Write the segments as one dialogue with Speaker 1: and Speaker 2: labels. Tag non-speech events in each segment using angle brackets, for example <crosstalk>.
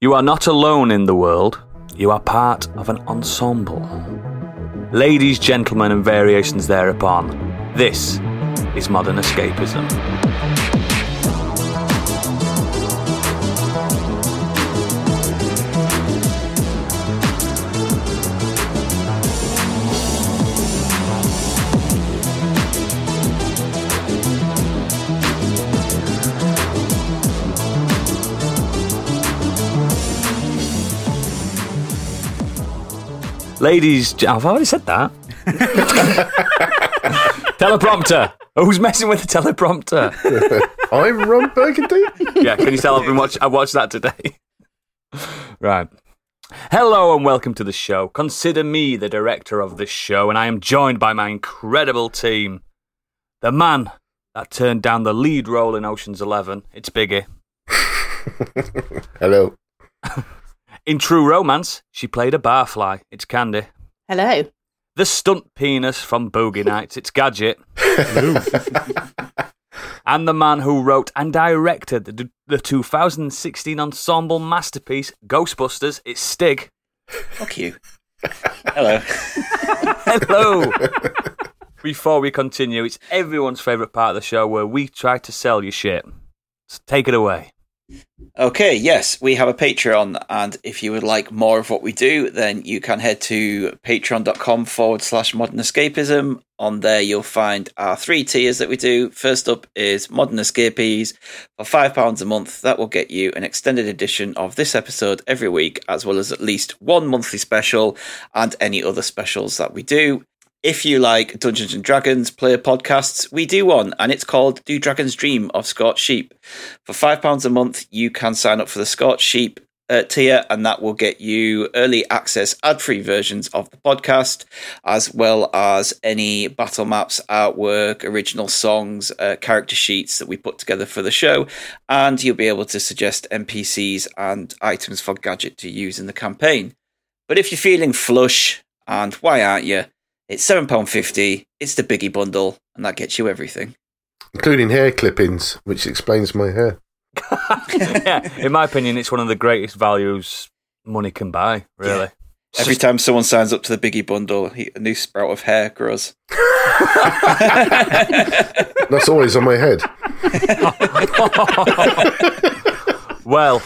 Speaker 1: You are not alone in the world, you are part of an ensemble. Ladies, gentlemen, and variations thereupon, this is modern escapism. Ladies, gen- I've already said that. teleprompter. Oh, Who's messing with the teleprompter?
Speaker 2: <laughs> I'm Ron Burgundy.
Speaker 1: Yeah, can you tell I've been watch- I watched that today? <laughs> right. Hello and welcome to the show. Consider me the director of this show, and I am joined by my incredible team. The man that turned down the lead role in Ocean's Eleven, it's Biggie.
Speaker 2: Hello.
Speaker 1: In True Romance, she played a barfly, it's Candy.
Speaker 3: Hello.
Speaker 1: The stunt penis from Boogie Nights, it's Gadget. <laughs> and the man who wrote and directed the, the 2016 ensemble masterpiece Ghostbusters, it's Stig.
Speaker 4: Fuck you. Hello.
Speaker 1: <laughs> Hello. Before we continue, it's everyone's favourite part of the show where we try to sell you shit. So take it
Speaker 4: <laughs>
Speaker 1: away.
Speaker 4: Okay, yes, we have a Patreon, and if you would like more of what we do, then you can head to patreon.com forward slash modern escapism. On there, you'll find our three tiers that we do. First up is Modern Escapees for £5 a month. That will get you an extended edition of this episode every week, as well as at least one monthly special and any other specials that we do. If you like Dungeons and Dragons player podcasts, we do one, and it's called Do Dragons Dream of Scorched Sheep. For £5 a month, you can sign up for the Scorched Sheep uh, tier, and that will get you early access ad free versions of the podcast, as well as any battle maps, artwork, original songs, uh, character sheets that we put together for the show. And you'll be able to suggest NPCs and items for Gadget to use in the campaign. But if you're feeling flush, and why aren't you? It's seven pound fifty. It's the biggie bundle, and that gets you everything.
Speaker 2: Including hair clippings, which explains my hair.
Speaker 1: yeah, in my opinion, it's one of the greatest values money can buy, really. It's
Speaker 4: Every
Speaker 1: just-
Speaker 4: time someone signs up to the biggie bundle, he, a new sprout of hair grows.
Speaker 2: That's always on my head.
Speaker 1: Well,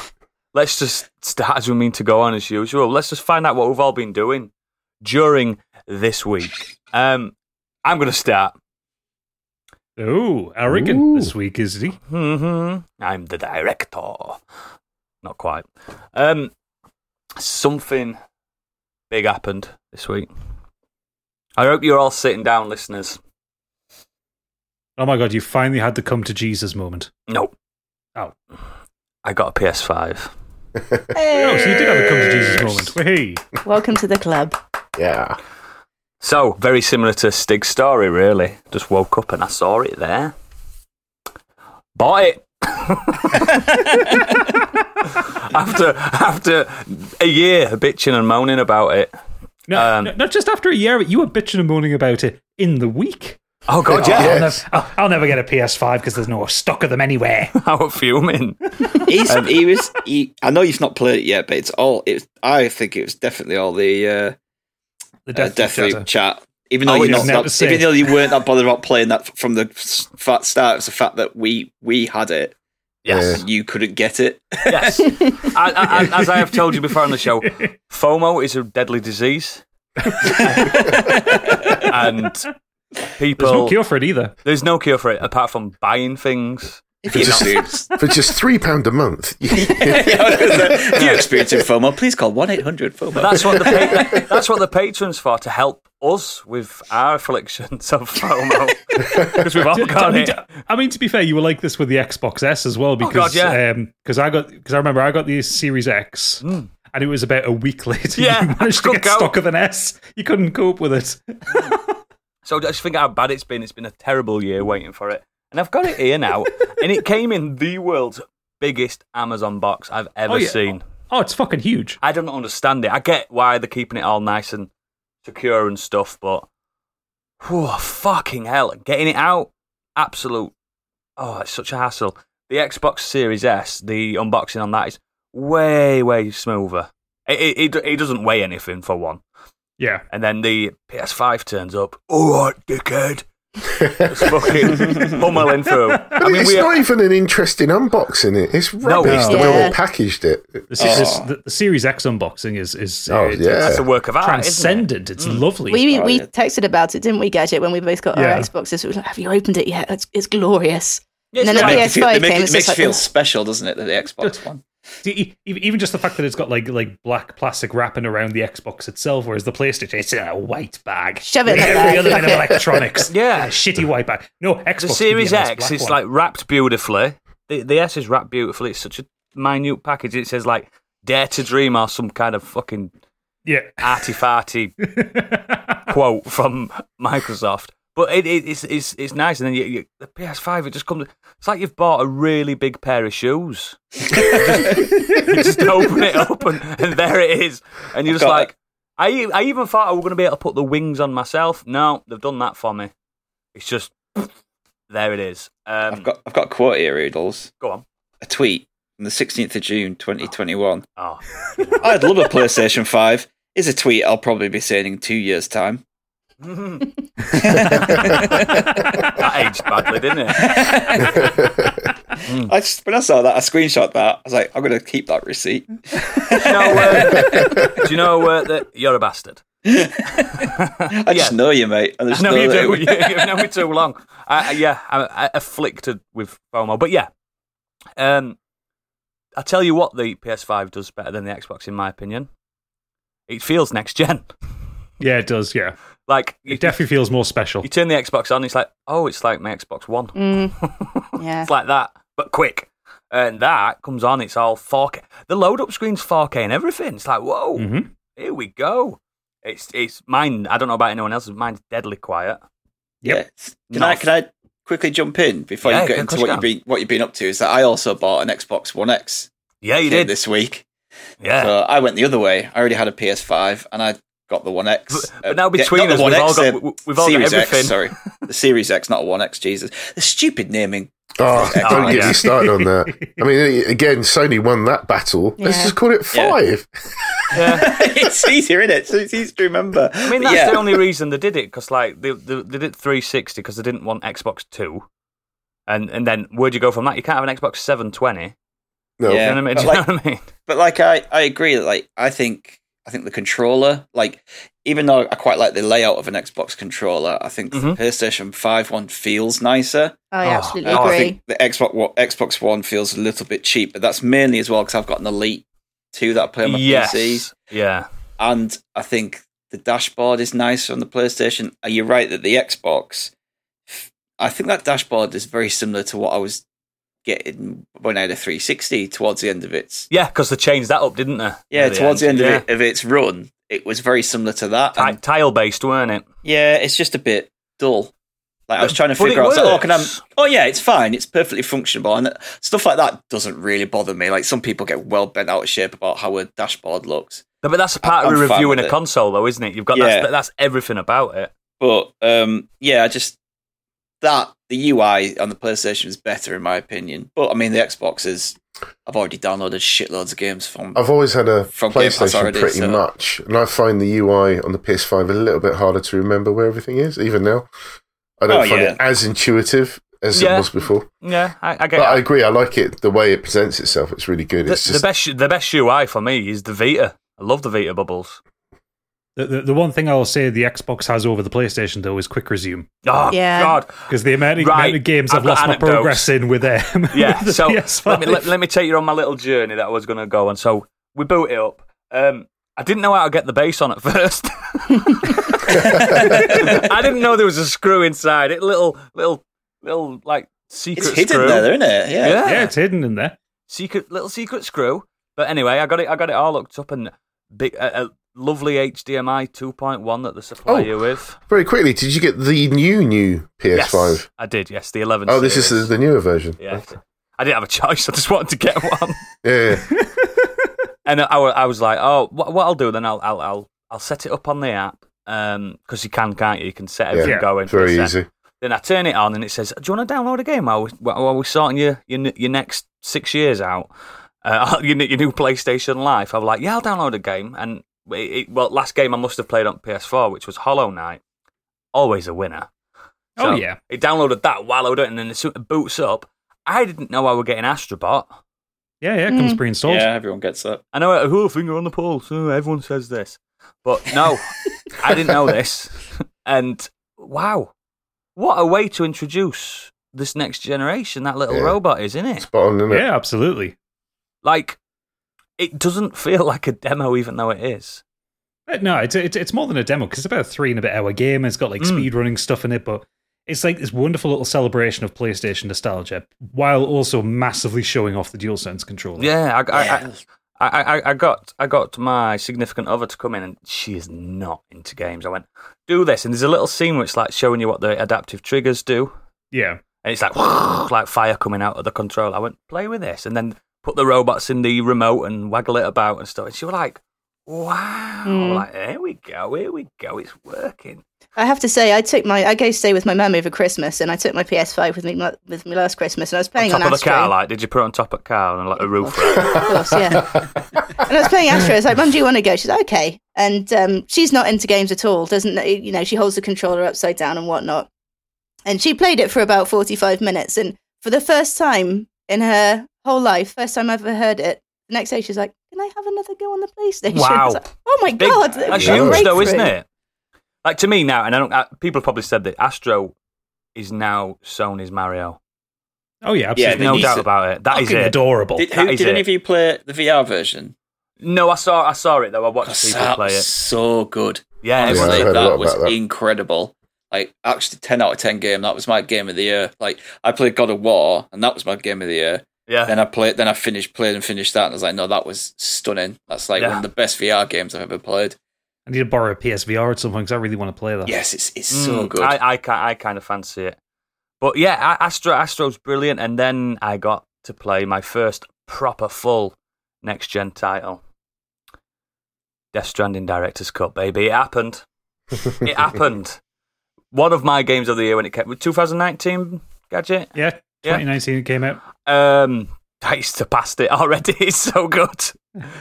Speaker 1: let's just start as we mean to go on as usual. Let's just find out what we've all been doing during this week. Um, I'm going to start. <laughs>
Speaker 5: Oh, arrogant
Speaker 2: Ooh.
Speaker 5: this week, is he?
Speaker 1: hmm I'm the director. Not quite. Um, something big happened this week. I hope you're all sitting down, listeners.
Speaker 5: Oh my god, you finally had the come to Jesus moment.
Speaker 1: No.
Speaker 5: Oh.
Speaker 1: I got a PS5.
Speaker 5: Oh, so you did have a come to Jesus moment. Hey.
Speaker 3: Welcome to the
Speaker 1: <laughs>
Speaker 3: club.
Speaker 2: Yeah.
Speaker 1: So, very similar to Stig's story, really. Just woke up and I saw it there. Bought it. <laughs> after after a year bitching and moaning about it.
Speaker 5: No,
Speaker 1: Um,
Speaker 5: no, not just after a year, but you were bitching and moaning about it in the week.
Speaker 1: Oh god,
Speaker 2: Yeah.
Speaker 1: yeah. <laughs>
Speaker 5: I'll,
Speaker 2: Yes.
Speaker 5: nev- I'll, I'll never get a PS5 because there's no stock of
Speaker 1: <laughs>
Speaker 5: them anywhere.
Speaker 1: I was fuming.
Speaker 4: <laughs> He's, he was. He, I know you've not played it yet, but it's all. It. I think it was definitely all the uh,
Speaker 5: The
Speaker 4: uh, Deathloop chat. Even though
Speaker 1: Oh,
Speaker 4: you're
Speaker 1: yeah.
Speaker 4: not,
Speaker 5: Never
Speaker 4: that,
Speaker 5: seen.
Speaker 4: even though you
Speaker 5: <laughs>
Speaker 4: weren't that bothered about playing that f- from the s- fat start, it's the fact that we we had it,
Speaker 1: Yes.
Speaker 4: and you couldn't get it.
Speaker 1: Yes. I, I, I- as I have told you before on the show, FOMO is a deadly disease. <laughs> and people
Speaker 5: There's no cure for it either.
Speaker 1: there's no cure for it apart from buying things.
Speaker 4: If you're
Speaker 2: Just-
Speaker 4: experienced,
Speaker 2: For just £3 a month.
Speaker 4: <laughs>
Speaker 2: <laughs>
Speaker 4: if you're experiencing FOMO, please call one eight hundred FOMO.
Speaker 1: That's what the pa- <laughs> that's what the patrons for to help us with our afflictions of FOMO because we've all
Speaker 5: I
Speaker 1: got
Speaker 5: mean,
Speaker 1: it.
Speaker 5: to, I mean, to be fair, you were like this with the Xbox S as well because
Speaker 1: Oh, God, yeah. Mm.
Speaker 5: um, cause I got because I remember I got the Series X and it was about a week <laughs> later
Speaker 1: Yeah,
Speaker 5: you
Speaker 1: <laughs>
Speaker 5: managed to
Speaker 1: couldn't
Speaker 5: get
Speaker 1: go.
Speaker 5: stock of an S. You couldn't cope with it.
Speaker 1: So I just think how bad it's been. It's been a terrible year waiting for it, and I've got it here now. and it came in the world's biggest Amazon box I've ever
Speaker 5: Oh, yeah.
Speaker 1: seen.
Speaker 5: Oh, it's fucking huge.
Speaker 1: I don't understand it. I get why they're keeping it all nice and secure and stuff, but whew, fucking hell, getting it out, absolute. Oh, it's such a hassle. The Xbox Series S, the unboxing on that is way, way smoother. It, it, it, it doesn't weigh anything, for one.
Speaker 5: Yeah.
Speaker 1: And then the PS5 turns up. All right, dickhead. It's fucking pummeling through.
Speaker 2: But
Speaker 1: I mean,
Speaker 2: it's
Speaker 1: we
Speaker 2: not even an interesting unboxing. It it's rubbish
Speaker 1: it's
Speaker 2: the way
Speaker 3: not.
Speaker 2: we packaged it.
Speaker 5: The, se- this-
Speaker 4: Oh.
Speaker 5: the, the Series X unboxing is is uh,
Speaker 2: Oh,
Speaker 5: it's,
Speaker 2: yeah.
Speaker 5: it's
Speaker 1: that's a work of art. Isn't it? Mm.
Speaker 5: transcendent. It's lovely.
Speaker 3: We
Speaker 4: Oh,
Speaker 3: we
Speaker 4: yeah.
Speaker 3: texted about it, didn't we, Gadget? When we both got
Speaker 5: Yeah.
Speaker 3: our Xboxes, we were like, "Have you opened it yet? It's, it's glorious."
Speaker 1: Yeah, it's
Speaker 3: And then
Speaker 1: great.
Speaker 3: the
Speaker 4: Make you feel-
Speaker 3: PS5
Speaker 4: they make
Speaker 3: came,
Speaker 4: it
Speaker 3: it's
Speaker 4: makes
Speaker 3: just like,
Speaker 4: you feel
Speaker 3: "Oh."
Speaker 4: special, doesn't it? The Xbox one.
Speaker 5: See, e- even just the fact that it's got like like black plastic wrapping around the Xbox itself, whereas the PlayStation it's in a white bag.
Speaker 3: Shove it in
Speaker 5: With
Speaker 3: the
Speaker 5: every
Speaker 3: bag,
Speaker 5: other bit
Speaker 3: fuck
Speaker 5: of
Speaker 3: it.
Speaker 5: electronics.
Speaker 1: <laughs> Yeah.
Speaker 5: in a shitty white bag. No Xbox.
Speaker 1: the
Speaker 5: could be
Speaker 1: Series
Speaker 5: a nice
Speaker 1: X
Speaker 5: black
Speaker 1: is
Speaker 5: one.
Speaker 1: like wrapped beautifully. The, the S is wrapped beautifully. It's such a minute package. It says like "Dare to Dream" or some kind of fucking
Speaker 5: yeah.
Speaker 1: arty
Speaker 4: <laughs>
Speaker 1: farty quote from Microsoft. But it, it, it's it's it's nice, and then you, you, the PS5 it just comes. It's like you've bought a really big pair of shoes. you just <laughs> open it up, and, and there it is, and you're
Speaker 4: I've
Speaker 1: just
Speaker 4: got
Speaker 1: like, I e- I even thought I was going to be able to put the wings on myself. No, they've done that for me. It's just there it is. Um,
Speaker 4: I've got I've got a quote here, Oodles.
Speaker 1: go on.
Speaker 4: A tweet on the 16th of June, 2021.
Speaker 1: Oh, <laughs>
Speaker 4: I'd love a PlayStation 5. Is a tweet I'll probably be saying in two years' time.
Speaker 1: that aged badly, didn't it? Hmm.
Speaker 4: I just when I saw that, I screenshot that. I was like, I'm gonna keep that receipt.
Speaker 1: Do you know, uh, do you know uh, that you're a bastard?
Speaker 4: I just
Speaker 1: Yeah.
Speaker 4: know you, mate. I just
Speaker 1: No,
Speaker 4: know
Speaker 1: you
Speaker 4: that it
Speaker 1: do.
Speaker 4: would-
Speaker 1: <laughs> You- You've known me too long. I, I- yeah, I'm I, afflicted with FOMO. But yeah, um, I tell you what, the PS5 does better than the Xbox, in my opinion. It feels next gen. <laughs>
Speaker 5: yeah, it does. Yeah,
Speaker 1: Like you,
Speaker 5: it definitely feels more special.
Speaker 1: you turn the Xbox on, it's like, oh, it's like my Xbox One. <laughs>
Speaker 3: Mm, yeah.
Speaker 1: It's like that, but quick. And that comes on. It's all 4K. The load up screen's 4K and everything. It's like, whoa,
Speaker 5: Mhm.
Speaker 1: here we go. It's it's mine. I don't know about anyone else's. Mine's deadly quiet.
Speaker 5: Yep.
Speaker 4: Yeah. Can
Speaker 1: Not
Speaker 4: I
Speaker 1: f-
Speaker 4: can I quickly jump in before
Speaker 1: Yeah,
Speaker 4: you get
Speaker 1: of
Speaker 4: into
Speaker 1: course
Speaker 4: what
Speaker 1: you
Speaker 4: you've been what you've been up to? Is that I also bought an Xbox One X
Speaker 1: Yeah, you
Speaker 4: came
Speaker 1: did.
Speaker 4: this week.
Speaker 1: Yeah.
Speaker 4: So I went the other way. I already had a PS5 and I got the One X.
Speaker 1: But- but
Speaker 4: Uh,
Speaker 1: now
Speaker 4: yeah,
Speaker 1: between
Speaker 4: not
Speaker 1: us,
Speaker 4: the
Speaker 1: we've all got-
Speaker 4: uh,
Speaker 1: we- we've all got
Speaker 4: Series
Speaker 1: everything.
Speaker 4: X,
Speaker 1: <laughs>
Speaker 4: sorry, the Series X, not a One X. Jesus, the stupid naming.
Speaker 2: Oh,
Speaker 4: Oh,
Speaker 2: don't get
Speaker 1: yeah.
Speaker 2: me started on that. I mean, again, Sony won that battle. Let's
Speaker 3: Yeah.
Speaker 2: just call it
Speaker 4: Yeah.
Speaker 2: five.
Speaker 1: yeah.
Speaker 4: <laughs> it's easier, isn't it? So it's easy to remember.
Speaker 1: I mean, that's the only reason they did it because, like, they, they, they did 360 because they didn't want Xbox 2. And and then where'd you go from that? You can't have an Xbox 720.
Speaker 2: No,
Speaker 1: Do
Speaker 4: Yeah.
Speaker 1: you know what I mean? Do
Speaker 4: but
Speaker 1: you
Speaker 4: like-
Speaker 1: know what I mean?
Speaker 4: but like I, I agree that like I think I think the controller, like even though I quite like the layout of an Xbox controller, I think
Speaker 1: Mhm.
Speaker 4: the PlayStation Five one feels nicer.
Speaker 3: I
Speaker 1: Oh,
Speaker 3: absolutely
Speaker 1: oh, I
Speaker 4: I
Speaker 3: agree.
Speaker 4: think the Xbox One- Xbox One feels a little bit cheap, but that's mainly as well because I've got an Elite Two that I play on my PC,
Speaker 1: <laughs> Yes. Yeah.
Speaker 4: and I think the dashboard is nicer on the PlayStation. Are you right that the Xbox? I think that dashboard is very similar to what I was getting when I had a 360 towards the end of its
Speaker 1: Yeah, because they changed that up, didn't they?
Speaker 4: yeah,
Speaker 1: At
Speaker 4: towards the end of, it, of its run, it was very similar to that.
Speaker 1: Yeah. Ti-
Speaker 4: and
Speaker 1: Tile based, weren't it?
Speaker 4: yeah, it's just a bit dull. Like I was
Speaker 1: But-
Speaker 4: trying to
Speaker 1: but
Speaker 4: figure
Speaker 1: it
Speaker 4: out, I was like, oh, can I?
Speaker 1: works.
Speaker 4: Oh yeah, it's fine. It's perfectly functional, and stuff like that doesn't really bother me. Like some people get well bent out of shape about how a dashboard looks,
Speaker 1: No, but that's a part
Speaker 4: I'm
Speaker 1: of
Speaker 4: fine
Speaker 1: reviewing
Speaker 4: with
Speaker 1: a
Speaker 4: it.
Speaker 1: console, though, isn't it? You've got
Speaker 4: Yeah.
Speaker 1: that's, that's everything about it.
Speaker 4: but um, yeah, I just that the UI on the PlayStation is better in my opinion. But I mean, the Xbox is. I've already downloaded shitloads of games from.
Speaker 2: I've always had a
Speaker 4: From Game Pass
Speaker 2: PlayStation
Speaker 4: already,
Speaker 2: pretty
Speaker 4: so-
Speaker 2: much, and I find the UI on the PS5 a little bit harder to remember where everything is. Even now, I don't
Speaker 4: Oh,
Speaker 2: find
Speaker 4: yeah.
Speaker 2: it as intuitive as
Speaker 1: Yeah.
Speaker 2: it was before.
Speaker 1: Yeah, I, I get
Speaker 2: But
Speaker 1: it.
Speaker 2: I agree. I like it the way it presents itself. It's really good.
Speaker 1: the,
Speaker 2: It's just
Speaker 1: the best the best UI for me is the Vita. I love the Vita bubbles.
Speaker 5: The, the, the one thing I will say the Xbox has over the PlayStation though is quick resume
Speaker 1: Oh
Speaker 3: Yeah.
Speaker 4: <laughs>
Speaker 1: God!
Speaker 5: because the amount of,
Speaker 1: Right.
Speaker 5: amount of games I've,
Speaker 1: I've got
Speaker 5: lost my
Speaker 1: anecdotes.
Speaker 5: progress in with them. <laughs>
Speaker 1: Yeah.
Speaker 5: with
Speaker 4: <laughs>
Speaker 5: the
Speaker 1: so
Speaker 5: PS5.
Speaker 1: let me let, let me take you on my little journey that I was going to go on. So we boot it up. Um, I didn't know how to get the base on at <laughs> first. I didn't know there was a screw inside it. Little little little like secret
Speaker 4: it's hidden
Speaker 1: screw.
Speaker 4: there, isn't it? Yeah.
Speaker 5: yeah, it's hidden in there.
Speaker 1: secret little secret screw. But anyway, I got it. I got it all looked up and big a, a lovely HDMI 2.1 that they supply
Speaker 2: Oh,
Speaker 1: you with.
Speaker 2: very quickly. Did you get the new new PS5?
Speaker 1: Yes, I did. Yes, the 11.
Speaker 2: Oh, this is the,
Speaker 1: series.
Speaker 2: the newer version.
Speaker 1: yeah. I didn't have a choice. <laughs> I just wanted to get one,
Speaker 2: Yeah,
Speaker 1: <laughs>
Speaker 2: yeah.
Speaker 1: and I, wa- I was like, "Oh, what, what I'll do then? I'll, I'll, I'll, I'll set it up on the app because you can, can't you? You can set everything
Speaker 5: Yeah,
Speaker 1: going. for
Speaker 2: very
Speaker 1: a sec.
Speaker 2: easy.
Speaker 1: Then I turn it on, and it says, "Do you want to download a game while we, while we're sorting your, your n- your next six years out?" <laughs> uh, your, new- your new PlayStation Life. I was like, yeah, I'll download a game. And it, it, well, last game I must have played on PS4, which was Hollow Knight. Always a winner.
Speaker 5: Oh, yeah.
Speaker 1: It downloaded that while I was doing it, and then as soon as it boots up, I didn't know I were getting Astrobot.
Speaker 5: Yeah, yeah, it comes
Speaker 3: Mm.
Speaker 5: pre-installed.
Speaker 4: Yeah, everyone gets that.
Speaker 1: I know, oh, finger on the pulse. Oh, everyone says this. But no, I didn't know this. And wow, what a way to introduce this next generation that little
Speaker 2: Yeah.
Speaker 1: robot is, isn't it?
Speaker 2: Spot on, isn't it?
Speaker 5: Yeah, absolutely.
Speaker 1: Like, it doesn't feel like a demo, even though it is.
Speaker 5: Uh, No, it's it's, it's more than a demo because it's about a three and a bit hour game. It's got like
Speaker 1: Mm.
Speaker 5: speed running stuff in it, but it's like this wonderful little celebration of PlayStation nostalgia while also massively showing off the DualSense controller.
Speaker 1: Yeah, I, I-
Speaker 4: Yeah.
Speaker 1: I, I, I, I got I got my significant other to come in, and she is not into games. I went, do this, and there's a little scene where it's like showing you what the adaptive triggers do,
Speaker 5: yeah,
Speaker 1: and it's like <laughs> like fire coming out of the controller. I went, play with this, and then put the robots in the remote and waggle it about and stuff. And she was like, wow,
Speaker 3: Mm.
Speaker 1: like here we go, here we go, it's working.
Speaker 3: I have to say, I took my I go stay with my mum over Christmas, and I took my PS5 with me mu- with me last Christmas, and I was playing
Speaker 1: on
Speaker 3: on,
Speaker 1: top of the
Speaker 3: Astro.
Speaker 1: car, like did you put it on top of the car and like a
Speaker 3: <laughs>
Speaker 1: roof?
Speaker 3: of
Speaker 1: <laughs>
Speaker 3: course, yeah.
Speaker 2: <laughs>
Speaker 3: and I was playing Astro. I was like, "Mum, do you want to go?" She's like, "Okay." And um, she's not into games at all. Doesn't know- you know? She holds the controller upside down and whatnot. And she played it for about forty-five minutes. And for the first time in her whole life, first time I've ever heard it. The next day, she's like, "Can I have another go on the PlayStation?"
Speaker 1: Wow.
Speaker 3: I was like, oh my
Speaker 1: Big-
Speaker 3: god, that
Speaker 1: that's
Speaker 3: was a
Speaker 1: huge though, isn't
Speaker 3: breakthrough.
Speaker 1: it? Like to me now, and I don't. Uh, people have probably said that Astro is now Sony's Mario.
Speaker 5: oh yeah,
Speaker 4: Yeah,
Speaker 5: absolutely.
Speaker 4: they
Speaker 1: no
Speaker 4: need
Speaker 1: doubt
Speaker 4: to-
Speaker 1: about it. That is
Speaker 5: Fucking
Speaker 1: it.
Speaker 5: adorable.
Speaker 4: Did,
Speaker 1: that
Speaker 4: who,
Speaker 1: is
Speaker 4: did
Speaker 1: it.
Speaker 4: any of you play the VR version?
Speaker 1: No, I saw I saw it though. I watched
Speaker 4: Because
Speaker 1: people
Speaker 4: that
Speaker 1: play
Speaker 4: was
Speaker 1: it.
Speaker 4: so good.
Speaker 1: Yeah,
Speaker 2: I've
Speaker 1: it was-
Speaker 4: Honestly,
Speaker 2: heard a lot
Speaker 4: that was
Speaker 2: about that.
Speaker 4: incredible. Like actually, ten out of ten game. That was my game of the year. Like I played God of War, and that was my game of the year.
Speaker 1: yeah.
Speaker 4: Then I played, then I finished playing and finished that, and I was like, no, that was stunning. That's like one
Speaker 1: Yeah.
Speaker 4: of the best VR games I've ever played.
Speaker 5: I need to borrow a PSVR at some point because I really want to play that.
Speaker 4: Yes, it's it's so
Speaker 1: Mm,
Speaker 4: good.
Speaker 1: I I, ki- I kind of fancy it. But yeah, A- Astro Astro's brilliant, and then I got to play my first proper full next gen title. Death Stranding Director's Cut, baby. It happened.
Speaker 5: <laughs>
Speaker 1: It happened. One of my games of the year when it came 2019 gadget.
Speaker 5: Yeah,
Speaker 1: Yeah.
Speaker 5: 2019 it came out.
Speaker 1: Um, <laughs> I surpassed it already. <laughs> It's so good.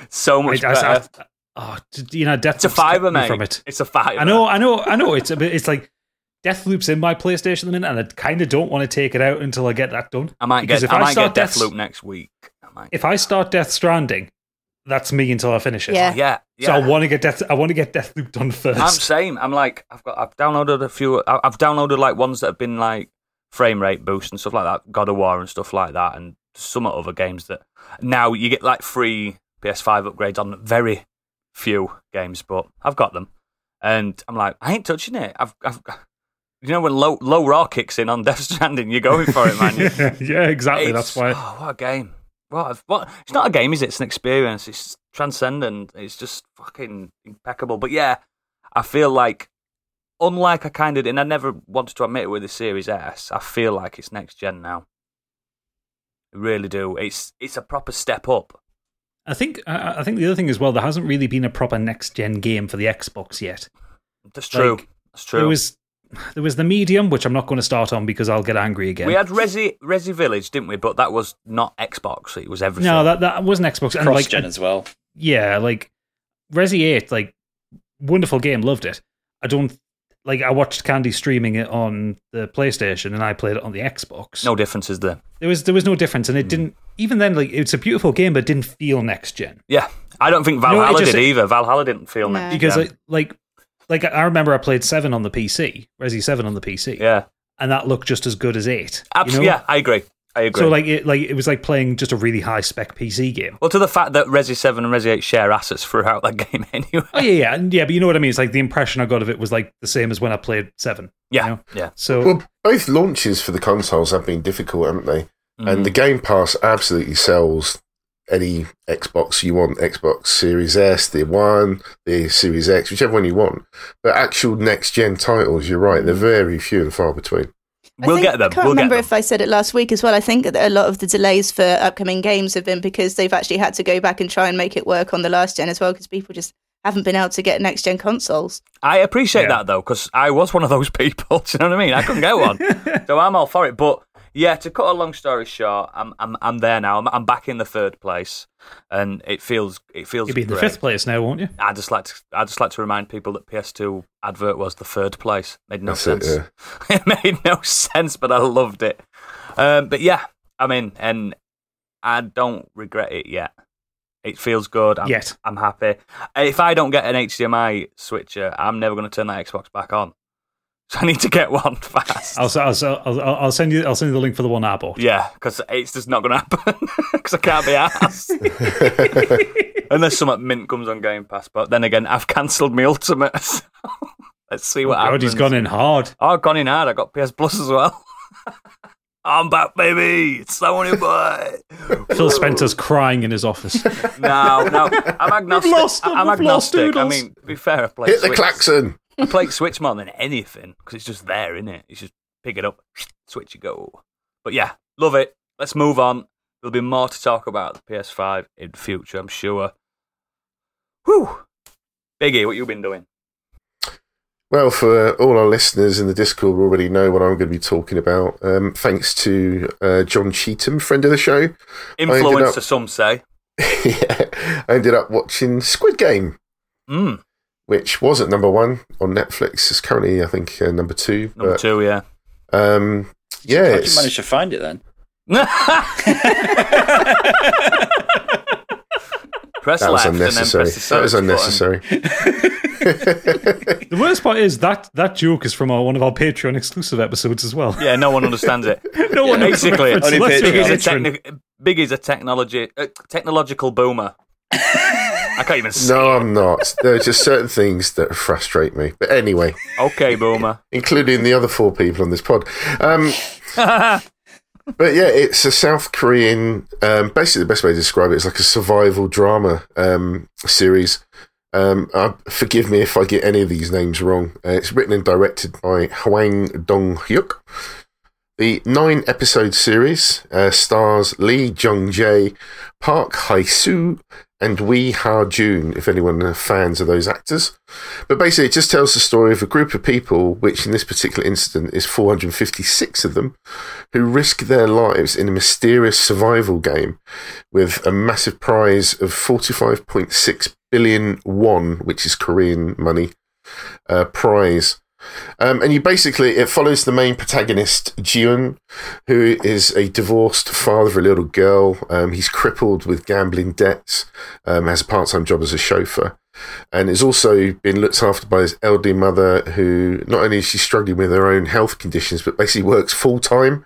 Speaker 1: So much
Speaker 5: I, I-
Speaker 1: better.
Speaker 5: I- oh, d- you know, Death
Speaker 1: it's a
Speaker 5: Loop's kept
Speaker 1: fiver,
Speaker 5: me
Speaker 1: mate.
Speaker 5: From it,
Speaker 1: It's a fiver.
Speaker 5: I know, I know, I know. It's a bit. It's like Deathloop's in my PlayStation at the minute, and I kind of don't want to take it out until I get that done.
Speaker 1: I might
Speaker 5: Because
Speaker 1: get.
Speaker 5: if
Speaker 1: I
Speaker 5: I
Speaker 1: might
Speaker 5: start
Speaker 1: get
Speaker 5: Death's-
Speaker 1: Deathloop next week. I might.
Speaker 5: If I start Death Stranding, that's me until I finish it.
Speaker 1: yeah,
Speaker 3: Yeah.
Speaker 1: yeah.
Speaker 5: So I want to get Death. I want to get Deathloop done
Speaker 1: I'm
Speaker 5: first.
Speaker 1: same. I'm like I've got. I've downloaded a few. I- I've downloaded like ones that have been like frame rate boost and stuff like that. God of War and stuff like that, and some other games that now you get like free PS5 upgrades on very few games, but I've got them, and I'm like I ain't touching it. I've. I've you know when low low raw kicks in on Death Stranding, you're going for it,
Speaker 5: <laughs>
Speaker 1: man. You-
Speaker 5: yeah, exactly.
Speaker 1: It's-
Speaker 5: That's why.
Speaker 1: Oh, what a game! What, a, what? It's not a game, is it? It's an experience. It's transcendent. It's just fucking impeccable. But yeah, I feel like, unlike I kind of, and I never wanted to admit it with the Series S, I feel like it's next gen now. I really do. It's it's a proper step up.
Speaker 5: I think. I I think the other thing as well. There hasn't really been a proper next gen game for the Xbox yet.
Speaker 1: That's true.
Speaker 5: Like,
Speaker 1: That's true.
Speaker 5: There was. There was the medium, which I'm not going to start on because I'll get angry again.
Speaker 1: we had Resi Resi Village, didn't we? But that was not Xbox. It was everything.
Speaker 5: no, that that wasn't Xbox. And
Speaker 4: Cross
Speaker 5: like,
Speaker 4: gen as well.
Speaker 5: yeah, like Resi Eight, like wonderful game, loved it. I don't like. I watched Candy streaming it on the PlayStation, and I played it on the Xbox.
Speaker 1: no Hmm. differences there.
Speaker 5: there was there was no difference, and it didn't. Even then, like it's a beautiful game, but it didn't feel next gen
Speaker 1: Yeah, I don't think
Speaker 5: know, it
Speaker 1: Valhalla
Speaker 5: just-
Speaker 1: did either. Valhalla didn't feel
Speaker 3: No.
Speaker 1: next
Speaker 5: because
Speaker 1: gen.
Speaker 5: like like like I remember I played Seven on the PC, Resi Seven on the PC,
Speaker 1: yeah,
Speaker 5: and that looked just as good as Eight. you
Speaker 1: absolutely.
Speaker 5: know?
Speaker 1: Yeah, I agree. I agree.
Speaker 5: So like it like it was like playing just a really high spec PC game.
Speaker 1: Well, to the fact that Resi 7 and Resi 8 share assets throughout that <laughs> game anyway.
Speaker 5: Oh yeah, yeah, and yeah, but you know what I mean. It's like the impression I got of it was like the same as when I played Seven.
Speaker 1: Yeah,
Speaker 5: You know?
Speaker 1: yeah.
Speaker 5: So
Speaker 2: Well, both launches for the consoles have been difficult, haven't they?
Speaker 1: Mm.
Speaker 2: And the Game Pass absolutely sells any Xbox you want Xbox Series S, the One, the Series X, whichever one you want. But actual next gen titles, you're right, they're very few and far between.
Speaker 3: I
Speaker 1: We'll
Speaker 3: think-
Speaker 1: get them.
Speaker 3: I can't
Speaker 1: We'll get
Speaker 3: remember
Speaker 1: them.
Speaker 3: if I said it last week as well. I think that a lot of the delays for upcoming games have been because they've actually had to go back and try and make it work on the last gen as well because people just haven't been able to get next gen consoles.
Speaker 1: I appreciate <laughs>
Speaker 5: Yeah. <laughs>
Speaker 1: that, though, because I was one of those people. Do you know what I mean? I couldn't get one. so I'm all for it. But yeah, to cut a long story short, I'm I'm I'm there now. I'm I'm back in the third place, and it feels it feels
Speaker 5: You'll be in the
Speaker 1: great.
Speaker 5: fifth place now, won't you?
Speaker 1: I just like to I just like to remind people that PS2 advert was the third place. Made no
Speaker 2: That's it,
Speaker 1: sense. <laughs> It, made no sense, but I loved it. Um, but yeah, I mean, and I don't regret it yet. It feels good. I'm,
Speaker 5: Yet.
Speaker 1: I'm happy. If I don't get an HDMI switcher, I'm never going to turn that Xbox back on. <laughs> So I need to get one fast.
Speaker 5: I'll, s- I'll, s- I'll, I'll I'll send you. I'll send you the link for the one I
Speaker 1: <laughs>
Speaker 5: bought.
Speaker 1: Yeah, because it's just not going to happen <laughs> because I can't be
Speaker 5: <laughs>
Speaker 1: asked. Unless some mint comes on Game Pass, but then again, I've cancelled my Ultimate. <laughs> So let's see what
Speaker 5: Oh God,
Speaker 1: happens.
Speaker 5: he's gone in hard.
Speaker 1: Oh, gone in hard. I got PS Plus as well. <laughs> I'm back, baby. It's Sony
Speaker 5: <laughs>
Speaker 1: boy.
Speaker 5: Phil Spencer's crying in
Speaker 1: <laughs>
Speaker 5: his office.
Speaker 1: no, no. I'm agnostic.
Speaker 5: lost them.
Speaker 1: I'm
Speaker 5: We've lost
Speaker 1: agnostic. I
Speaker 5: Doodles.
Speaker 1: mean, to be fair, I play
Speaker 2: Hit the
Speaker 1: Switch.
Speaker 2: klaxon.
Speaker 1: I play Switch more than anything because it's just there, isn't it? It's just pick it up, Switch, you go. But yeah, love it. Let's move on. There'll be more to talk about the PS5 in future, I'm sure. Whew. Biggie, what you been doing?
Speaker 2: Well, for uh, all our listeners in the Discord who already know what I'm going to be talking about. Um, thanks to uh, John Cheatham, friend of the show. <laughs>
Speaker 1: Influencer,
Speaker 2: up-
Speaker 1: some say.
Speaker 2: yeah, I ended up watching Squid Game,
Speaker 1: Mm,
Speaker 2: which was at number one on Netflix. It's currently, I think, uh, number two.
Speaker 1: number
Speaker 2: but,
Speaker 1: two, yeah.
Speaker 2: Um, yeah,
Speaker 4: How'd you
Speaker 2: it's-
Speaker 4: manage to find it then?
Speaker 1: press
Speaker 2: that
Speaker 1: left
Speaker 2: was
Speaker 1: and then
Speaker 2: unnecessary.
Speaker 1: press the
Speaker 2: That was
Speaker 1: search
Speaker 2: unnecessary.
Speaker 5: the worst part is that that joke is from our, one of our Patreon exclusive episodes as well.
Speaker 1: button. Yeah, no one understands
Speaker 2: <laughs>
Speaker 1: it.
Speaker 5: <laughs> no one knows the
Speaker 1: Basically,
Speaker 5: reference
Speaker 4: Only
Speaker 5: unless you're
Speaker 4: Patreon.
Speaker 5: a
Speaker 1: Biggie's a,
Speaker 5: patron.
Speaker 1: techni- Biggie's a technology uh, technological boomer. I can't even say.
Speaker 2: No, I'm not. There are just certain things that frustrate me. But anyway,
Speaker 1: Okay, boomer.
Speaker 2: including the other four people on this pod. Um, but yeah, it's a South Korean. Um, basically, the best way to describe it is like a survival drama um, series. Um, uh, forgive me if I get any of these names wrong. Uh, it's written and directed by Hwang Dong Hyuk. The nine episode series uh, stars Lee Jung Jae, Park Hai Soo, and Wee Ha Jun, if anyone are fans of those actors. But basically, it just tells the story of a group of people, which in this particular incident is 456 of them, who risk their lives in a mysterious survival game with a massive prize of 45.6 billion won, which is Korean money, uh, prize. Um, and you basically, it follows the main protagonist, Jiun, who is a divorced father of a little girl. Um, he's crippled with gambling debts, um, has a part time job as a chauffeur, and is also being looked after by his elderly mother, who not only is she struggling with her own health conditions, but basically works full time.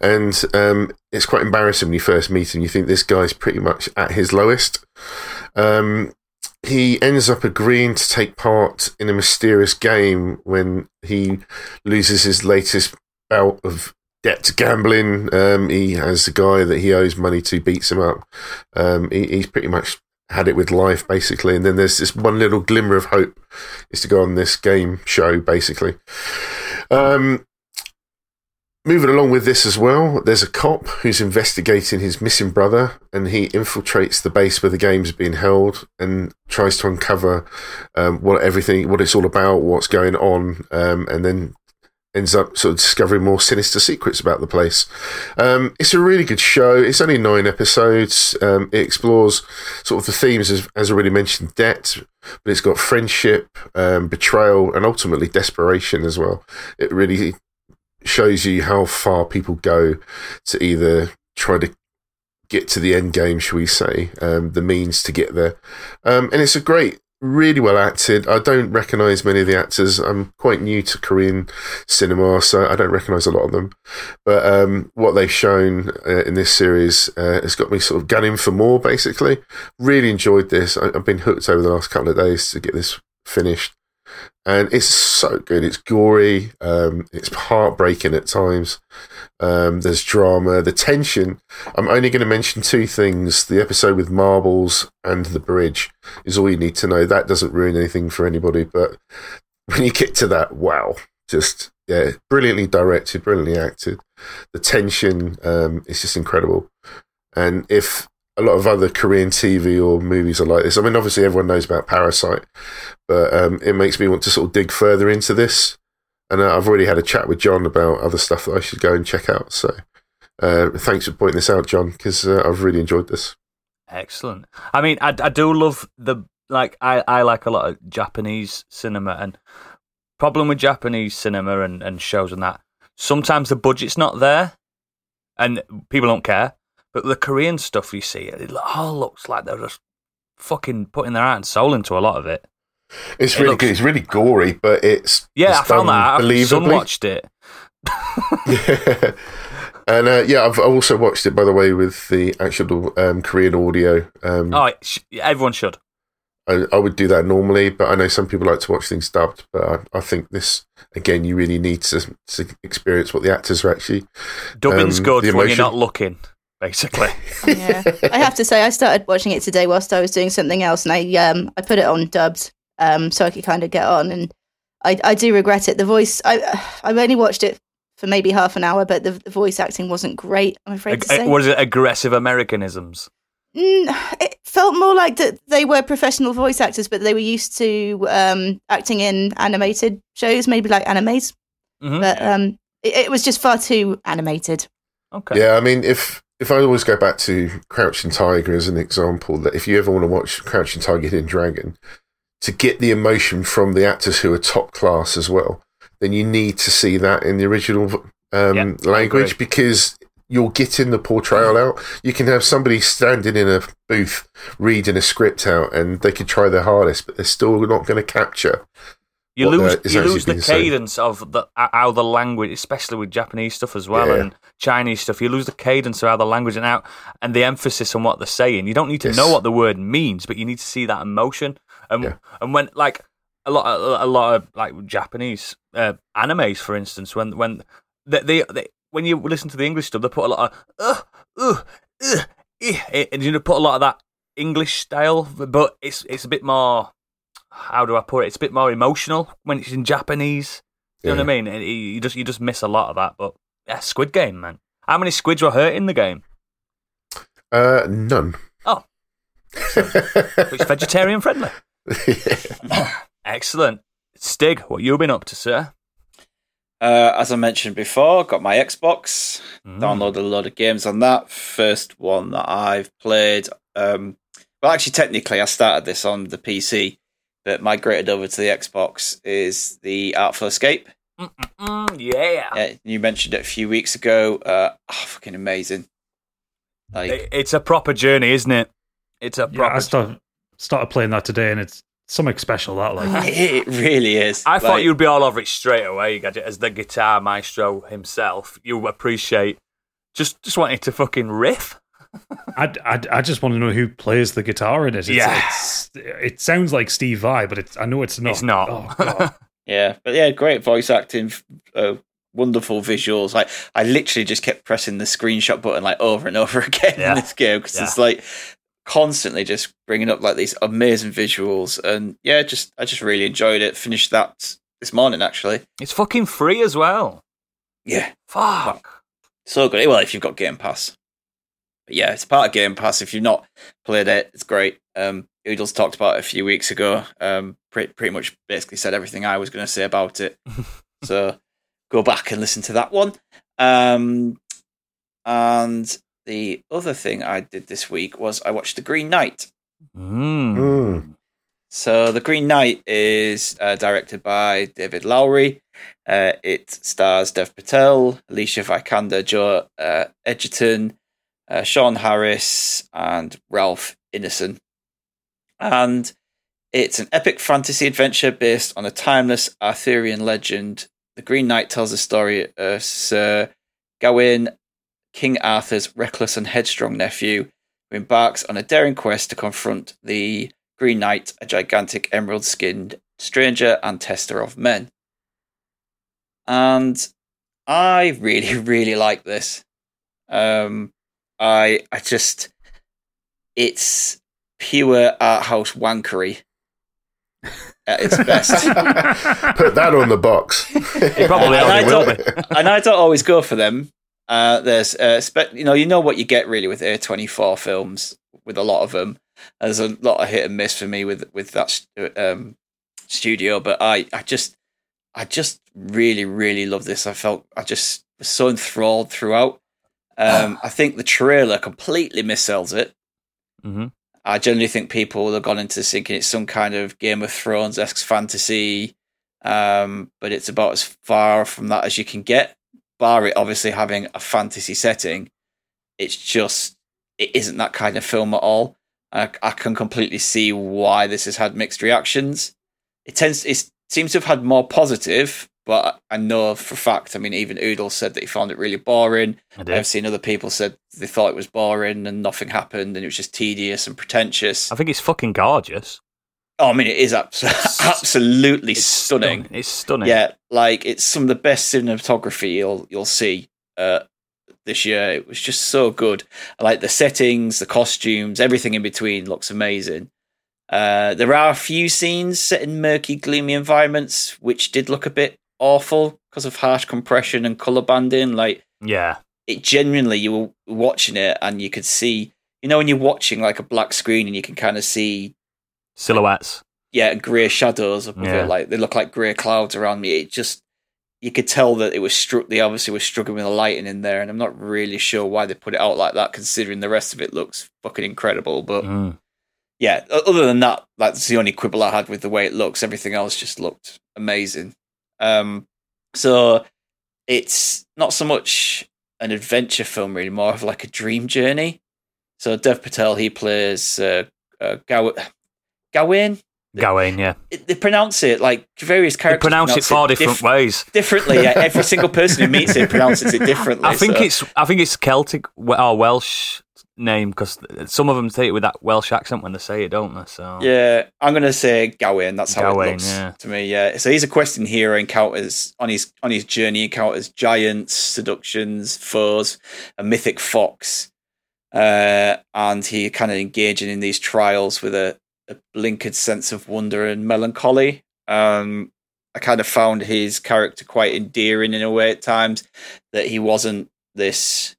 Speaker 2: And um, it's quite embarrassing when you first meet him. You think this guy's pretty much at his lowest. Um, he ends up agreeing to take part in a mysterious game when he loses his latest bout of debt to gambling. Um, he has the guy that he owes money to beats him up. Um, he, he's pretty much had it with life, basically. And then there's this one little glimmer of hope is to go on this game show, basically. Um, moving along with this as well, there's a cop who's investigating his missing brother, and he infiltrates the base where the game's being held and tries to uncover um, what everything, what it's all about, what's going on, um, and then ends up sort of discovering more sinister secrets about the place. Um, it's a really good show. It's only nine episodes. Um, it explores sort of the themes, as, as already mentioned, debt, but it's got friendship, um, betrayal, and ultimately desperation as well. It really shows you how far people go to either try to get to the end game, shall we say, um, the means to get there. Um, and it's a great, really well acted. I don't recognise many of the actors. I'm quite new to Korean cinema, so I don't recognise a lot of them. But um, what they've shown uh, in this series uh, has got me sort of gunning for more, basically. Really enjoyed this. I, I've been hooked over the last couple of days to get this finished and it's so good. It's gory. Um, it's heartbreaking at times. Um, there's drama. The tension. I'm only going to mention two things: the episode with marbles and the bridge is all you need to know. That doesn't ruin anything for anybody. But when you get to that, wow! Just yeah, brilliantly directed, brilliantly acted. The tension um, is just incredible. And if a lot of other Korean TV or movies are like this, I mean, obviously everyone knows about Parasite but um, it makes me want to sort of dig further into this. And uh, I've already had a chat with John about other stuff that I should go and check out. So Uh, thanks for pointing this out, John, because uh, I've really enjoyed this.
Speaker 1: Excellent. I mean, I, I do love the like. I, I like a lot of Japanese cinema, and problem with Japanese cinema and, and shows and that sometimes the budget's not there, and people don't care. But the Korean stuff you see, it lo- all looks like they're just fucking putting their heart and soul into a lot of it.
Speaker 2: It's
Speaker 1: It
Speaker 2: really
Speaker 1: looks-
Speaker 2: good. It's really gory, but it's
Speaker 1: Yeah,
Speaker 2: it's
Speaker 1: I found
Speaker 2: done
Speaker 1: that. I son
Speaker 2: believably.
Speaker 1: watched it.
Speaker 2: <laughs> and uh, yeah, I've also watched it by the way with the actual um, Korean audio. Um,
Speaker 1: Oh, it sh- everyone should.
Speaker 2: I, I would do that normally, but I know some people like to watch things dubbed. But I, I think this again, you really need to, to experience what the actors are actually.
Speaker 1: Dubbing's
Speaker 2: Um,
Speaker 1: good
Speaker 2: the
Speaker 1: when you're
Speaker 2: emotion-
Speaker 1: not looking,
Speaker 2: <laughs>
Speaker 1: basically.
Speaker 3: yeah. I have to say, I started watching it today whilst I was doing something else, and I um I put it on dubbed um so I could kind of get on, and I I do regret it. The voice I <sighs> I've only watched it for maybe half an hour, but the, the voice acting wasn't great. I'm afraid to
Speaker 1: Ag-
Speaker 3: say.
Speaker 1: what is it? Aggressive Americanisms.
Speaker 3: Mm, it felt more like that they were professional voice actors, but they were used to um acting in animated shows, maybe like animes,
Speaker 1: Mhm.
Speaker 3: but um. It it was just far too animated.
Speaker 1: Okay.
Speaker 2: Yeah, I mean, if if I always go back to Crouching Tiger as an example, that if you ever want to watch Crouching Tiger, Hidden Dragon, to get the emotion from the actors who are top class as well, then you need to see that in the original um,
Speaker 1: Yeah, I
Speaker 2: language
Speaker 1: agree.
Speaker 2: because you're getting the portrayal out. You can have somebody standing in a booth reading a script out, and they can try their hardest, but they're still not going to capture.
Speaker 1: you
Speaker 2: what
Speaker 1: lose
Speaker 2: the- is
Speaker 1: you
Speaker 2: uh, actually
Speaker 1: lose the
Speaker 2: being said.
Speaker 1: cadence of the uh, how the language, especially with Japanese stuff as well
Speaker 2: Yeah.
Speaker 1: and Chinese stuff. You lose the cadence of how the language and out and the emphasis on what they're saying. You don't need to
Speaker 2: Yes.
Speaker 1: know what the word means, but you need to see that emotion. And
Speaker 2: Yeah.
Speaker 1: and when like a lot a, lot of like Japanese uh, animes, for instance, when when they, they, they when you listen to the English stuff, they put a lot of uh, uh, uh, eh, and you know, put a lot of that English style, but it's it's a bit more how do I put it? It's a bit more emotional when it's in Japanese. You know what I mean? And you you just you just miss a lot of that. But yeah, Squid Game, man. How many squids were hurt in the game?
Speaker 2: Uh, none. <laughs>
Speaker 1: Oh. It's vegetarian friendly. Excellent. Stig, what you been up to, sir?
Speaker 4: Uh, as I mentioned before, got my Xbox.
Speaker 1: Mm.
Speaker 4: Downloaded a load of games on that. First one that I've played. Um, well, actually, technically, I started this on the PC, but migrated over to the Xbox is the Artful Escape.
Speaker 1: Mm, yeah.
Speaker 4: Yeah, you mentioned it a few weeks ago. Uh, oh, fucking amazing! Like,
Speaker 1: It- it's a proper journey, isn't it? It's a
Speaker 5: Yeah,
Speaker 1: proper.
Speaker 5: I started, started playing that today, and it's something special. That like,
Speaker 4: <laughs> it really is.
Speaker 1: I thought
Speaker 4: Like,
Speaker 1: you'd be all over it straight away, Gadget. As the guitar maestro himself, you appreciate. Just just wanted to fucking riff.
Speaker 5: I, I, I just want to know who plays the guitar in it. It's,
Speaker 1: Yeah.
Speaker 5: it's, it sounds like Steve Vai, but it's I know it's not.
Speaker 1: It's not.
Speaker 5: Oh,
Speaker 1: <laughs>
Speaker 5: God.
Speaker 4: Yeah, but yeah, great voice acting, f- uh, wonderful visuals. Like I literally just kept pressing the screenshot button like over and <laughs> over again
Speaker 1: Yeah.
Speaker 4: in this game because it's like constantly just bringing up like these amazing visuals. And yeah, just I just really enjoyed it. Finished that this morning actually.
Speaker 1: It's fucking free as well.
Speaker 4: Yeah,
Speaker 1: Fuck.
Speaker 4: so good. Well, if you've got Game Pass, but yeah, it's part of Game Pass. If you've not played it, it's great. Um, Oodles talked about it a few weeks ago. Um, pretty pretty much basically said everything I was going to say about it. so go back and listen to that one. Um, and the other thing I did this week was I watched The Green Knight.
Speaker 1: Mm.
Speaker 2: Mm.
Speaker 4: So, The Green Knight is uh, directed by David Lowry. Uh, it stars Dev Patel, Alicia Vikander, Joe uh, Edgerton, uh, Sean Harris, and Ralph Ineson. And it's an epic fantasy adventure based on a timeless Arthurian legend. The Green Knight tells the story of Sir Gawain, King Arthur's reckless and headstrong nephew, who embarks on a daring quest to confront the Green Knight, a gigantic emerald skinned stranger and tester of men. And I really, <laughs> really like this. Um, I I just it's pure art house wankery at its best.
Speaker 2: Put that on the box. <laughs>
Speaker 1: It probably
Speaker 4: And
Speaker 1: already
Speaker 4: <laughs> I
Speaker 1: will
Speaker 4: don't-
Speaker 1: be.
Speaker 4: and I don't always go for them. Uh, there's, uh, spe- you know, you know what you get really with A24 films with a lot of them. There's a lot of hit and miss for me with with that st- um, studio, but I, I just, I just really, really love this. I felt I just was so enthralled throughout. Um, I think the trailer completely missells it.
Speaker 1: hmm
Speaker 4: I generally think people would have gone into this thinking it's some kind of Game of Thrones esque fantasy, um, but it's about as far from that as you can get. Bar it obviously having a fantasy setting, it's just it isn't that kind of film at all. I, I can completely see why this has had mixed reactions. It tends it seems to have had more positive, but I know for a fact. I mean, even Oodle said that he found it really boring.
Speaker 1: I
Speaker 4: I've
Speaker 1: did.
Speaker 4: seen other people said they thought it was boring and nothing happened and it was just tedious and pretentious.
Speaker 1: I think it's fucking gorgeous.
Speaker 4: Oh, I mean, it is abs- absolutely
Speaker 1: It's
Speaker 4: stunning.
Speaker 1: It's stunning.
Speaker 4: Yeah, like it's some of the best cinematography you'll you'll see uh, this year. It was just so good. I like the settings, the costumes, everything in between looks amazing. Uh, there are a few scenes set in murky, gloomy environments which did look a bit awful because of harsh compression and color banding. Like
Speaker 1: Yeah.
Speaker 4: it genuinely you were watching it and you could see you know when you're watching like a black screen and you can kind of see
Speaker 1: Silhouettes.
Speaker 4: yeah grey shadows above
Speaker 1: Yeah.
Speaker 4: it like they look like grey clouds around me it just you could tell that it was struck they obviously were struggling with the lighting in there and i'm not really sure why they put it out like that considering the rest of it looks fucking incredible but
Speaker 1: Mm.
Speaker 4: yeah o- other than that that's the only quibble i had with the way it looks everything else just looked amazing um so it's not so much an adventure film really more of like a dream journey so dev patel he plays uh, uh Gaw- gawain
Speaker 1: Gawain, yeah.
Speaker 4: It- they pronounce it like various
Speaker 1: They
Speaker 4: characters
Speaker 1: pronounce it four different
Speaker 4: dif-
Speaker 1: ways.
Speaker 4: differently yeah
Speaker 1: <laughs>
Speaker 4: every single person who meets it pronounces it differently
Speaker 1: I think
Speaker 4: so-
Speaker 1: it's I think it's Celtic we- or Welsh name because some of them say it with that Welsh accent when they say it, don't they? So
Speaker 4: Yeah, I'm gonna say Gawain. That's how
Speaker 1: Gawain,
Speaker 4: it looks
Speaker 1: yeah.
Speaker 4: to me. Yeah. So he's a questing hero. Encounters on his on his journey. Encounters giants, seductions, foes, a mythic fox, uh, and he kind of engaging in these trials with a, a blinkered sense of wonder and melancholy. Um, I kind of found his character quite endearing in a way at times. That he wasn't this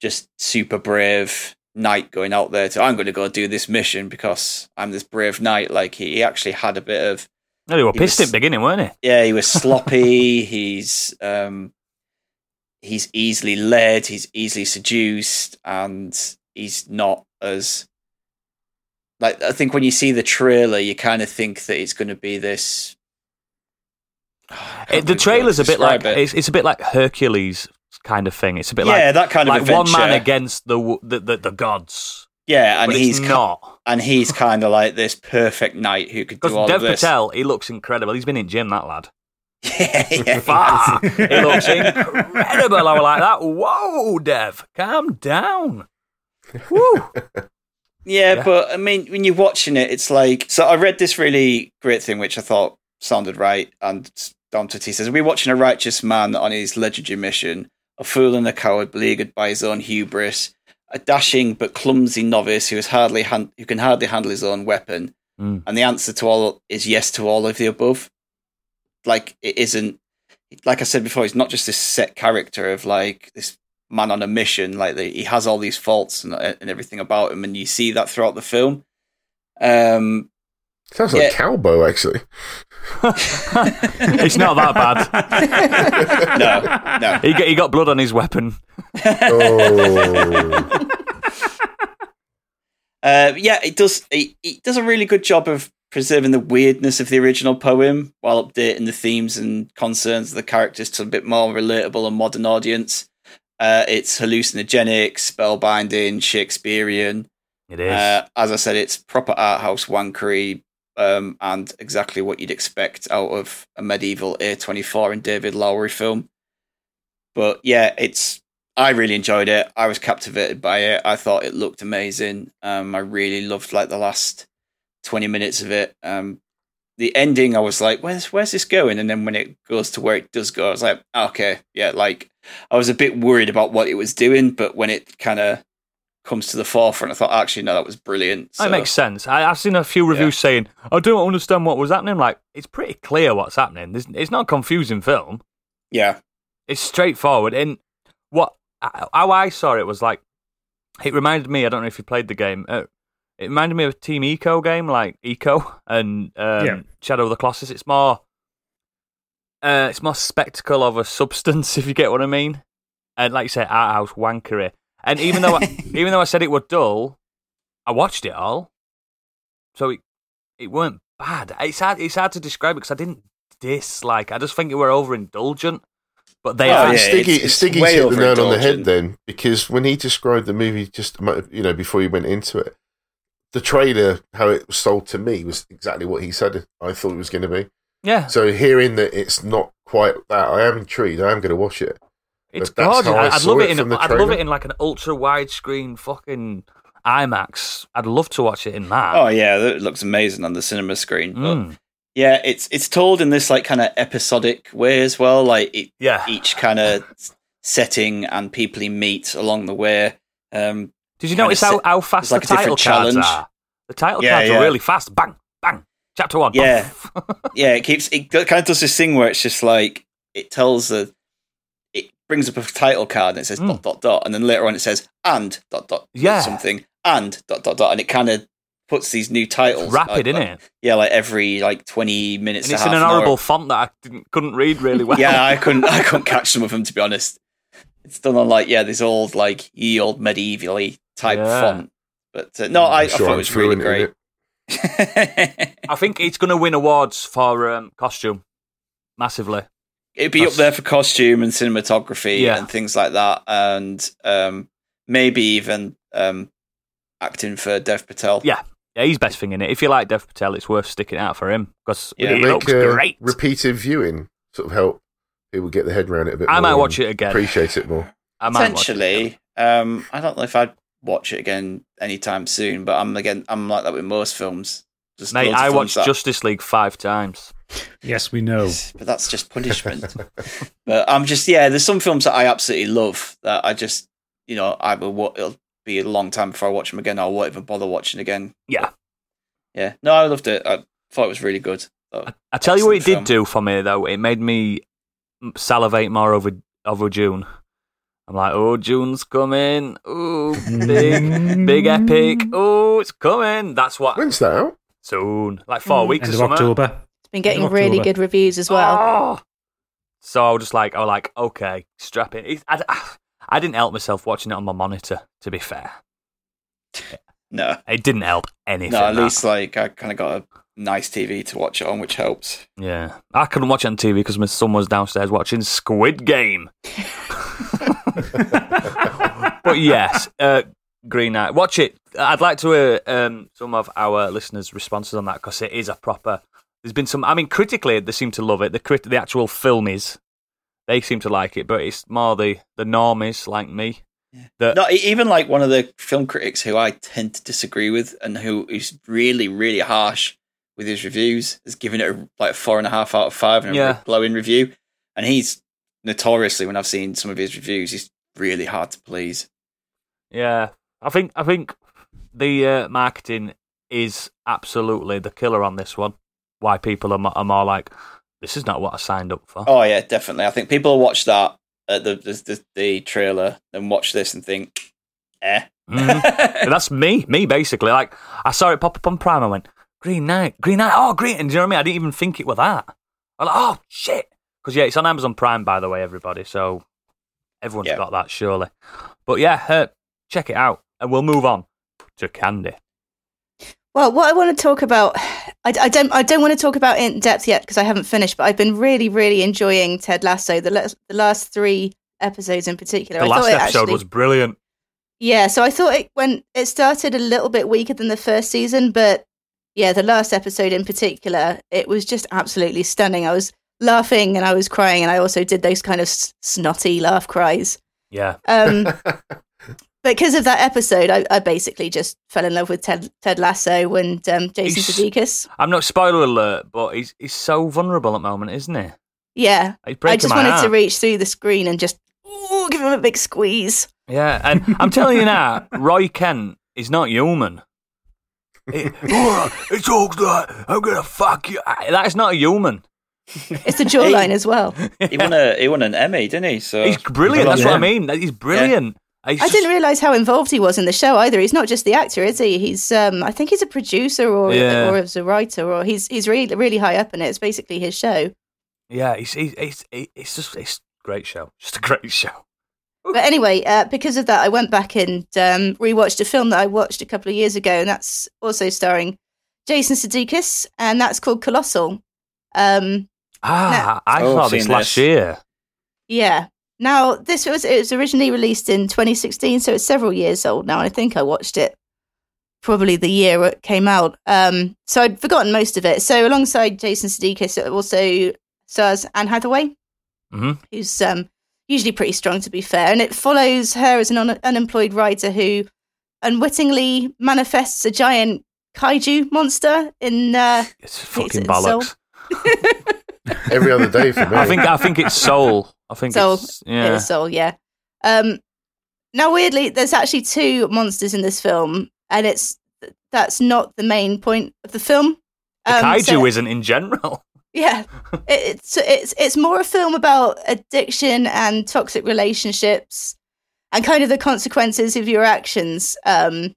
Speaker 4: just super brave knight going out there to I'm going to go do this mission because I'm this brave knight. Like he, he actually had a bit of
Speaker 1: No, they were
Speaker 4: He
Speaker 1: pissed
Speaker 4: was-
Speaker 1: at the beginning, weren't they?
Speaker 4: yeah,
Speaker 1: <laughs>
Speaker 4: he was sloppy. he's um, he's easily led. He's easily seduced, and he's not as like I think when you see the trailer, you kind of think that it's going to be this. I can't
Speaker 1: It, the
Speaker 4: really
Speaker 1: trailer's a bit like
Speaker 4: describe it.
Speaker 1: It's, it's a bit like Hercules kind of thing. It's a bit
Speaker 4: yeah,
Speaker 1: like
Speaker 4: that kind of
Speaker 1: like one man
Speaker 4: adventure.
Speaker 1: against the w- the, the, the gods,
Speaker 4: Yeah, and
Speaker 1: but
Speaker 4: he's
Speaker 1: it's
Speaker 4: ki-
Speaker 1: not
Speaker 4: and
Speaker 1: <laughs>
Speaker 4: he's kind of like this perfect knight who could do all
Speaker 1: because Dev
Speaker 4: of this.
Speaker 1: Patel he looks incredible. He's been in gym that lad.
Speaker 4: <laughs> yeah, yeah.
Speaker 1: Fuck, <laughs> he
Speaker 4: <laughs>
Speaker 1: looks incredible. I was like that. Whoa, Dev, calm down. Woo.
Speaker 4: Yeah,
Speaker 1: Yeah.
Speaker 4: but I mean, when you're watching it, it's like. So I read this really great thing, which I thought sounded right. And Dom T says, We're watching a righteous man on his legendary mission, a fool and a coward, beleaguered by his own hubris, a dashing but clumsy novice who is hardly han- who can hardly handle his own weapon.
Speaker 1: Mm.
Speaker 4: And the answer to all is yes to all of the above. Like, it isn't. Like I said before, he's not just this set character of like this man on a mission. Like they, he has all these faults and, and everything about him, and you see that throughout the film. Um,
Speaker 2: Sounds like
Speaker 4: Yeah.
Speaker 2: Calbo,
Speaker 4: <laughs>
Speaker 2: actually.
Speaker 1: it's not that bad.
Speaker 4: no,
Speaker 1: <laughs>
Speaker 4: no.
Speaker 1: He got, he got blood on his weapon.
Speaker 2: Oh.
Speaker 4: Uh, yeah, it does. It, it does a really good job of preserving the weirdness of the original poem while updating the themes and concerns of the characters to a bit more relatable and modern audience. Uh, it's hallucinogenic, spellbinding, Shakespearean.
Speaker 1: It is.
Speaker 4: Uh, as I said, it's proper art house wankery um, and exactly what you'd expect out of a medieval A24 and David Lowery film. But yeah, it's. I really enjoyed it. I was captivated by it. I thought it looked amazing. Um, I really loved like the last twenty minutes of it. Um, the ending, I was like, "Where's where's this going?" And then when it goes to where it does go, I was like, "Ah, "Okay, yeah." Like I was a bit worried about what it was doing, but when it kind of comes to the forefront, I thought, "Actually, no, that was brilliant." So,
Speaker 1: That makes sense. I, I've seen a few reviews saying, "I don't understand what was happening." Like, it's pretty clear what's happening. There's, it's not a confusing film.
Speaker 4: yeah,
Speaker 1: It's straightforward. And what how I saw it was like, it reminded me. I don't know if you played the game. Uh, it reminded me of a Team Eco game, like Eco and um,
Speaker 5: Yeah.
Speaker 1: Shadow of the Colossus. It's <laughs> more, uh, it's more spectacle of a substance, if you get what I mean. and like you say, art house wankery. And even though I, even though I said it were dull, I watched it all, so it it weren't bad. It's hard it's hard to describe because I didn't dislike. I just think it were overindulgent. But they
Speaker 4: Oh,
Speaker 1: are
Speaker 4: yeah,
Speaker 2: Stiggy,
Speaker 4: it's- it's
Speaker 2: Stiggy's
Speaker 4: way
Speaker 2: hit the nail on the head
Speaker 4: overindulgent.
Speaker 2: then, because when he described the movie, just a mo- you know, before he went into it, the trailer, how it was sold to me, was exactly what he said I thought it was going to be.
Speaker 1: yeah,
Speaker 2: So hearing that it's not quite that, I am intrigued. I am going to watch it.
Speaker 1: it's
Speaker 2: that's how
Speaker 1: gorgeous.
Speaker 2: I
Speaker 1: I, would
Speaker 2: saw
Speaker 1: love
Speaker 2: it
Speaker 1: it in
Speaker 2: from the
Speaker 1: I'd love
Speaker 2: trailer.
Speaker 1: it in like an ultra widescreen fucking IMAX. I'd love to watch it in that.
Speaker 4: Oh yeah, that looks amazing on the cinema screen. But
Speaker 1: Mm.
Speaker 4: yeah, it's it's told in this like kind of episodic way as well. Like it,
Speaker 1: yeah.
Speaker 4: each kind of setting and people he meets along the way. Um,
Speaker 1: Did you
Speaker 4: kinda
Speaker 1: notice how,
Speaker 4: sit-
Speaker 1: how fast
Speaker 4: it's like
Speaker 1: the
Speaker 4: a different
Speaker 1: title cards
Speaker 4: challenge.
Speaker 1: are? The title
Speaker 4: Yeah,
Speaker 1: cards
Speaker 4: yeah.
Speaker 1: are really fast. Bang, bang. Chapter one.
Speaker 4: Yeah.
Speaker 1: <laughs> Poof.
Speaker 4: yeah, it keeps it kind of does this thing where it's just like it tells the it brings up a title card and it says
Speaker 1: Mm.
Speaker 4: dot dot dot, and then later on it says and dot dot
Speaker 1: Yeah.
Speaker 4: something and dot dot dot, and it kind of puts these new titles
Speaker 1: Rapid,
Speaker 4: like,
Speaker 1: innit?
Speaker 4: like- Yeah, like every like twenty minutes.
Speaker 1: and
Speaker 4: to
Speaker 1: it's in
Speaker 4: half
Speaker 1: an
Speaker 4: hour.
Speaker 1: horrible font that I didn't, couldn't read really well. <laughs>
Speaker 4: yeah, I couldn't I couldn't catch some of them to be honest. It's done on like yeah, this old like ye old medievally type
Speaker 1: Yeah. Hmm.
Speaker 4: font. But uh, no, I, I
Speaker 2: I'm sure
Speaker 4: thought it
Speaker 2: I'm
Speaker 4: was really
Speaker 2: fluent in
Speaker 4: great.
Speaker 2: it.
Speaker 4: <laughs> It'd
Speaker 1: I think it's going to win awards for um, costume massively.
Speaker 4: be up there for costume and cinematography
Speaker 1: Yeah.
Speaker 4: and things like that, and um, maybe even um, acting for Dev Patel.
Speaker 1: Yeah. Yeah, he's best thing in it. If you like Dev Patel, it's worth sticking out for him because
Speaker 4: Yeah.
Speaker 1: it
Speaker 4: Would
Speaker 2: Make,
Speaker 1: looks
Speaker 2: uh,
Speaker 1: great.
Speaker 2: Repeated viewing sort of help people get their head around it a bit.
Speaker 1: I
Speaker 2: more
Speaker 1: might
Speaker 2: and
Speaker 1: watch it again.
Speaker 2: Appreciate it more.
Speaker 1: I might watch it.
Speaker 4: Potentially, um, I don't know if I'd watch it again anytime soon. But I'm again, I'm like that with most films. Just
Speaker 1: Mate,
Speaker 4: loads of
Speaker 1: I
Speaker 4: films
Speaker 1: watched
Speaker 4: that- <laughs>
Speaker 1: Justice League five times.
Speaker 5: Yes, we know.
Speaker 4: but that's just
Speaker 1: <laughs>
Speaker 4: punishment. but I'm just yeah. There's some films that I absolutely love that I just you know I will. wa- It'll be a long time before I watch them again. I won't even bother watching again.
Speaker 1: Yeah.
Speaker 4: Yeah. No, I loved it. I thought it was really good. So,
Speaker 1: I, I tell you what it
Speaker 4: Excellent
Speaker 1: did do for me though. It made me salivate more over over June. I'm like, oh, June's coming. Ooh, big, big epic. Oh, it's coming. That's what
Speaker 2: When's that out?
Speaker 1: soon. Like four
Speaker 3: Mm.
Speaker 1: weeks or
Speaker 5: End of
Speaker 1: something.
Speaker 5: October.
Speaker 3: been getting
Speaker 5: October.
Speaker 3: really good reviews as well.
Speaker 1: Oh. So I was just like, I was like, okay, strap in. It- I, I, I didn't help myself watching it on my monitor. To be fair,
Speaker 4: no,
Speaker 1: it didn't help anything.
Speaker 4: no. At
Speaker 1: that.
Speaker 4: least like I kind of got a nice TV to watch it on, which helps.
Speaker 1: yeah, I couldn't watch it on TV because my son was downstairs watching Squid Game. <laughs> but yes, uh, Green Knight, watch it. I'd like to hear um, some of our listeners' responses on that because it is a proper. There's been some. I mean, critically, they seem to love it. The crit, the actual film is, they seem to like it, but it's more the the normies like me. That,
Speaker 4: No, e- even like one of the film critics who I tend to disagree with and who is really, really harsh with his reviews has given it a, like four and a half out of five and a
Speaker 1: Yeah.
Speaker 4: glowing review. And he's notoriously, when I've seen some of his reviews, he's really hard to please.
Speaker 1: yeah, I think I think the uh, marketing is absolutely the killer on this one. Why people are, mo- are more like, this is not what I signed up for.
Speaker 4: Oh yeah, definitely. I think people will watch that uh, the, the the the trailer and watch this and think, eh.
Speaker 1: Mhm. And that's me, me basically. Like I saw it pop up on Prime. I went Green Knight, Green Knight. Oh, Green. And do you know what I mean? I didn't even think it was that. I'm like, oh shit, because yeah, it's on Amazon Prime, by the way, everybody. So everyone's
Speaker 4: Yeah.
Speaker 1: got that surely. But yeah, uh, check it out, and we'll move on to Candy.
Speaker 3: Well, what I want to talk about, I, I don't, I don't want to talk about it in depth yet because I haven't finished. But I've been really, really enjoying Ted Lasso. The, la- the last three episodes in particular.
Speaker 1: The
Speaker 3: I
Speaker 1: last
Speaker 3: thought it
Speaker 1: episode
Speaker 3: actually-
Speaker 1: was brilliant.
Speaker 3: Yeah, so I thought it when it started a little bit weaker than the first season, but yeah, the last episode in particular, it was just absolutely stunning. I was laughing and I was crying, and I also did those kind of s- snotty laugh cries.
Speaker 1: Yeah, <laughs>
Speaker 3: Um, but because of that episode, I, I basically just fell in love with Ted, Ted Lasso and um, Jason
Speaker 1: He's-
Speaker 3: Sudeikis.
Speaker 1: I'm not spoiler alert, but he's he's so vulnerable at the moment, isn't he?
Speaker 3: Yeah,
Speaker 1: He's breaking
Speaker 3: I just
Speaker 1: my
Speaker 3: wanted
Speaker 1: heart.
Speaker 3: to reach through the screen and just ooh, give him a big squeeze.
Speaker 1: Yeah, and I'm telling you now, Roy Kent is not human. It, "Oh, it's all good. I'm gonna fuck you. Ah, That is not a human. <laughs>
Speaker 3: It's the jawline as well.
Speaker 4: <laughs> he won a he won an Emmy, didn't he? So
Speaker 1: He's brilliant. That's what I
Speaker 5: Yeah.
Speaker 1: mean. That- He's brilliant. He's
Speaker 3: I
Speaker 1: just- <laughs>
Speaker 3: didn't realize how involved he was in the show either. He's not just the actor, is he? He's um, I think he's a producer or
Speaker 1: Yeah.
Speaker 3: or as a writer or he's he's really really high up in it. It's basically his show.
Speaker 1: Yeah, he's, he's, he's, he's, it's just it's a great show. Just a great show.
Speaker 3: But anyway, uh, because of that, I went back and um, rewatched a film that I watched a couple of years ago, and that's also starring Jason Sudeikis, and that's called Colossal. Um,
Speaker 1: Ah, I
Speaker 4: Oh,
Speaker 1: saw
Speaker 4: I've
Speaker 1: this
Speaker 4: seen
Speaker 1: last
Speaker 4: this.
Speaker 1: year.
Speaker 3: yeah. Now this was it was originally released in 2016, so it's several years old now. And I think I watched it probably the year it came out. Um, so I'd forgotten most of it. So alongside Jason Sudeikis, it also stars Anne Hathaway,
Speaker 1: Mhm.
Speaker 3: who's um, usually pretty strong, to be fair. And it follows her as an un- unemployed writer who unwittingly manifests a giant kaiju monster in. Uh,
Speaker 1: It's fucking
Speaker 3: in Seoul.
Speaker 1: bollocks.
Speaker 2: Every other
Speaker 1: <laughs>
Speaker 2: day for me.
Speaker 1: I think I think
Speaker 3: <laughs>
Speaker 1: it's Soul. I think
Speaker 3: Seoul.
Speaker 1: it's yeah.
Speaker 3: It is Soul, yeah. Um, now, weirdly, there's actually two monsters in this film, and it's that's not the main point of the film.
Speaker 1: The kaiju
Speaker 3: Um, so-
Speaker 1: isn't in general.
Speaker 2: <laughs>
Speaker 3: yeah. It, it's it's it's more a film about addiction and toxic relationships, and kind of the consequences of your actions um,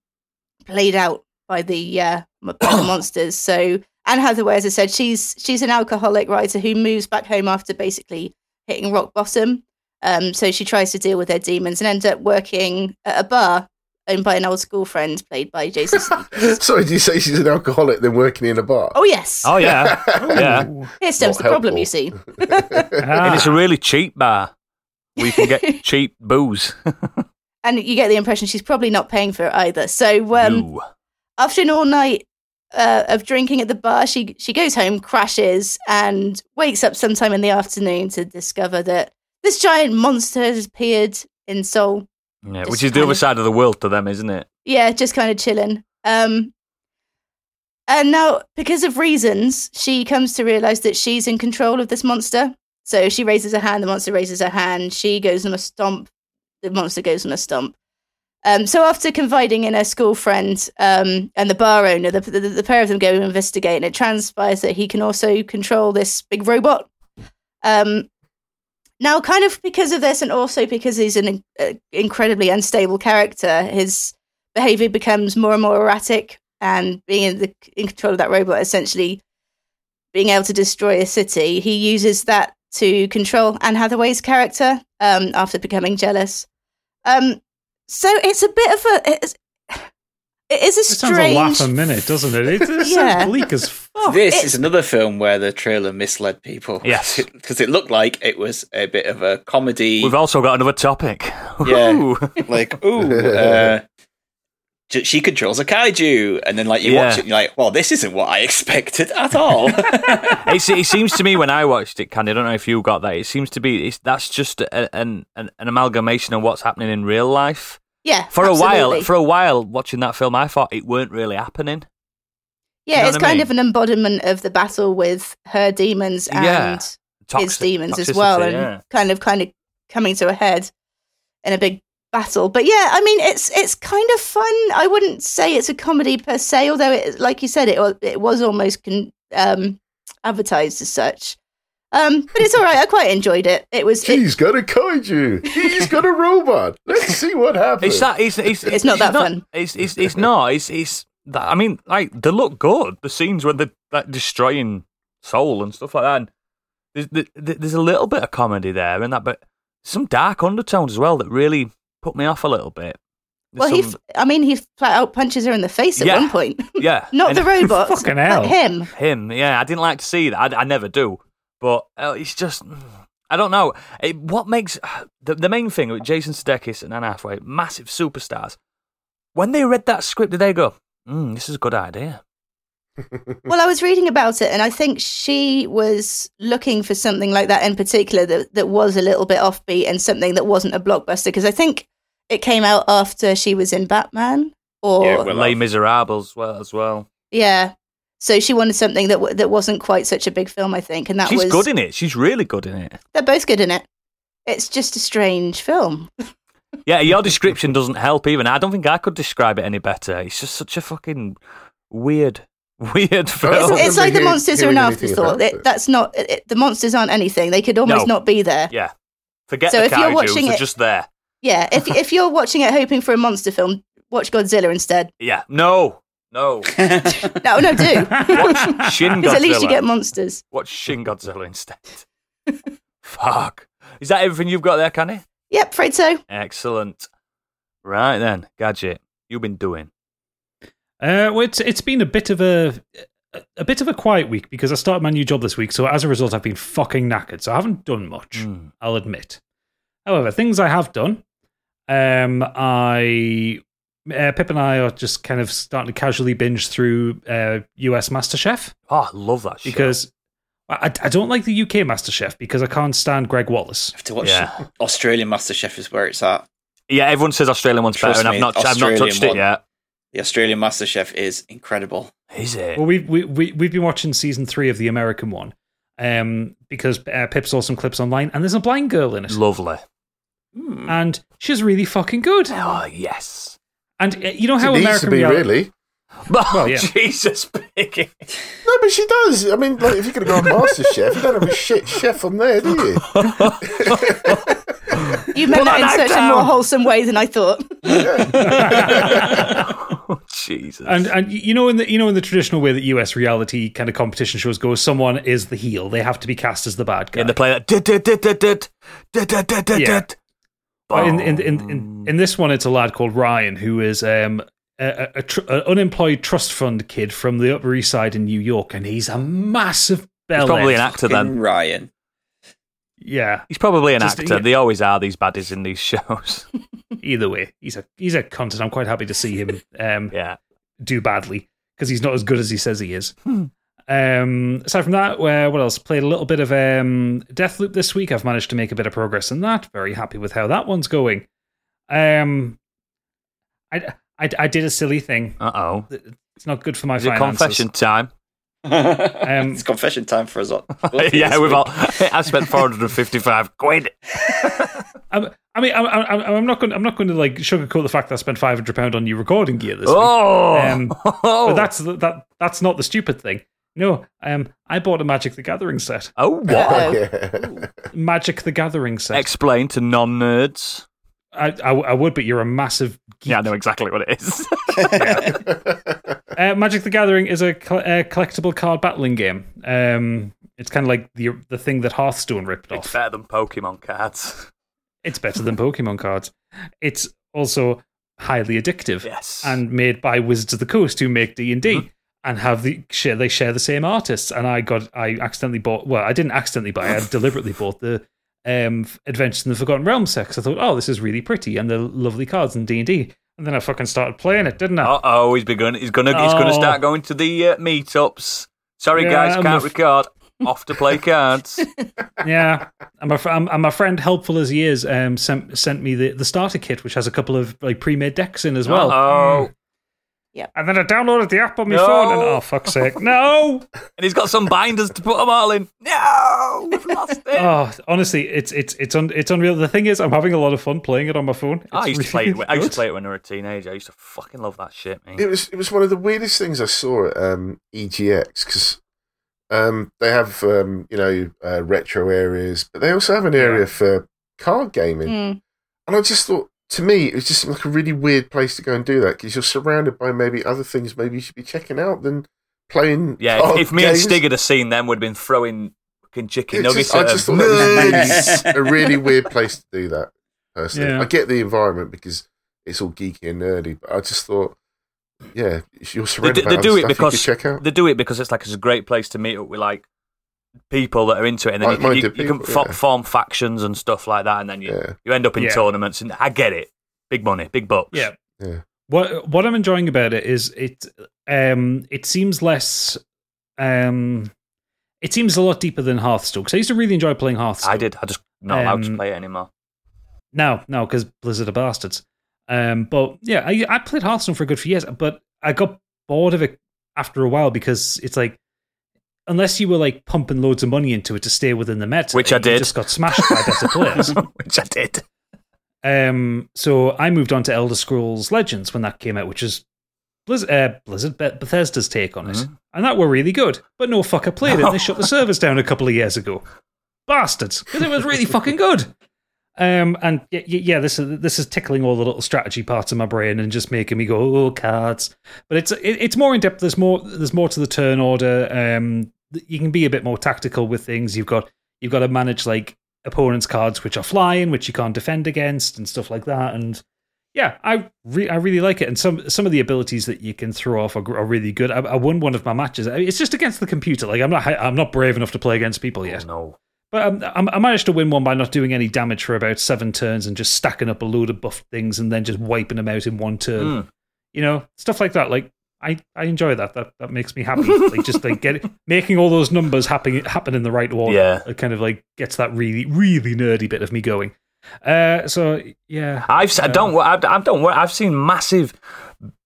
Speaker 3: played out by the uh, m-
Speaker 2: <coughs>
Speaker 3: by the monsters. So Anne Hathaway, as I said, she's she's an alcoholic writer who moves back home after basically hitting rock bottom. Um, so she tries to deal with her demons and ends up working at a bar owned by an old school friend played by Jason.
Speaker 2: <laughs>
Speaker 3: Sudeikis.
Speaker 2: Sorry, do you say she's an alcoholic then working in a bar?
Speaker 3: oh yes,
Speaker 1: Oh <laughs> yeah, yeah.
Speaker 5: Ooh.
Speaker 3: here stems
Speaker 2: Not
Speaker 3: the problem.
Speaker 2: helpful.
Speaker 3: You see.
Speaker 1: And
Speaker 5: Ah,
Speaker 1: it's a really cheap bar. We can get
Speaker 3: <laughs>
Speaker 1: cheap booze.
Speaker 3: and you get the impression she's probably not paying for it either. So um,
Speaker 1: Ooh.
Speaker 3: after an all night uh, of drinking at the bar, she she goes home, crashes, and wakes up sometime in the afternoon to discover that this giant monster has appeared in Seoul.
Speaker 1: Yeah,
Speaker 3: Just
Speaker 1: which is the
Speaker 3: kind
Speaker 1: other
Speaker 3: of-
Speaker 1: side of the world to them, isn't it?
Speaker 3: Yeah, just kind of chilling. Um, and now, because of reasons, she comes to realize that she's in control of this monster. So she raises her hand, the monster raises her hand, she goes on a stomp, the monster goes on a stomp. Um, so after confiding in her school friend um, and the bar owner, the, the, the pair of them go and investigate, and it transpires that he can also control this big robot. Um, now, kind of because of this, and also because he's an in- uh, incredibly unstable character, his behavior becomes more and more erratic and being in, the, in control of that robot essentially being able to destroy a city he uses that to control anne hathaway's character um, after becoming jealous um, so it's a bit of a it's, it is a
Speaker 5: it sounds a
Speaker 3: strange
Speaker 5: laugh a minute, doesn't it?
Speaker 3: <laughs>
Speaker 5: It, it sounds
Speaker 3: Yeah.
Speaker 5: bleak as fuck.
Speaker 4: this
Speaker 3: Oh, it's-
Speaker 4: is another film where the trailer misled people. <laughs>
Speaker 1: Yes.
Speaker 4: Because it looked like it was a bit of a comedy.
Speaker 1: We've also got another topic. <laughs>
Speaker 4: Yeah.
Speaker 1: Ooh.
Speaker 4: like,
Speaker 1: <laughs>
Speaker 4: ooh, uh, j- she controls a kaiju. And then, like, you
Speaker 1: Yeah.
Speaker 4: watch it and you're like, well, this isn't what I <laughs> expected
Speaker 1: <laughs>
Speaker 4: at all.
Speaker 1: it, se- it seems to me when I watched it, Candy, I don't know if you got that. It seems to be it's, that's just a, an, an an amalgamation of what's happening in real life.
Speaker 3: yeah
Speaker 1: For a while,
Speaker 3: absolutely.
Speaker 1: for a while, watching that film, I thought it weren't really happening.
Speaker 3: yeah
Speaker 1: you know
Speaker 3: it's
Speaker 1: what I
Speaker 3: kind
Speaker 1: mean?
Speaker 3: of an embodiment of the battle with her demons and
Speaker 1: Yeah.
Speaker 3: his demons as well,
Speaker 1: toxicity,
Speaker 3: and
Speaker 1: yeah.
Speaker 3: kind of kind of coming to a head in a big battle. But yeah, I mean, it's it's kind of fun. I wouldn't say it's a comedy per se, although it, like you said, it wa- it was almost con, um, advertised as such. Um, but it's all right. I quite enjoyed it. It was. It,
Speaker 2: She's got a kaiju. He's got a robot. Let's see what happens.
Speaker 1: It's that. It's, it's,
Speaker 3: It's not that fun.
Speaker 1: It's it's it's not. It's it's. That, I mean, like they look good. The scenes where they're like, destroying soul and stuff like that. And there's there- there's a little bit of comedy there and that, but some dark undertones as well that really put me off a little bit.
Speaker 3: well, he.
Speaker 1: There's
Speaker 3: f-
Speaker 1: some-
Speaker 3: I mean, he flat out punches her in the face at
Speaker 1: Yeah.
Speaker 3: one point. <laughs>
Speaker 1: yeah,
Speaker 3: Not
Speaker 1: and <laughs>
Speaker 3: the robot.
Speaker 5: Fucking
Speaker 3: but
Speaker 5: hell.
Speaker 3: Him.
Speaker 1: him. Yeah, I didn't like to see that. I, I never do. But uh, it's just, I don't know. It, what makes <sighs> the, the main thing with Jason Sudeikis and Anne Hathaway, massive superstars. When they read that script, did they go, mm, "This is a good idea"?
Speaker 3: Well, I was reading about it, and I think she was looking for something like that in particular that, that was a little bit offbeat and something that wasn't a blockbuster. Because I think it came out after she was in Batman, or
Speaker 4: Yeah,
Speaker 3: yeah,
Speaker 4: well-
Speaker 1: Les Miserables well, as well.
Speaker 3: so she wanted something that w- that wasn't quite such a big film, I think. And that
Speaker 1: She's
Speaker 3: was
Speaker 1: good in it. She's really good in
Speaker 3: <laughs>
Speaker 1: it.
Speaker 3: they're both good in it. It's just a strange film.
Speaker 1: Yeah, your description doesn't help even. I don't think I could describe it any better. It's just such a fucking weird, <laughs> weird
Speaker 2: It's-
Speaker 1: film.
Speaker 3: it's it's like the
Speaker 2: remember
Speaker 3: monsters are
Speaker 2: hearing
Speaker 3: an
Speaker 2: anything
Speaker 3: afterthought.
Speaker 2: about
Speaker 3: It-
Speaker 2: it.
Speaker 3: that's not it, it- the monsters aren't anything. They could almost
Speaker 1: No.
Speaker 3: not be there.
Speaker 1: yeah, forget
Speaker 3: So
Speaker 1: the
Speaker 3: if you're
Speaker 1: kaiju's.
Speaker 3: watching
Speaker 1: They're
Speaker 3: it-
Speaker 1: just there.
Speaker 3: Yeah, if if you're watching it hoping for a monster film, watch Godzilla instead.
Speaker 1: Yeah, no, no.
Speaker 3: No, no, do.
Speaker 1: Shin Godzilla.
Speaker 3: Because at least you get monsters.
Speaker 1: <laughs> Watch Shin Godzilla instead. Fuck. Is that everything you've got there, Canny?
Speaker 3: Yep, afraid so.
Speaker 1: Excellent. Right then, gadget, you've been doing.
Speaker 5: Uh, well, it's it's been a bit of a a bit of a quiet week because I started my new job this week, so as a result, I've been fucking knackered. So I haven't done much.
Speaker 3: Hmm.
Speaker 1: Mm.
Speaker 5: I'll admit. However, things I have done, um, I uh, Pip and I are just kind of starting to casually binge through uh, US MasterChef
Speaker 1: Oh, I love that show.
Speaker 5: because I, I don't like the UK MasterChef because I can't stand Greg Wallace.
Speaker 4: I have to watch
Speaker 1: Yeah.
Speaker 4: Australian MasterChef is where it's at.
Speaker 1: yeah, everyone says Australian one's
Speaker 4: Trust
Speaker 1: better, and
Speaker 4: me,
Speaker 1: I've not I've not
Speaker 4: Australian
Speaker 1: touched it
Speaker 4: one.
Speaker 1: yet.
Speaker 4: The Australian MasterChef is incredible.
Speaker 1: Is it?
Speaker 5: Well, we've we, we, we've been watching season three of the American one, um, because uh, Pip saw some clips online, and there's a blind girl in it,
Speaker 1: Lovely.
Speaker 4: Hmm.
Speaker 5: and she's really fucking good.
Speaker 1: Oh yes. <laughs>
Speaker 5: And uh, you know how
Speaker 2: it needs
Speaker 5: American
Speaker 2: to be
Speaker 5: reality-
Speaker 2: really.
Speaker 1: Oh,
Speaker 5: yeah.
Speaker 1: Jesus, Piggy.
Speaker 2: No, but she does. I mean, like, if you're going to go on Master Chef, you don't have a shit chef on there, do
Speaker 5: <laughs>
Speaker 2: you?
Speaker 3: You meant
Speaker 1: that
Speaker 3: that in
Speaker 1: knack
Speaker 3: such
Speaker 1: down.
Speaker 3: a more wholesome way than I thought.
Speaker 1: <laughs> Oh, Jesus.
Speaker 5: And and y- you know in the you know in the traditional way that US reality kind of competition shows go, someone is the heel; they have to be cast as the bad guy.
Speaker 1: in the play that did did did did did did did did did
Speaker 5: Yeah.
Speaker 1: did.
Speaker 5: But in, in, in, in, in this one, it's a lad called Ryan who is um, a, a, a tr- an unemployed trust fund kid from the Upper East Side in New York, and he's a massive
Speaker 1: Oh. He's
Speaker 5: bell.
Speaker 1: probably an
Speaker 5: end.
Speaker 1: actor
Speaker 4: Fucking
Speaker 1: then.
Speaker 4: Ryan.
Speaker 5: Yeah,
Speaker 1: He's probably an
Speaker 5: Just-
Speaker 1: actor.
Speaker 5: yeah.
Speaker 1: They always are these baddies in these <laughs> shows.
Speaker 5: either way, he's a he's a cunt, and I'm quite happy to
Speaker 1: <laughs>
Speaker 5: see him um,
Speaker 1: yeah.
Speaker 5: do badly because he's not as good as he says he is.
Speaker 1: Hmm.
Speaker 5: Um, aside from that, uh, what else? Played a little bit of um, Deathloop this week. I've managed to make a bit of progress in that. Very happy with how that one's going. Um, I, I, I did a silly thing.
Speaker 1: Uh oh.
Speaker 5: It's not good for my
Speaker 1: Is it
Speaker 5: finances. Um,
Speaker 1: confession
Speaker 5: <laughs>
Speaker 1: time?
Speaker 4: it's confession time for us all.
Speaker 1: <laughs> yeah, we've all. <laughs> I spent four hundred and fifty-five quid. <laughs>
Speaker 5: I'm, I mean, I'm, I'm, I'm not going. I'm not going to like sugarcoat the fact that I spent five hundred pound on new recording gear this week.
Speaker 1: Oh, <laughs>
Speaker 5: Um, But that's the- that. That's not the stupid thing. No, um, I bought a Magic the Gathering set.
Speaker 1: oh what?
Speaker 5: Uh,
Speaker 3: Uh-oh.
Speaker 2: Yeah.
Speaker 5: Magic the Gathering set.
Speaker 1: Explain to non-nerds.
Speaker 5: I, I, I would, but you're a massive geek.
Speaker 1: Yeah, I know exactly what it
Speaker 5: <laughs>
Speaker 1: is.
Speaker 5: Uh, Magic the Gathering is a cl- uh, collectible card battling game. Um, it's kind of like the the thing that Hearthstone ripped
Speaker 1: it's
Speaker 5: off.
Speaker 1: better than Pokemon cards. <laughs>
Speaker 5: It's better than Pokemon cards. It's also highly addictive.
Speaker 1: Yes.
Speaker 5: and made by Wizards of the Coast, who make D and
Speaker 1: Mm-hmm.
Speaker 5: D and have the share they share the same artists. And I got I accidentally bought well, I didn't accidentally buy, I
Speaker 1: <laughs>
Speaker 5: deliberately bought the um Adventures in the Forgotten Realms set 'cause I thought, oh, this is really pretty and the lovely cards in D and D. And then I fucking started playing it, didn't I?
Speaker 1: Uh oh, he's begun. He's gonna. He's gonna
Speaker 5: Oh.
Speaker 1: start going to the uh, meetups. Sorry,
Speaker 5: Yeah,
Speaker 1: guys,
Speaker 5: I'm
Speaker 1: can't
Speaker 5: a-
Speaker 1: record. Off to
Speaker 5: <laughs>
Speaker 1: play cards.
Speaker 5: <laughs> yeah, and my, fr- um, and my friend, helpful as he is, um, sent sent me the, the starter kit, which has a couple of like pre-made decks in as well. hmm.
Speaker 1: oh,
Speaker 5: And then I downloaded the app on my
Speaker 1: No.
Speaker 5: phone, and oh
Speaker 1: <laughs>
Speaker 5: fuck's sake, no!
Speaker 1: and he's got some binders to put them all in. No, we've lost it.
Speaker 5: Oh, honestly, it's it's it's un, it's unreal. The thing is, I'm having a lot of fun playing it on my phone. It's
Speaker 1: I used to play
Speaker 5: really
Speaker 1: it. When, I used
Speaker 5: good.
Speaker 1: to play it when I was a teenager. I used to fucking love that shit, man.
Speaker 2: it was it was one of the weirdest things I saw at um, EGX because um, they have um, you know uh, retro areas, but they also have an area
Speaker 5: Yeah.
Speaker 2: for card gaming.
Speaker 3: Mm.
Speaker 2: And I just thought, to me, it was just like a really weird place to go and do that because you're surrounded by maybe other things maybe you should be checking out than playing.
Speaker 1: Yeah,
Speaker 2: card
Speaker 1: if, if me
Speaker 2: games.
Speaker 1: and Stig had have seen them, we'd have been throwing fucking chicken
Speaker 2: It's
Speaker 1: nuggets
Speaker 2: just- I
Speaker 1: at uh,
Speaker 2: just
Speaker 1: them.
Speaker 2: thought
Speaker 1: <laughs>
Speaker 2: that was
Speaker 1: Nerds.
Speaker 4: Nerds.
Speaker 2: a really weird place to do that. Personally,
Speaker 5: Yeah.
Speaker 2: I get the environment because it's all geeky and nerdy, but I just thought, yeah, you're
Speaker 1: they, do-
Speaker 2: surrounded.
Speaker 1: they
Speaker 2: by
Speaker 1: do
Speaker 2: other
Speaker 1: it
Speaker 2: stuff
Speaker 1: because
Speaker 2: you could check out.
Speaker 1: they do it because it's like it's a great place to meet up with like people that are into it, and then you can, you,
Speaker 2: Like-minded
Speaker 1: you can
Speaker 2: people,
Speaker 1: fo-
Speaker 2: yeah.
Speaker 1: form factions and stuff like that, and then you
Speaker 2: Yeah.
Speaker 1: you end up in
Speaker 5: Yeah.
Speaker 1: tournaments. And I get it, big money, big bucks.
Speaker 5: <laughs> Yeah.
Speaker 2: Yeah.
Speaker 5: What what I'm enjoying about it is it um it seems less um it seems a lot deeper than Hearthstone. Because I used to really enjoy playing Hearthstone.
Speaker 1: I did. I just not allowed to
Speaker 5: Um,
Speaker 1: play it anymore. <laughs>
Speaker 5: No, no, because Blizzard are bastards. Um, but yeah, I, I played Hearthstone for a good few years, but I got bored of it after a while because it's like, unless you were like pumping loads of money into it to stay within the meta,
Speaker 1: Which I
Speaker 5: you
Speaker 1: did.
Speaker 5: just got smashed by
Speaker 1: <laughs>
Speaker 5: better players.
Speaker 1: Which I did.
Speaker 5: Um, so I moved on to Elder Scrolls Legends when that came out, which is Blizz- uh, Blizzard Be- Bethesda's take on it,
Speaker 1: Mhm.
Speaker 5: and that were really good. But no fucker played it. and They shut the servers down a couple of years ago, bastards, because it was really fucking good. Um, and yeah, yeah, this is this is tickling all the little strategy parts of my brain and just making me go, oh, cards. But it's it, it's more in depth. There's more there's more to the turn order. Um, you can be a bit more tactical with things. You've got you've got to manage like opponents' cards which are flying, which you can't defend against, and stuff like that. And yeah, I re- I really like it. And some some of the abilities that you can throw off are, gr- are really good. I, I won one of my matches. I- It's just against the computer. Like I'm not hi- I'm not brave enough to play against people yet.
Speaker 1: Oh, no.
Speaker 5: But um, I'm- I managed to win one by not doing any damage for about seven turns and just stacking up a load of buff things and then just wiping them out in one turn.
Speaker 1: Mm.
Speaker 5: You know, stuff like that. Like I, I enjoy that. That that makes me happy. like just like get <laughs> making all those numbers happen happen in the right order.
Speaker 1: Yeah.
Speaker 5: It kind of like gets that really really nerdy bit of me going. Uh, so yeah,
Speaker 1: I've se- don't wor- I I don't wor- I've seen massive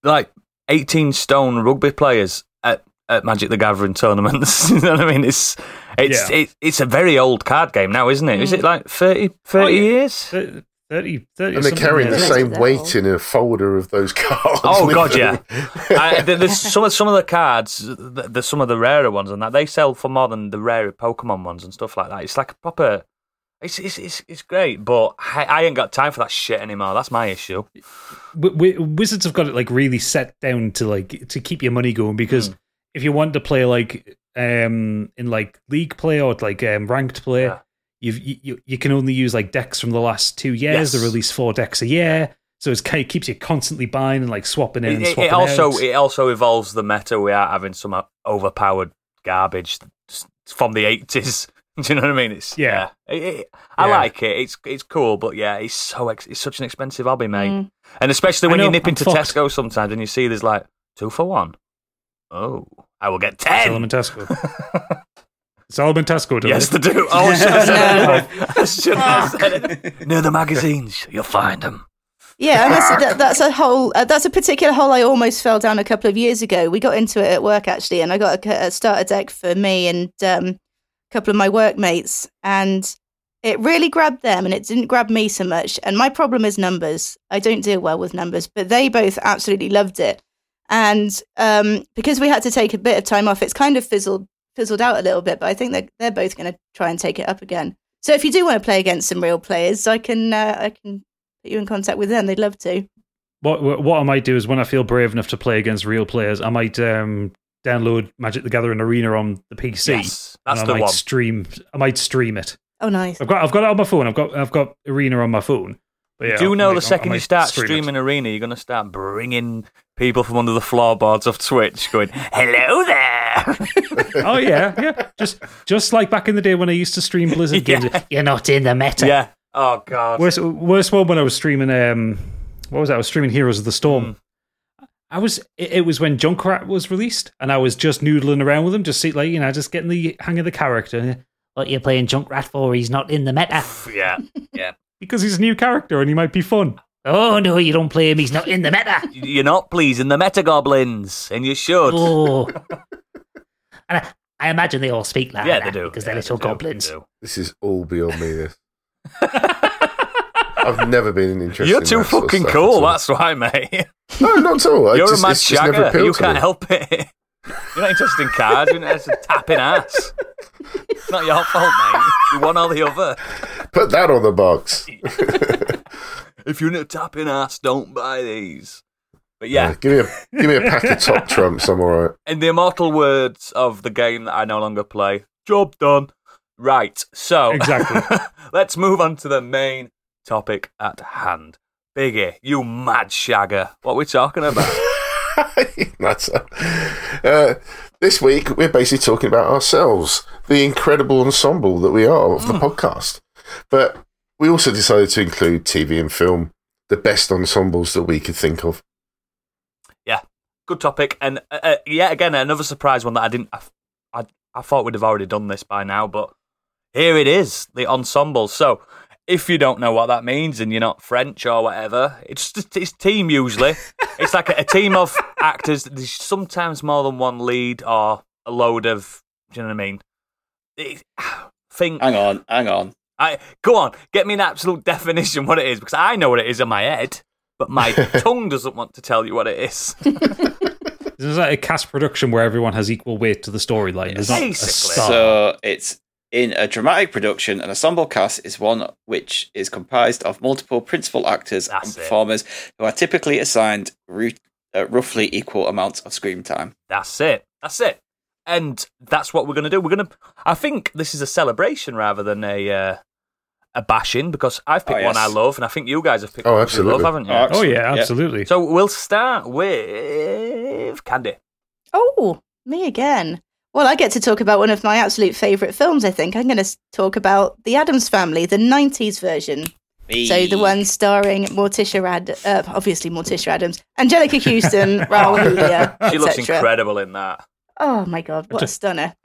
Speaker 1: like 18 stone rugby players at, at Magic the Gathering tournaments. <laughs> you know what I mean? It's it's
Speaker 5: Yeah.
Speaker 1: it, it's a very old card game now, isn't it? Is it like 30 30
Speaker 5: Oh, yeah. <laughs>
Speaker 1: years?
Speaker 5: Thir- 30, 30
Speaker 2: And they're
Speaker 5: something
Speaker 2: carrying the
Speaker 5: like that.
Speaker 3: Yeah.
Speaker 2: same
Speaker 3: Yeah.
Speaker 2: weight in a folder of those <laughs> cards.
Speaker 1: Oh, God,
Speaker 2: literally.
Speaker 1: yeah.
Speaker 2: <laughs>
Speaker 1: I, there- there's some of some of the cards, th- there's some of the rarer ones, and that they sell for more than the rarer Pokemon ones and stuff like that. It's like a proper, it's it's it's, it's great, but I, I ain't got time for that shit anymore. That's my issue.
Speaker 5: Wi- wi- Wizards have got it like really set down to like to keep your money going
Speaker 1: Hmm.
Speaker 5: because if you want to play like um in like league play or like um ranked play,
Speaker 1: Yeah.
Speaker 5: you've, you you you can only use like decks from the last two years. They
Speaker 1: Yes.
Speaker 5: release four decks a year, so it's kind of keeps you constantly buying and like swapping in
Speaker 1: It,
Speaker 5: and
Speaker 1: it- it
Speaker 5: swapping
Speaker 1: also
Speaker 5: out.
Speaker 1: it also evolves the meta. We are having some uh, overpowered garbage s- from the eighties. <laughs> Do you know what I mean? It's
Speaker 5: Yeah.
Speaker 1: It- it- I
Speaker 5: Yeah.
Speaker 1: like it. It's it's cool, but yeah, it's so ex- it's such an expensive hobby, mate.
Speaker 3: Mm.
Speaker 1: And especially
Speaker 5: I
Speaker 1: when you
Speaker 5: know,
Speaker 1: nip
Speaker 5: I'm
Speaker 1: into
Speaker 5: fucked.
Speaker 1: Tesco sometimes and you see there's like two for one. Oh, I will get
Speaker 5: Sell them
Speaker 1: ten. <laughs>
Speaker 5: in Tesco. Sell them in Tesco. don't
Speaker 1: Yes,
Speaker 5: they?
Speaker 1: they do.
Speaker 5: <laughs>
Speaker 1: Oh, I should have said it. I should have said it. Near the magazines, you'll find them.
Speaker 3: Yeah, and that's, that, that's a whole. Uh, that's a particular hole I almost fell down a couple of years ago. We got into it at work actually, and I got a, a starter deck for me and um, a couple of my workmates, and it really grabbed them, and it didn't grab me so much. And my problem is numbers. I don't deal well with numbers, but they both absolutely loved it. And um, because we had to take a bit of time off, it's kind of fizzled fizzled out a little bit. But I think they're they're both going to try and take it up again. So if you do want to play against some real players, I can uh, I can put you in contact with them. They'd love to.
Speaker 5: What what what I might do is when I feel brave enough to play against real players, I might um download Magic the Gathering Arena on the PC.
Speaker 1: Yes, that's
Speaker 5: and
Speaker 1: the
Speaker 5: I might
Speaker 1: one.
Speaker 5: Stream. I might stream it.
Speaker 3: Oh, nice.
Speaker 5: I've got. I've got it on my phone. I've got. I've got Arena on my phone. But yeah,
Speaker 1: Do you
Speaker 5: I
Speaker 1: know
Speaker 5: might-
Speaker 1: the
Speaker 5: I
Speaker 1: second you
Speaker 5: might
Speaker 1: start
Speaker 5: stream it.
Speaker 1: streaming Arena, you're going to start bringing people from under the floorboards of Twitch going, hello there.
Speaker 5: <laughs> Oh yeah,
Speaker 1: <laughs>
Speaker 5: yeah. Just just like back in the day when I used to stream Blizzard
Speaker 1: Yeah.
Speaker 5: games. You're not in the meta.
Speaker 1: yeah. Oh, God.
Speaker 5: Worst worst one when I was streaming. Um, what was that? I was streaming Heroes of the Storm.
Speaker 1: Hmm.
Speaker 5: I was. It, it was when Junkrat was released, and I was just noodling around with him, just see, like you know, just getting the hang of the character. What you're playing Junkrat for? He's not in the meta
Speaker 1: Yeah. Yeah.
Speaker 5: because he's a new character and he might be fun.
Speaker 6: Oh no, you don't play him. He's not in
Speaker 1: <laughs>
Speaker 6: the meta.
Speaker 1: You- You're not pleasing the meta goblins, and you should.
Speaker 6: Oh. and I, I imagine they all speak like
Speaker 1: yeah,
Speaker 6: that
Speaker 1: they do.
Speaker 6: because
Speaker 1: Yeah,
Speaker 6: they're little
Speaker 1: they do.
Speaker 6: goblins.
Speaker 1: They do.
Speaker 2: This is all beyond me.
Speaker 1: <laughs>
Speaker 2: This. I've never been interested.
Speaker 1: You're
Speaker 2: in
Speaker 1: too
Speaker 2: that sort of
Speaker 1: fucking
Speaker 2: stuff at
Speaker 1: cool.
Speaker 2: all.
Speaker 1: That's why, mate.
Speaker 2: no, not at all. I
Speaker 1: You're
Speaker 2: just,
Speaker 1: a mad
Speaker 2: it's just never
Speaker 1: shagger.
Speaker 2: appealed
Speaker 1: You
Speaker 2: to
Speaker 1: can't
Speaker 2: me.
Speaker 1: help it. You're not interested in cards. You're not interested in tapping ass. It's not your fault, mate. You one or the other.
Speaker 2: Put that on the box.
Speaker 1: If you're not tapping ass, don't buy these. But yeah,
Speaker 2: Uh, give me a give me a pack
Speaker 1: <laughs>
Speaker 2: of top trumps. I'm all right.
Speaker 1: in the immortal words of the game that I no longer play, job done. Right, so
Speaker 5: Exactly.
Speaker 1: <laughs> let's move on to the main topic at hand. Biggie, you mad shagger. What we talking about?
Speaker 2: <laughs> That's uh, this week. We're basically talking about ourselves, the incredible ensemble that we are of the
Speaker 1: Mm.
Speaker 2: podcast. But we also decided to include TV and film, the best ensembles that we could
Speaker 1: <laughs>
Speaker 2: think of.
Speaker 1: good topic, and uh, uh, yet again another surprise one that I didn't. I, I, I thought we'd have already done this by now, but here it is, the ensemble. So, if you don't know what that means and you're not French or whatever, it's just, it's team usually. it's like a, a team of actors. There's sometimes more than one lead or a load of. Do you know what I mean? It, <sighs> think.
Speaker 4: Hang on, hang on.
Speaker 1: I go on. Get me an absolute <laughs> definition what it is because I know what it is in my head, but my tongue doesn't want to tell you what it is.
Speaker 5: This is like a cast production where everyone has equal weight to the storyline. There's not a
Speaker 1: Basically.
Speaker 5: star.
Speaker 4: So it's in a dramatic production, an ensemble cast is one which is comprised of multiple principal actors
Speaker 1: That's
Speaker 4: and
Speaker 1: it.
Speaker 4: performers who are typically assigned ru- uh, roughly equal amounts of screen time.
Speaker 1: That's it. That's it. And that's what we're going to do. We're going to. I think this is a celebration rather than a uh, a bashing because I've picked
Speaker 4: Oh,
Speaker 1: one I
Speaker 4: yes.
Speaker 1: love, and I think you guys have picked
Speaker 2: Oh,
Speaker 1: one
Speaker 2: absolutely.
Speaker 1: you love, haven't you?
Speaker 4: Oh,
Speaker 5: Oh yeah,
Speaker 4: Yep.
Speaker 5: absolutely.
Speaker 1: So we'll start with Candy.
Speaker 3: Oh, me again. Well, I get to talk about one of my absolute favourite films, I think. I'm going to talk about The Addams Family, the 90s version. So the one starring Morticia Ad, uh, obviously Morticia Adams,
Speaker 1: <laughs>
Speaker 3: Angelica Houston, Raul Julia,
Speaker 2: Ah.
Speaker 1: She looks
Speaker 3: etc.
Speaker 1: incredible in that.
Speaker 3: Oh my god, what a stunner!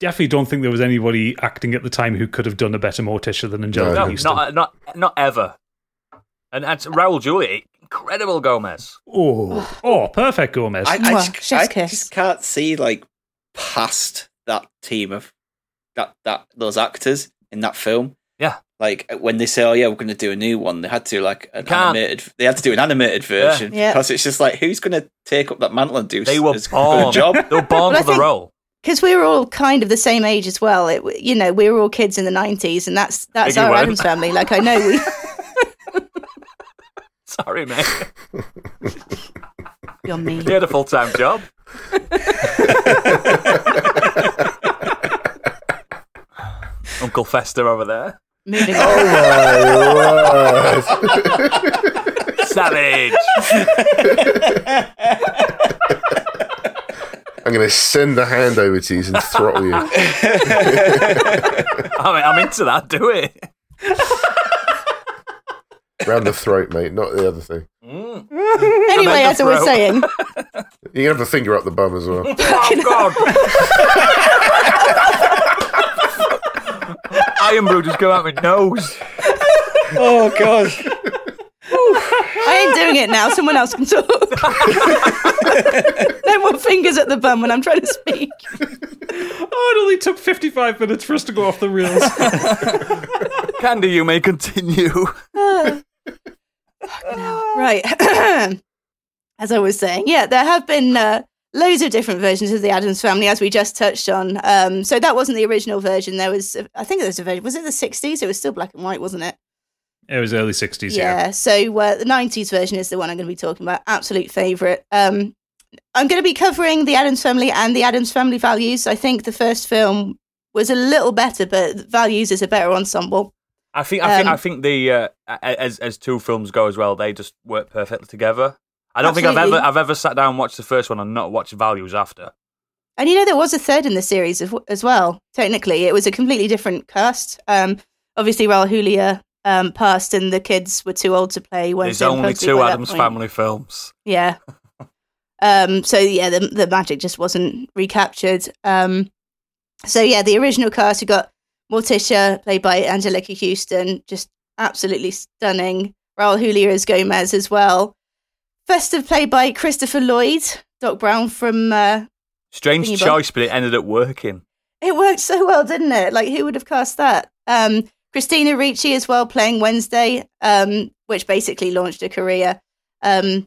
Speaker 5: Definitely don't think there was anybody acting at the time who could have done a better Morticia than
Speaker 2: Oh,
Speaker 5: Angelica
Speaker 1: No,
Speaker 5: Houston.
Speaker 1: not uh, not not ever. And that's Raul Julia, incredible Gomez.
Speaker 5: oh, oh, perfect Gomez.
Speaker 4: I, I,
Speaker 3: Mwah,
Speaker 4: just,
Speaker 3: chef's
Speaker 4: I
Speaker 3: kiss.
Speaker 4: just can't see like past that team of that that those actors in that film.
Speaker 1: Yeah.
Speaker 4: Like when they say, "Oh yeah, we're going to do a new one," they had to like an
Speaker 1: Can't.
Speaker 4: animated. They had to do an animated version
Speaker 3: Yeah.
Speaker 4: because it's just like who's going to take up that mantle and do
Speaker 1: They
Speaker 4: s-
Speaker 1: were
Speaker 4: as good a
Speaker 1: born. <laughs>
Speaker 4: job?
Speaker 1: They were born
Speaker 3: But I
Speaker 1: for the
Speaker 3: think-
Speaker 1: role. <laughs>
Speaker 3: Because we were all kind of the same age as well. It, you know, we were all kids in the '90s, and that's that's
Speaker 1: Biggie
Speaker 3: our
Speaker 1: weren't.
Speaker 3: Adams family. Like I know we. <laughs>
Speaker 1: Sorry, mate.
Speaker 3: You're
Speaker 1: They
Speaker 3: mean.
Speaker 1: had a full time job. Uncle Fester over there.
Speaker 3: Moving
Speaker 2: Oh
Speaker 3: on.
Speaker 1: uh,
Speaker 2: my word.
Speaker 1: Savage.
Speaker 2: I'm going to send the hand over to you and throttle you.
Speaker 1: I mean, I'm into that. Do it.
Speaker 2: Round the throat, mate, not the other thing.
Speaker 1: Mm. <laughs>
Speaker 3: Anyway, as I was
Speaker 1: throat.
Speaker 3: saying,
Speaker 2: You can have a finger up the bum as well.
Speaker 1: Oh God. <laughs> Iron Brew just go out my nose.
Speaker 4: oh god!
Speaker 3: I ain't doing it now. Someone else can talk. no more fingers at the bum when I'm trying to speak.
Speaker 5: <laughs> oh, it only took 55 minutes for us to go off the
Speaker 1: <laughs>
Speaker 5: reels.
Speaker 1: Candy, you may continue.
Speaker 3: Right. <clears throat> as I was saying, yeah, there have been uh, loads of different versions of the Adams Family, as we just touched on. Um, so that wasn't the original version. There was, I think there was a version. Was it the '60s? It was still black and white, wasn't it?
Speaker 5: it was early 60s, yeah.
Speaker 3: Yeah. So uh, the '90s version is the one I'm going to be talking about. Absolute favorite. Um, I'm going to be covering the Adams Family and the Adams Family Values. I think the first film was a little better, but Values is a better ensemble.
Speaker 1: I think I think
Speaker 3: Um,
Speaker 1: I think the uh, a- a- as as two films go as well, they just work perfectly together. I don't think
Speaker 3: Absolutely.
Speaker 1: I've ever I've ever sat down and watched the first one and not watched Values after.
Speaker 3: And you know, there was a third in the series of, as well. Technically, it was a completely different cast. Um, obviously, Raul Julia um, passed, and the kids were too old to play.
Speaker 1: There's
Speaker 3: Wednesday and
Speaker 1: only
Speaker 3: Posty
Speaker 1: two
Speaker 3: by that
Speaker 1: Adams
Speaker 3: point.
Speaker 1: Family films.
Speaker 3: Yeah. um. So yeah, the the magic just wasn't recaptured. Um. So yeah, the original cast you got Morticia played by Angelica Houston, just absolutely stunning. Raul Julia as Gomez as well. Festive played by Christopher Lloyd, Doc Brown from uh,
Speaker 1: Strange
Speaker 3: Thingy bug.
Speaker 1: choice, but it ended up working.
Speaker 3: It worked so well, didn't it? Like, who would have cast that? Um, Christina Ricci as well, playing Wednesday, um, which basically launched her career um,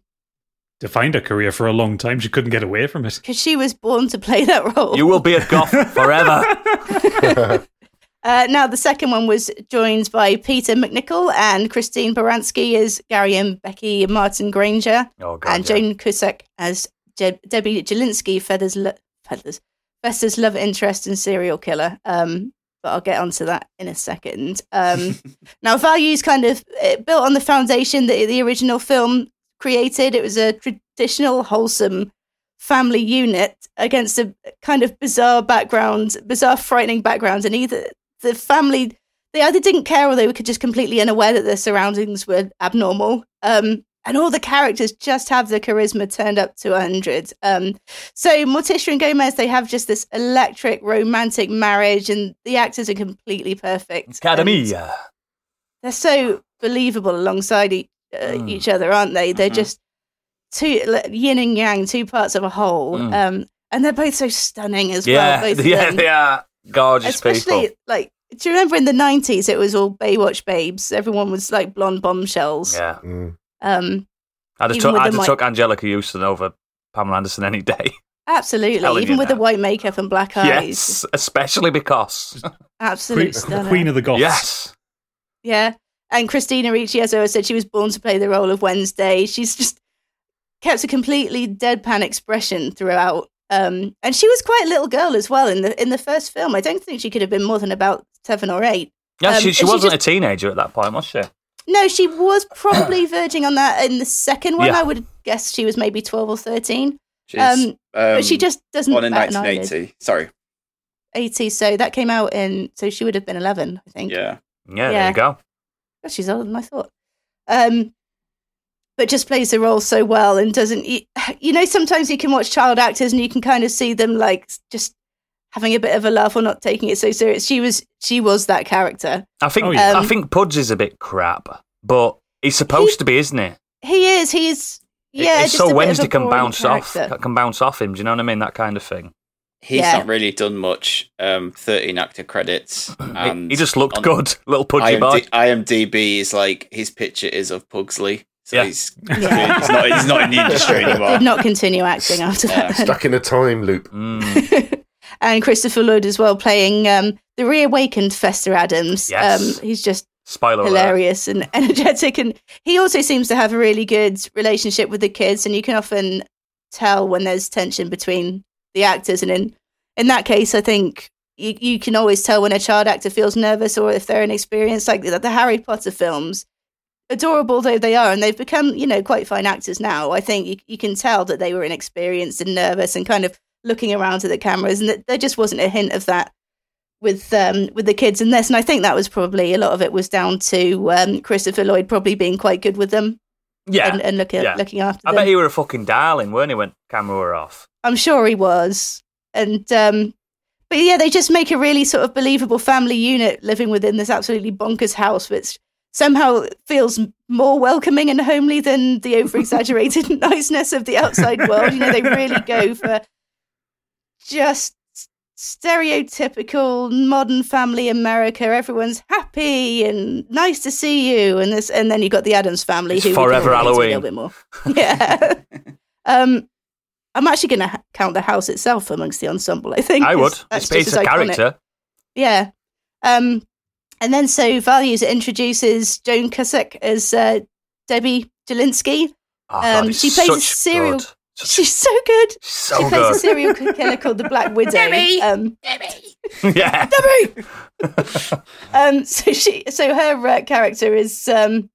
Speaker 5: Defined her career for a long time. She couldn't get away from it.
Speaker 3: because she was born to play that role.
Speaker 1: You will be a
Speaker 3: <laughs>
Speaker 1: goth forever.
Speaker 3: uh, now, the second one was joined by Peter McNichol and Christine Baranski as Gary and Becky Martin Granger,
Speaker 1: Oh god.
Speaker 3: and
Speaker 1: yeah.
Speaker 3: Joan Cusack as Jeb Debbie Jelinski, Feathers, lo- Feathers, Fester's love interest and serial killer. Um, but I'll get onto that in a second. Um, Now, Values kind of it built on the foundation that the original film created. It was a traditional, wholesome family unit against a kind of bizarre background, bizarre, frightening background. And either the family, they either didn't care or they were just completely unaware that their surroundings were abnormal. Um, and all the characters just have the charisma turned up to 100. Um, so Morticia and Gomez, they have just this electric, romantic marriage, and the actors are completely perfect. And-
Speaker 1: Academia.
Speaker 3: they're so believable alongside e- uh,
Speaker 1: Mm.
Speaker 3: each other, aren't they? They're
Speaker 4: Mhm.
Speaker 3: just two like, yin and yang, two parts of a whole.
Speaker 1: Mm.
Speaker 3: Um, and they're both so stunning as
Speaker 1: Yeah, <laughs>
Speaker 3: well. Both
Speaker 1: yeah,
Speaker 3: of them.
Speaker 1: they are gorgeous
Speaker 3: Especially
Speaker 1: people.
Speaker 3: like, do you remember in the nineties? It was all Baywatch babes. Everyone was like blonde bombshells.
Speaker 1: Yeah,
Speaker 2: Mm.
Speaker 3: Um,
Speaker 1: I'd have,
Speaker 3: Even
Speaker 1: took,
Speaker 3: with
Speaker 1: I'd
Speaker 3: the
Speaker 1: have
Speaker 3: mic-
Speaker 1: took Angelica Houston over Pamela Anderson any day. <laughs>
Speaker 3: absolutely.
Speaker 1: Telling
Speaker 3: Even
Speaker 1: you
Speaker 3: with
Speaker 1: now.
Speaker 3: the white makeup and black eyes,
Speaker 1: Yes, especially because
Speaker 5: Queen,
Speaker 3: absolute stunner.
Speaker 5: Queen of the Goths. <laughs>
Speaker 1: yes,
Speaker 3: Yeah. And Christina Ricci, as I said, she was born to play the role of Wednesday. She's just kept a completely deadpan expression throughout. Um, and she was quite a little girl as well in the in the first film. I don't think she could have been more than about seven or eight.
Speaker 1: Yeah,
Speaker 3: Um,
Speaker 1: she, she
Speaker 3: and she
Speaker 1: wasn't
Speaker 3: just-
Speaker 1: a teenager at that point, was she?
Speaker 3: No, she
Speaker 4: <coughs>
Speaker 3: was probably verging on that in the second one.
Speaker 1: Yeah.
Speaker 3: I would guess she was maybe 12 or 13.
Speaker 4: She's,
Speaker 3: Um,
Speaker 4: um,
Speaker 3: but she just doesn't.
Speaker 4: born in
Speaker 3: bat an eyelid.
Speaker 4: 1980. Sorry.
Speaker 3: 80, so that came out in. So she would have been 11, I think.
Speaker 4: Yeah.
Speaker 1: Yeah, there
Speaker 3: Yeah.
Speaker 1: you go.
Speaker 3: God, she's older than I thought. Um, but just plays the role so well and doesn't. You, you know, sometimes you can watch child actors and you can kind of see them like just having a bit of a laugh or not taking it so serious. She was she was that character.
Speaker 1: I think
Speaker 5: Oh, yeah.
Speaker 1: I
Speaker 3: Um,
Speaker 1: think Pudge is a bit crap, but he's supposed
Speaker 3: He-
Speaker 1: to be, isn't he?
Speaker 3: He is. He's
Speaker 1: It-
Speaker 3: yeah.
Speaker 1: it's
Speaker 3: just
Speaker 1: so
Speaker 3: a
Speaker 1: Wednesday
Speaker 3: bit of a
Speaker 1: can
Speaker 3: boring
Speaker 1: bounce
Speaker 3: character.
Speaker 1: off, can bounce off him. Do you know what I mean? That kind of thing.
Speaker 4: He's
Speaker 3: Yeah.
Speaker 4: not really done much. Um, 13 actor credits.
Speaker 1: <clears throat> He-
Speaker 4: And
Speaker 1: he just looked
Speaker 4: on
Speaker 1: good, <laughs> little pudgy boy.
Speaker 4: IMD, IMDb is like his picture is of Pugsley. So
Speaker 1: Yeah.
Speaker 4: he's,
Speaker 3: Yeah.
Speaker 4: <laughs> he's, not, he's not in
Speaker 3: <laughs>
Speaker 4: the industry anymore.
Speaker 3: Did
Speaker 1: <laughs>
Speaker 3: not continue acting after
Speaker 4: Yeah,
Speaker 3: that.
Speaker 2: Stuck in a time loop. <laughs>
Speaker 1: Mm.
Speaker 4: <laughs>
Speaker 3: and Christopher Lloyd as well playing um, the reawakened Fester Adams.
Speaker 1: Yes.
Speaker 3: Um, he's just
Speaker 1: Spoiler alert.
Speaker 3: hilarious and energetic, and he also seems to have a really good relationship with the kids. And you can often tell when there's tension between the actors. And in in that case, I think you you can always tell when a child actor feels nervous or if they're inexperienced. Like the, the Harry Potter films, adorable though they are, and they've become you know quite fine actors now. I think you you can tell that they were inexperienced and nervous and kind of looking around at the cameras, and that there just wasn't a hint of that with um with the kids in this. And I think that was probably a lot of it was down to um, Christopher Lloyd probably being quite good with them
Speaker 1: Yeah,
Speaker 3: and, uh, and looking
Speaker 1: yeah.
Speaker 3: looking after
Speaker 1: I
Speaker 3: them.
Speaker 1: bet he were a fucking darling, weren't he? When camera were off.
Speaker 3: I'm sure he was. And um but yeah, they just make a really sort of believable family unit living within this absolutely bonkers house, which somehow feels m- more welcoming and homely than the over exaggerated <laughs> niceness of the outside world. You know, they really go for just stereotypical modern family America. Everyone's happy and nice to see you. And this, and then you've got the Adams family
Speaker 1: It's
Speaker 3: who we can
Speaker 1: forever
Speaker 3: relate to
Speaker 1: Halloween.
Speaker 3: a little bit more. <laughs> Yeah. um, I'm actually going to count the house itself amongst the ensemble. I think
Speaker 1: I
Speaker 3: 'cause
Speaker 1: would.
Speaker 3: that's
Speaker 1: It's,
Speaker 3: just
Speaker 1: it's
Speaker 3: as
Speaker 1: a
Speaker 3: iconic.
Speaker 1: character.
Speaker 3: Yeah. Um, and then so Values introduces Joan Cusick as uh, Debbie
Speaker 1: <laughs>
Speaker 3: Jelinski.
Speaker 1: Oh, God,
Speaker 3: Um,
Speaker 1: it's
Speaker 3: she plays a
Speaker 1: such
Speaker 3: serial- <laughs>
Speaker 1: good. Such-
Speaker 3: She's so good.
Speaker 1: so
Speaker 3: she plays a <laughs>
Speaker 1: good. <laughs>
Speaker 3: serial killer called the Black Widow.
Speaker 6: Debbie!
Speaker 3: Um,
Speaker 1: yeah.
Speaker 3: Debbie. um, so she, so her uh, character is um,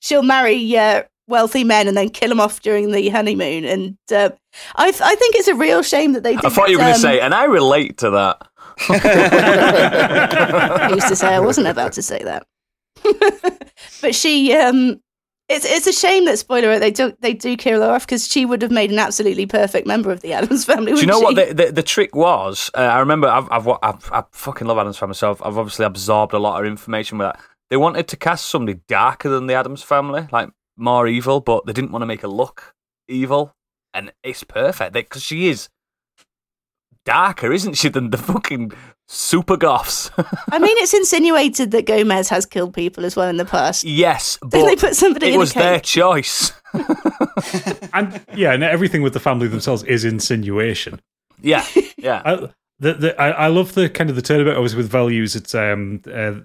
Speaker 3: she'll marry uh, wealthy men and then kill them off during the honeymoon. And uh, I, I think it's a real shame that they.
Speaker 1: I thought you were
Speaker 3: didn't,
Speaker 1: going to
Speaker 3: um,
Speaker 1: say, and I relate to that.
Speaker 3: I used to say I wasn't about to say that. <laughs> but she, um, it's it's a shame that spoiler alert, they do they do kill her off because she would have made an absolutely perfect member of the Adams <laughs> family.
Speaker 1: Do you
Speaker 3: wouldn't
Speaker 1: know
Speaker 3: she?
Speaker 1: what the, the, the trick was? Uh, I remember I've, I've, wa- I've I fucking love Adams Family, so I've, I've obviously absorbed a lot of information with that. They wanted to cast somebody darker than the Adams Family, like more evil, but they didn't want to make her look evil, and it's perfect because she is darker, isn't she, than the fucking super goths? <laughs>
Speaker 3: I mean, it's insinuated that Gomez has killed people as well in the past.
Speaker 1: yes, <laughs> but
Speaker 3: Didn't they put somebody
Speaker 1: it
Speaker 3: in
Speaker 1: was
Speaker 3: a cage?
Speaker 1: their choice. <laughs>
Speaker 5: And yeah, and everything with the family themselves is insinuation.
Speaker 1: Yeah,
Speaker 3: <laughs>
Speaker 1: yeah,
Speaker 5: I, the, the, I, I love the kind of the turnabout. Obviously, with values, it's um, uh, uh,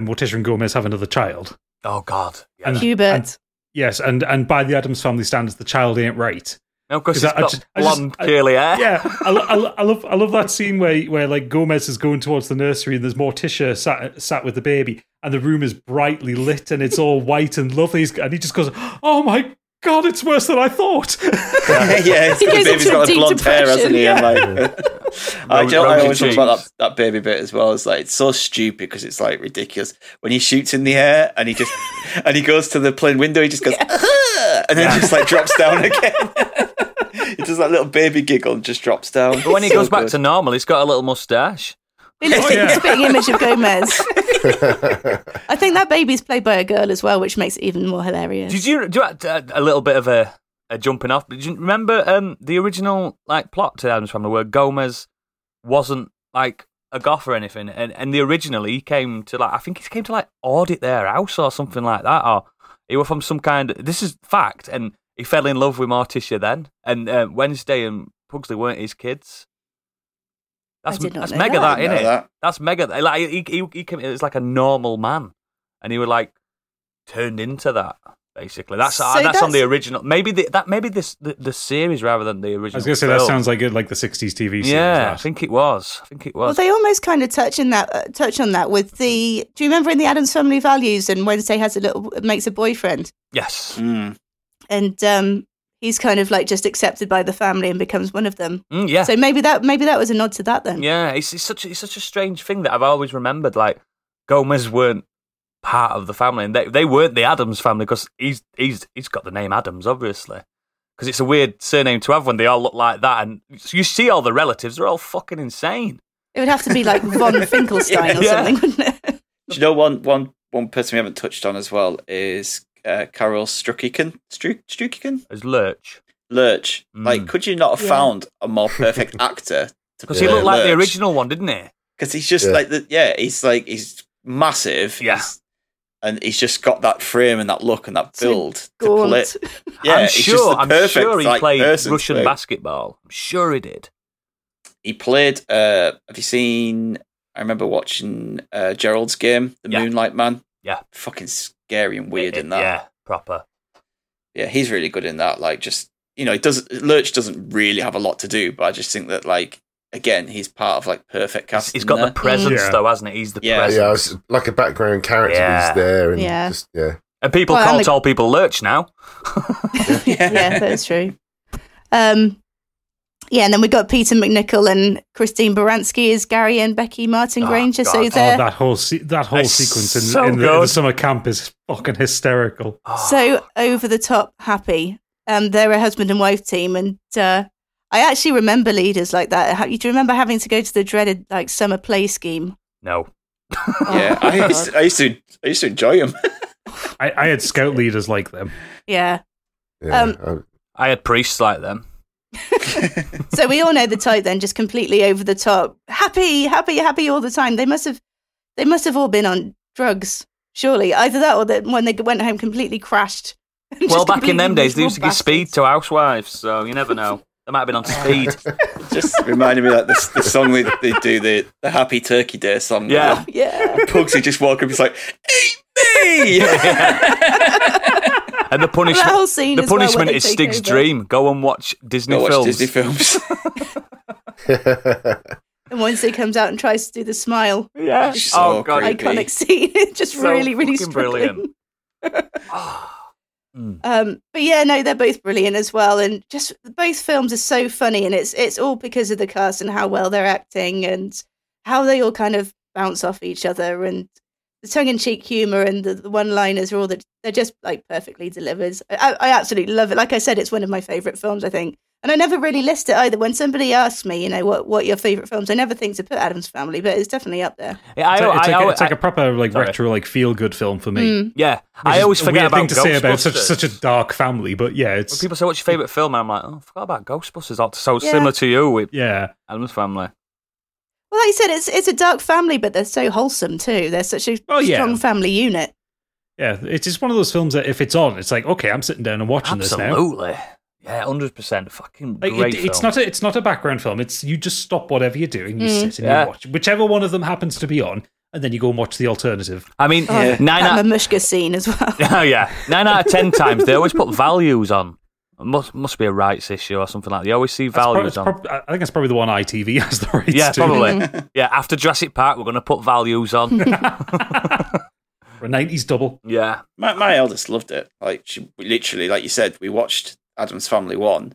Speaker 5: Morticia and Gomez have another child.
Speaker 1: oh god, yeah.
Speaker 5: And-
Speaker 3: Hubert.
Speaker 5: Yes, and and by the Adams family standards, the child ain't right.
Speaker 1: no, because
Speaker 5: Is
Speaker 1: she's
Speaker 5: that- I
Speaker 1: got
Speaker 5: just- I just-
Speaker 1: blonde
Speaker 5: I-
Speaker 1: curly hair.
Speaker 5: Yeah, I, lo- I, lo- I love I love that scene where where like Gomez is going towards the nursery and there's Morticia sat sat with the baby and the room is brightly lit and it's all white and lovely He's- and he just goes, "Oh my god, it's worse than I thought."
Speaker 4: <laughs> yeah,
Speaker 3: He
Speaker 4: the
Speaker 3: goes
Speaker 4: baby's
Speaker 3: into
Speaker 4: got
Speaker 3: a
Speaker 4: a
Speaker 3: deep
Speaker 4: blonde hair, hasn't he?
Speaker 3: depression,
Speaker 4: <laughs> I'm like, I,
Speaker 1: Rosy-
Speaker 4: do you know what
Speaker 1: rosy
Speaker 4: I always love about
Speaker 1: cheeks.
Speaker 4: that, that baby bit as well. It's like it's so stupid because it's like ridiculous when he shoots in the air and he
Speaker 3: <laughs>
Speaker 4: just and he goes to the plane window. He just goes "Ah," and then just like drops
Speaker 1: <laughs>
Speaker 4: down again. <laughs> He does that little baby giggle and just drops down.
Speaker 1: But when he
Speaker 4: So
Speaker 1: goes back
Speaker 4: good.
Speaker 1: to normal, he's got a little mustache.
Speaker 3: He looks
Speaker 5: <laughs> Oh,
Speaker 3: like
Speaker 5: yeah.
Speaker 3: the spitting image of
Speaker 5: <laughs>
Speaker 3: Gomez. I think that baby's played by a girl as well, which makes it even more hilarious.
Speaker 1: Did you do you- uh, a little bit of a, a jumping off? But do you remember um, the original like plot to Adam's Family where Gomez wasn't like a goth or anything, and and the original he came to like I think he came to like audit their house or something like that, or he was from some kind. This is fact, and he fell in love with Morticia then, and uh, Wednesday and Pugsley weren't his kids. That's,
Speaker 3: did not
Speaker 1: that's
Speaker 3: know
Speaker 1: mega
Speaker 3: that.
Speaker 1: that,
Speaker 4: Didn't know
Speaker 1: innit?
Speaker 4: that.
Speaker 1: That's mega. Like he, he, he came, it was like a normal man, and he was like turned into that. Basically, that's
Speaker 3: So
Speaker 1: uh, that's, on
Speaker 3: that's-
Speaker 1: the original. Maybe the, that maybe this the, the series rather than the
Speaker 7: I
Speaker 1: original.
Speaker 7: was gonna say that
Speaker 1: film.
Speaker 7: sounds like it, like the '60s TV series.
Speaker 1: Yeah, I
Speaker 7: that.
Speaker 1: think it was. I think it
Speaker 3: Well,
Speaker 1: was.
Speaker 3: they almost kind of touch in that uh, touch on that with the. Do you remember in the Adams Family Values and Wednesday has a little makes a boyfriend
Speaker 1: yes.
Speaker 4: Mm.
Speaker 3: and um, he's kind of like just accepted by the family and becomes one of them.
Speaker 1: Mm, yeah.
Speaker 3: So maybe that maybe that was a nod to that then.
Speaker 1: Yeah, it's, it's such it's such a strange thing that I've always remembered. Like Gomez weren't part of the family, and they they weren't the Adams family because he's he's he's got the name Adams, obviously. Because it's a weird surname to have when they all look like that, and you see all the relatives; they're all fucking insane.
Speaker 3: It would have to be like von Finkelstein or
Speaker 1: Yeah.
Speaker 3: something, wouldn't it?
Speaker 4: Do you know one one one person we haven't touched on as well is uh, Carol Strukikin? Stru- Strukikin?
Speaker 1: As Lurch,
Speaker 4: Lurch.
Speaker 1: Mm.
Speaker 4: Like, could you not have
Speaker 3: Yeah.
Speaker 4: found a more perfect actor?
Speaker 1: <laughs> because
Speaker 2: Yeah.
Speaker 1: he looked like the original one, didn't he?
Speaker 4: Because he's just
Speaker 2: Yeah.
Speaker 4: like the yeah, he's like he's massive.
Speaker 1: Yeah.
Speaker 4: he's- and he's just got that frame and that look and that
Speaker 3: So
Speaker 4: build to pull
Speaker 3: Gaunt.
Speaker 4: it.
Speaker 3: <laughs>
Speaker 4: Yeah,
Speaker 1: I'm
Speaker 4: he's just
Speaker 1: sure.
Speaker 4: the
Speaker 1: I'm
Speaker 4: perfect,
Speaker 1: sure he
Speaker 4: like,
Speaker 1: played
Speaker 4: person
Speaker 1: Russian
Speaker 4: to play.
Speaker 1: basketball. I'm sure he did.
Speaker 4: he played uh have you seen I remember watching uh Gerald's game, The
Speaker 1: Yeah.
Speaker 4: Moonlight Man.
Speaker 1: Yeah.
Speaker 4: Fucking scary and weird
Speaker 1: It-
Speaker 4: in that.
Speaker 1: Yeah, proper.
Speaker 4: Yeah, he's really good in that. Like just you know, it does Lurch doesn't really have a lot to do, but I just think that like again, he's part of like perfect
Speaker 1: He's-
Speaker 4: cast.
Speaker 1: he's
Speaker 4: in
Speaker 1: got the <laughs>
Speaker 4: there.
Speaker 1: presence
Speaker 7: Yeah.
Speaker 1: though, hasn't he? He's the
Speaker 4: Yeah.
Speaker 1: presence.
Speaker 2: Yeah, it's like a background character
Speaker 1: Yeah.
Speaker 2: who's there, and
Speaker 3: Yeah.
Speaker 2: just yeah,
Speaker 1: And people
Speaker 3: Well, and
Speaker 1: can't
Speaker 3: the-
Speaker 1: tell people Lurch now.
Speaker 4: Yeah.
Speaker 3: yeah, that's true. Um, yeah, and then we got Peter McNichol and Christine Baranski as Gary and Becky Martin
Speaker 1: Oh,
Speaker 3: Granger. So
Speaker 1: God.
Speaker 3: they're
Speaker 5: Oh, that whole se- that whole
Speaker 1: It's
Speaker 5: sequence in,
Speaker 1: so
Speaker 5: in, the, in the
Speaker 1: good.
Speaker 5: summer camp is fucking hysterical.
Speaker 1: Ah,
Speaker 3: so over the top happy. Um, they're a husband and wife team, and uh, I actually remember leaders like that. How, do you remember having to go to the dreaded like summer play scheme?
Speaker 1: no.
Speaker 4: Yeah, I used, to, I used to I used to enjoy him.
Speaker 5: I, I
Speaker 1: <laughs>
Speaker 5: had scout leaders like them.
Speaker 3: Yeah.
Speaker 2: yeah.
Speaker 3: Um,
Speaker 2: <laughs> Oh,
Speaker 1: I had priests like them.
Speaker 3: So we all know the type then, just completely over the top, happy, happy, happy all the time. They must have, they must have all been on drugs, surely. Either that or that when they went home, completely crashed.
Speaker 1: well,
Speaker 3: Just
Speaker 1: back in them
Speaker 3: completely
Speaker 1: days, they used to
Speaker 3: miserable
Speaker 1: give speed
Speaker 3: bastards.
Speaker 1: to housewives, so you never know. They might have been
Speaker 7: <laughs>
Speaker 1: on speed.
Speaker 4: just <laughs> reminded me of that the, the song they, they do the, the Happy Turkey Day song.
Speaker 1: Yeah. <laughs>
Speaker 3: Yeah.
Speaker 4: Pugsy just walk up, he's like, Eat me!
Speaker 1: and the
Speaker 3: that
Speaker 1: punishment.
Speaker 3: whole scene.
Speaker 1: The
Speaker 3: as well, where
Speaker 1: punishment
Speaker 3: they
Speaker 1: is
Speaker 3: take
Speaker 1: Stig's
Speaker 3: over.
Speaker 1: dream. Go and watch Disney
Speaker 4: Go watch
Speaker 1: films.
Speaker 4: Disney films. <laughs>
Speaker 3: And once he comes out and tries to do the smile,
Speaker 1: Yeah.
Speaker 4: She's
Speaker 1: oh
Speaker 4: so
Speaker 1: god.
Speaker 4: creepy.
Speaker 3: iconic scene. <laughs> just
Speaker 1: So
Speaker 3: really, really
Speaker 1: fucking
Speaker 3: struggling.
Speaker 1: brilliant.
Speaker 3: <laughs>
Speaker 1: Ah.
Speaker 3: Um, but yeah, no, they're both brilliant as well, and just both films are so funny, and it's it's all because of the cast and how well they're acting and how they all kind of bounce off each other, and the tongue-in-cheek humor and the, the one-liners are all that they're just like perfectly delivered. I, I absolutely love it. Like I said, it's one of my favorite films. I think, and I never really list it either. When somebody asks me, you know, what what your favorite films, I never think to put Adam's Family, but it's definitely up there.
Speaker 1: Yeah, I,
Speaker 7: It's like, it's
Speaker 1: I-
Speaker 7: like a,
Speaker 1: I-
Speaker 7: it's like a proper like
Speaker 1: Sorry.
Speaker 7: retro like feel good film for me.
Speaker 3: Mm.
Speaker 1: yeah.
Speaker 7: Which
Speaker 1: I
Speaker 7: is
Speaker 1: always
Speaker 7: a
Speaker 1: forget
Speaker 7: weird
Speaker 1: about
Speaker 7: thing to say about such
Speaker 1: Ghostbusters.
Speaker 7: such a dark family, but yeah,
Speaker 1: When
Speaker 7: it's
Speaker 1: people say what's your favourite film, and I'm like, oh, I forgot about Ghostbusters. Oh, So
Speaker 3: Yeah.
Speaker 1: similar to you with
Speaker 7: yeah.
Speaker 1: Adam's Family.
Speaker 3: Well, like you said, it's it's a dark family, but they're so wholesome too. They're such a
Speaker 7: Oh, yeah.
Speaker 3: strong family unit.
Speaker 7: Yeah, it's just one of those films that if it's on, it's like okay, I'm sitting down and watching this now.
Speaker 1: Absolutely. Yeah, hundred percent. Fucking
Speaker 7: Like
Speaker 1: great.
Speaker 7: it, it's
Speaker 1: film.
Speaker 7: not a, it's not a background film. It's you just stop whatever you're doing, you
Speaker 3: Mm.
Speaker 7: sit and
Speaker 1: Yeah.
Speaker 7: you watch whichever one of them happens to be on, and then you go and watch the alternative.
Speaker 1: I mean,
Speaker 4: Oh, Yeah.
Speaker 1: nine out
Speaker 3: that Mamushka scene as well.
Speaker 1: <laughs> Oh yeah, nine out of ten times they always put values on. It must must be a rights issue or something like that. They always see
Speaker 7: That's
Speaker 1: values
Speaker 7: prob-
Speaker 1: on.
Speaker 7: it's prob- I think that's probably the one ITV <laughs> has the rights
Speaker 1: yeah,
Speaker 7: to. <laughs>
Speaker 1: probably. yeah, after Jurassic Park, we're going to put values on.
Speaker 7: For a 90s double.
Speaker 1: yeah,
Speaker 4: my, my eldest loved it. Like, she we literally, like you said, we watched Adam's Family 1,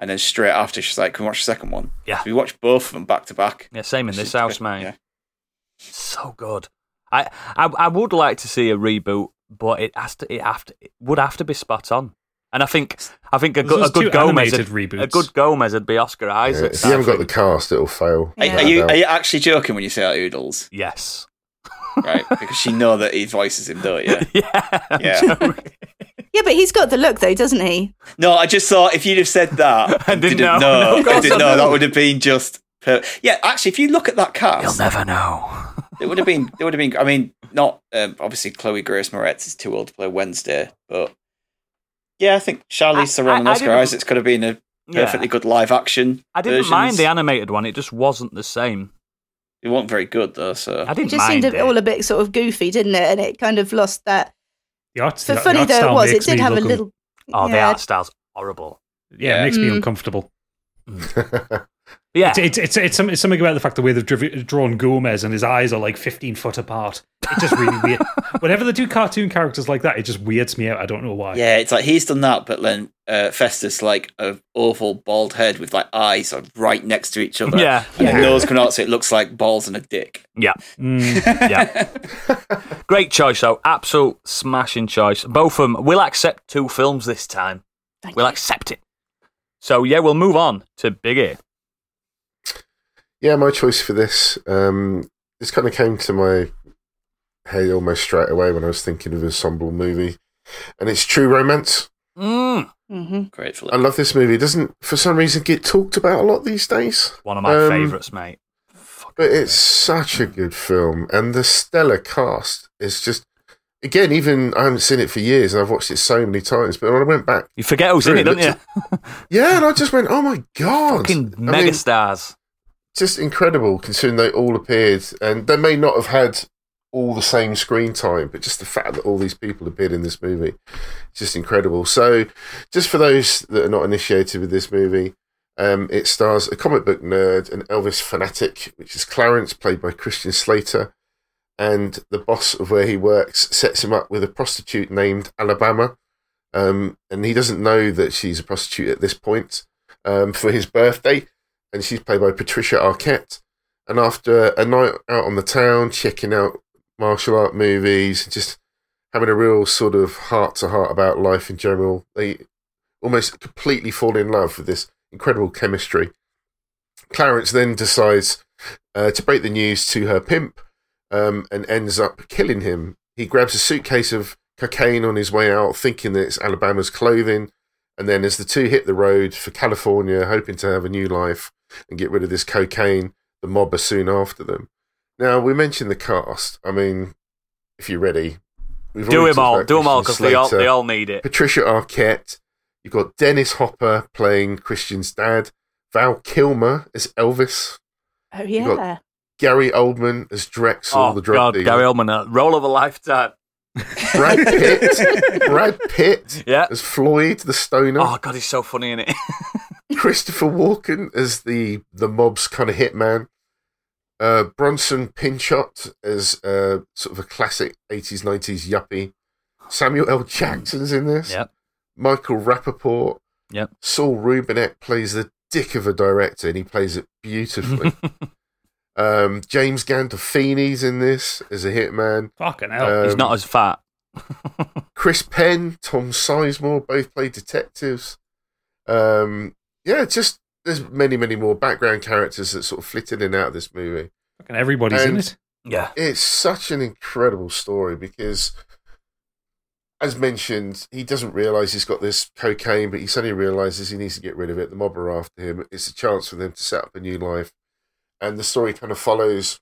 Speaker 4: and then straight after, she's like, can we watch the second one?
Speaker 1: Yeah.
Speaker 4: So we watched both of them back to back.
Speaker 1: yeah. Same in
Speaker 4: She's-
Speaker 1: this house, mate.
Speaker 4: yeah.
Speaker 1: So good. I, I I would like to see a reboot, but it has to it have to, it would have to be spot on. And I think I think a
Speaker 7: There's
Speaker 1: good a
Speaker 7: those two
Speaker 1: good Gomez
Speaker 7: animated
Speaker 1: would-
Speaker 7: reboots.
Speaker 1: a good Gomez would be Oscar
Speaker 2: yeah.
Speaker 1: Isaac.
Speaker 2: If you haven't got the cast, it'll fail.
Speaker 4: Are,
Speaker 3: Yeah.
Speaker 4: are you,
Speaker 2: No doubt.
Speaker 4: are you actually joking when you say that, Oodles?
Speaker 1: yes. <laughs>
Speaker 4: Right? Because you know that he voices him, don't you?
Speaker 1: Yeah.
Speaker 4: Yeah.
Speaker 3: yeah, but he's got the look though, doesn't he?
Speaker 4: No, I just thought if you'd have said that,
Speaker 1: <laughs> I
Speaker 4: and
Speaker 1: didn't know. No, of
Speaker 4: I
Speaker 1: course
Speaker 4: didn't
Speaker 1: I
Speaker 4: know. That
Speaker 1: know.
Speaker 4: would have been just. Per- yeah, actually, if you look at that
Speaker 1: You'll
Speaker 4: cast,
Speaker 1: never know.
Speaker 4: it would have been. It would have been. I mean, not um, obviously. Chloe Grace Moretz is too old to play Wednesday, but yeah, I think Charlize
Speaker 1: I-
Speaker 4: Theron and
Speaker 1: I- I
Speaker 4: Oscar
Speaker 1: didn't-
Speaker 4: Isaacs could have been a
Speaker 1: Yeah.
Speaker 4: perfectly good live action.
Speaker 1: I didn't
Speaker 4: versions.
Speaker 1: mind the animated one; it just wasn't the same.
Speaker 4: It wasn't very good though. So
Speaker 1: I
Speaker 3: It
Speaker 1: didn't
Speaker 3: just
Speaker 1: mind
Speaker 3: seemed a-
Speaker 1: it.
Speaker 3: all a bit sort of goofy, didn't it? And it kind of lost that
Speaker 5: The art,
Speaker 3: For
Speaker 5: the,
Speaker 3: funny
Speaker 5: art
Speaker 3: though it
Speaker 5: style
Speaker 3: was, it
Speaker 5: makes
Speaker 3: did
Speaker 5: me
Speaker 3: have a
Speaker 5: look un-
Speaker 3: little.
Speaker 1: Oh, the
Speaker 3: yeah,
Speaker 1: art style's horrible.
Speaker 5: Yeah, it
Speaker 4: Yeah.
Speaker 5: makes me
Speaker 3: Mm.
Speaker 5: uncomfortable.
Speaker 1: But yeah,
Speaker 5: It's it's it's, it's, some, it's something about the fact the way they've driv- drawn Gomez and his eyes are like fifteen foot apart. It just really
Speaker 3: <laughs>
Speaker 5: weird. Whenever they do cartoon characters like that, it just weirds me out. I don't know why.
Speaker 4: Yeah, it's like he's done that, but then uh, Festus like a awful bald head with like eyes are right next to each other.
Speaker 1: Yeah.
Speaker 4: and the nose coming out, so it looks like balls and a dick.
Speaker 1: yeah.
Speaker 5: Mm.
Speaker 3: <laughs>
Speaker 1: yeah. Great choice, though. Absolute smashing choice. Both of them. We'll accept two films this time.
Speaker 3: Thank
Speaker 1: We'll
Speaker 3: you.
Speaker 1: accept it. So, yeah, we'll move on to Big Ear.
Speaker 2: <laughs> yeah, my choice for this. Um, this kind of came to my head almost straight away when I was thinking of an ensemble movie, and it's True Romance.
Speaker 1: Mm.
Speaker 3: Mhm.
Speaker 4: Gratefully,
Speaker 2: I love this movie. It doesn't, for some reason, get talked about a lot these days.
Speaker 1: One of my
Speaker 2: Um,
Speaker 1: favourites, mate. Fucking
Speaker 2: But
Speaker 1: great.
Speaker 2: it's such a good film, and the stellar cast is just. Again, even I haven't seen it for years, and I've watched it so many times. But when I went back,
Speaker 1: You forget who's in it,
Speaker 2: True,
Speaker 1: don't you?
Speaker 2: looks- yeah, and I just went, "Oh my god!"
Speaker 1: Fucking
Speaker 2: I mean,
Speaker 1: megastars.
Speaker 2: just incredible considering they all appeared and they may not have had all the same screen time, but just the fact that all these people appeared in this movie is just incredible. So, just for those that are not initiated with this movie, um, it stars a comic book nerd, an Elvis fanatic, which is Clarence, played by Christian Slater, and the boss of where he works sets him up with a prostitute named Alabama. Um, and he doesn't know that she's a prostitute at this point um, for his birthday and she's played by Patricia Arquette. And after a night out on the town, checking out martial art movies, and just having a real sort of heart to heart about life in general, they almost completely fall in love with this incredible chemistry. Clarence then decides uh, to break the news to her pimp um, and ends up killing him. He grabs a suitcase of cocaine on his way out, thinking that it's Alabama's clothing. And then, as the two hit the road for California, hoping to have a new life and get rid of this cocaine, the mob are soon after them. Now, we mentioned the cast. I mean, if you're ready, we've
Speaker 1: Do
Speaker 2: already
Speaker 1: them
Speaker 2: talked
Speaker 1: all.
Speaker 2: about
Speaker 1: Do them all because
Speaker 2: Christian
Speaker 1: they all,
Speaker 2: Slater.
Speaker 1: they all need it.
Speaker 2: Patricia Arquette. You've got Dennis Hopper playing Christian's dad. Val Kilmer as Elvis.
Speaker 3: Oh
Speaker 2: You got-
Speaker 3: yeah.
Speaker 2: Gary Oldman as Drexel,
Speaker 1: Oh,
Speaker 2: the drug
Speaker 1: God.
Speaker 2: dealer.
Speaker 1: Gary Oldman, a role of a lifetime.
Speaker 2: Brad
Speaker 1: <laughs>
Speaker 2: Pitt. Brad Pitt
Speaker 1: Yeah.
Speaker 2: as Floyd, the stoner.
Speaker 1: Oh, God, he's so funny in it.
Speaker 2: Christopher Walken as the the mob's kind of hitman. Uh, Bronson Pinchot as uh, sort of a classic 80s, 90s yuppie. Samuel L. Jackson's in this.
Speaker 1: Yep.
Speaker 2: Michael Rappaport.
Speaker 1: Yep.
Speaker 2: Saul Rubinek plays the dick of a director and he plays it
Speaker 1: <laughs>
Speaker 2: beautifully. um, James Gandolfini's in this as a hitman.
Speaker 5: Fucking hell.
Speaker 1: <laughs> he's
Speaker 2: Um,
Speaker 1: not as fat.
Speaker 2: Chris Penn, Tom Sizemore, both play detectives. Um, yeah, it's just there's many, many more background characters that sort of flit in and out of this movie.
Speaker 5: Fucking everybody's in
Speaker 2: and-
Speaker 5: it.
Speaker 1: Yeah.
Speaker 2: It's such an incredible story because, as mentioned, he doesn't realize he's got this cocaine, but he suddenly realizes he needs to get rid of it. The mob are after him. It's a chance for them to set up a new life. And the story kind of follows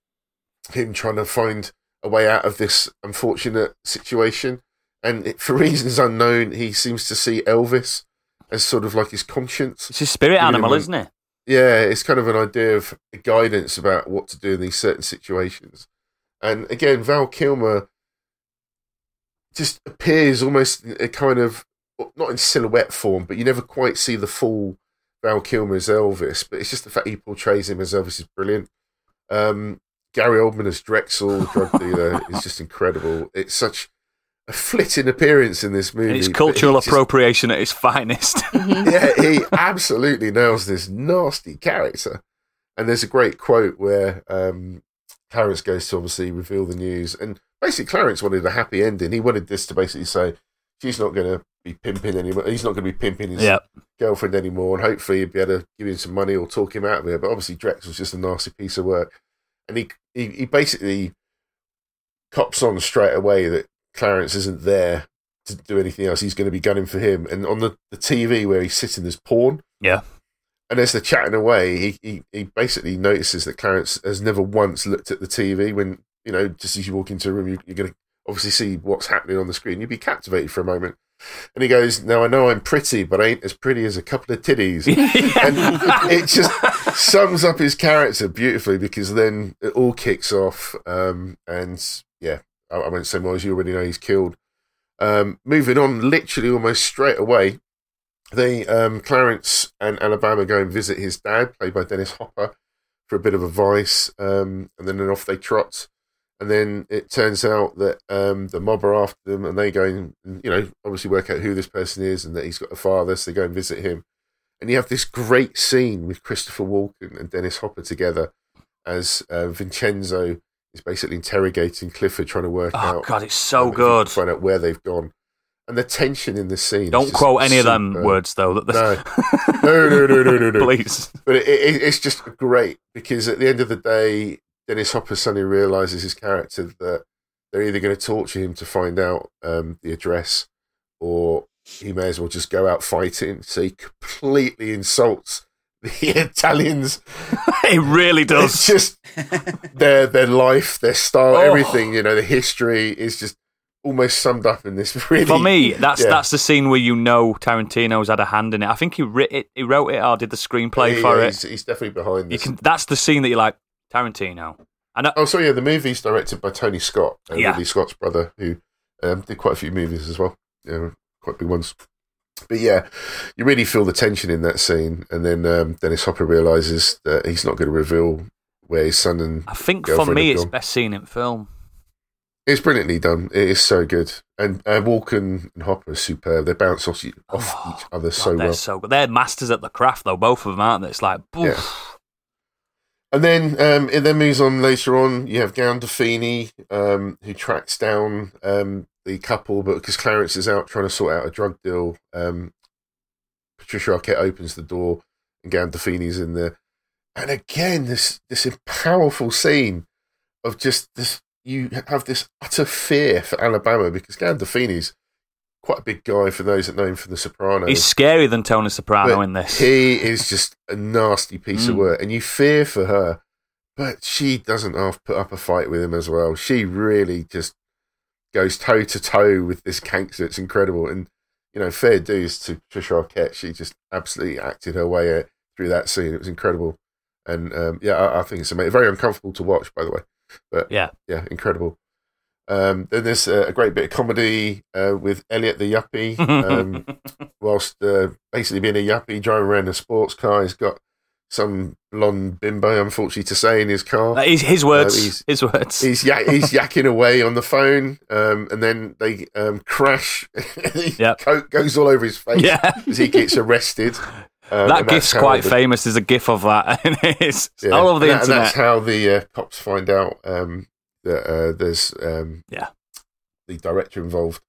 Speaker 2: him trying to find a way out of this unfortunate situation. And it, for reasons unknown, he seems to see Elvis as sort of like his conscience.
Speaker 1: It's his spirit
Speaker 2: Really
Speaker 1: animal,
Speaker 2: want-
Speaker 1: isn't it?
Speaker 2: Yeah, it's kind of an idea of guidance about what to do in these certain situations. And again, Val Kilmer just appears almost in a kind of not in silhouette form, but you never quite see the full Val Kilmer as Elvis. But it's just the fact he portrays him as Elvis is brilliant. Um, Gary Oldman as Drexel, the
Speaker 1: <laughs>
Speaker 2: drug dealer, is just incredible. It's such a flitting appearance in this movie.
Speaker 1: And it's
Speaker 2: but he
Speaker 1: cultural
Speaker 2: just-
Speaker 1: appropriation at its
Speaker 2: <laughs>
Speaker 1: finest.
Speaker 2: yeah, he absolutely nails this nasty character. And there's a great quote where um, Clarence goes to obviously reveal the news. And basically, Clarence wanted a happy ending. He wanted this to basically say, she's not going to be pimping anymore. He's not going to be pimping
Speaker 1: <laughs>
Speaker 2: his
Speaker 1: yeah.
Speaker 2: girlfriend anymore. And hopefully, he'd be able to give him some money or talk him out of it. But obviously, Drexel's just a nasty piece of work. And he, he, he basically cops on straight away that Clarence isn't there to do anything else. He's going to be gunning for him. And on the, the TV where he's sitting, there's porn.
Speaker 1: Yeah.
Speaker 2: And as they're chatting away, he, he, he basically notices that Clarence has never once looked at the TV when, you know, just as you walk into a room, you, you're going to obviously see what's happening on the screen. You'd be captivated for a moment. And he goes, Now I know I'm pretty, but I ain't as pretty as a couple of titties. and
Speaker 1: <laughs>
Speaker 2: it just sums up his character beautifully because then it all kicks off. Um, and yeah, I, I won't say more as you already know he's killed. Um, moving on, literally almost straight away, they um, Clarence and Alabama go and visit his dad, played by Dennis Hopper, for a bit of advice, um, and then off they trot. And then it turns out that um, the mob are after them, and they go and you know obviously work out who this person is, and that he's got a father, so they go and visit him. And you have this great scene with Christopher Walken and Dennis Hopper together as uh, Vincenzo is basically interrogating Clifford, trying to work
Speaker 1: Oh,
Speaker 2: out
Speaker 1: God, it's so
Speaker 2: if you can
Speaker 1: good.
Speaker 2: Find out where they've gone, and the tension in the scene. is
Speaker 1: Don't
Speaker 2: just
Speaker 1: quote any of them
Speaker 2: super-
Speaker 1: words, though. That
Speaker 2: No, no, no, no,
Speaker 1: <laughs>
Speaker 2: no, no, no.
Speaker 1: Please.
Speaker 2: But it, it, it's just great because at the end of the day, Dennis Hopper suddenly realizes his character that they're either going to torture him to find out um, the address, or he may as well just go out fighting. So he completely insults <laughs> the Italians
Speaker 1: it really
Speaker 2: it's
Speaker 1: does.
Speaker 2: just their their life, their style,
Speaker 1: Oh.
Speaker 2: everything. You know, the history is just almost summed up in this. Really,
Speaker 1: For me, that's
Speaker 2: Yeah.
Speaker 1: that's the scene where you know Tarantino's had a hand in it. I think he writ it, he wrote it or did the screenplay
Speaker 2: Yeah,
Speaker 1: for
Speaker 2: yeah,
Speaker 1: it.
Speaker 2: He's, he's definitely behind
Speaker 1: You
Speaker 2: this.
Speaker 1: can. That's the scene that you're like Tarantino. And I,
Speaker 2: Oh, so yeah, the movie's directed by Tony Scott, uh,
Speaker 1: Yeah.
Speaker 2: Ridley Scott's brother, who um, did quite a few movies as well. Yeah, quite big ones. But yeah, you really feel the tension in that scene, and then um, Dennis Hopper realizes that he's not going to reveal where his son and
Speaker 1: I think for
Speaker 2: Girlfriend
Speaker 1: me,
Speaker 2: of
Speaker 1: it's
Speaker 2: John.
Speaker 1: best scene in film.
Speaker 2: It's brilliantly done. It is so good. And uh, Walken and Hopper are superb. They bounce off, each- off
Speaker 1: Oh,
Speaker 2: each other
Speaker 1: God,
Speaker 2: so
Speaker 1: they're
Speaker 2: well.
Speaker 1: so good. They're masters at the craft, though. Both of them, aren't they? It's like,
Speaker 2: Yeah.
Speaker 1: oof.
Speaker 2: And then um, it then moves on later on. You have Gandolfini, um, who tracks down um, the couple, but because Clarence is out trying to sort out a drug deal, um, Patricia Arquette opens the door, and Gandolfini's in there. And again, this this powerful scene of just this. You have this utter fear for Alabama because Gandolfini's quite a big guy for those that know him from The Sopranos.
Speaker 1: he's scarier than Tony Soprano
Speaker 2: But
Speaker 1: in this.
Speaker 2: He is just a nasty piece of
Speaker 1: Mm.
Speaker 2: work, and you fear for her, but she doesn't half put up a fight with him as well. She really just goes toe to toe with this gangster. It's incredible, and you know, fair dues to Trisha Arquette. She just absolutely acted her way out through that scene. It was incredible, and um, yeah, I, I think it's amazing. Very uncomfortable to watch, by the way, but
Speaker 1: Yeah.
Speaker 2: yeah, incredible. Um, then there's uh, a great bit of comedy uh, with Elliot
Speaker 1: <laughs>
Speaker 2: the Yuppie. Um, whilst uh, basically being a yuppie driving around in a sports car. He's got some blonde bimbo, unfortunately to say, in his car.
Speaker 1: That is his words.
Speaker 2: he's-
Speaker 1: his words.
Speaker 2: He's ya- he's yakking away on the phone, um, and then they um, crash. <laughs> The
Speaker 1: Yep.
Speaker 2: Coat goes all over his
Speaker 1: <laughs>
Speaker 2: face
Speaker 1: yeah.
Speaker 2: as he gets
Speaker 1: <laughs>
Speaker 2: arrested. Um,
Speaker 1: that
Speaker 2: and that's
Speaker 1: gif's
Speaker 2: how
Speaker 1: quite
Speaker 2: the-
Speaker 1: famous. There's a gif of that, <laughs> and it's
Speaker 2: yeah,
Speaker 1: all over the
Speaker 2: and that- and
Speaker 1: internet.
Speaker 2: that's how the uh, cops find out um, that uh, there's um,
Speaker 1: Yeah.
Speaker 2: the director involved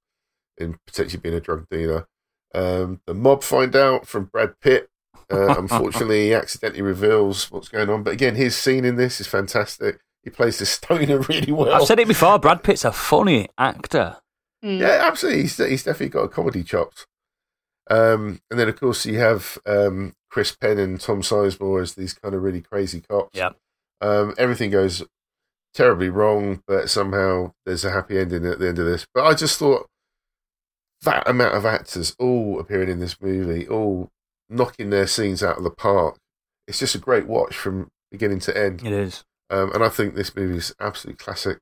Speaker 2: in potentially being a drug dealer. Um, the mob find out from Brad Pitt.
Speaker 1: <laughs>
Speaker 2: Uh, unfortunately, he accidentally reveals what's going on. But again, his scene in this is fantastic. He plays the stoner <laughs> really well.
Speaker 1: I've said it before. Brad Pitt's a funny actor.
Speaker 3: Mm.
Speaker 2: Yeah, absolutely. He's, he's definitely got a comedy chops. Um, and then, of course, you have um, Chris Penn and Tom Sizemore as these kind of really crazy cops.
Speaker 1: Yeah.
Speaker 2: Um, everything goes terribly wrong, but somehow there's a happy ending at the end of this. But I just thought that amount of actors all appearing in this movie, all knocking their scenes out of the park. It's just a great watch from beginning to end.
Speaker 1: It is.
Speaker 2: Um, and I think this movie is absolutely classic.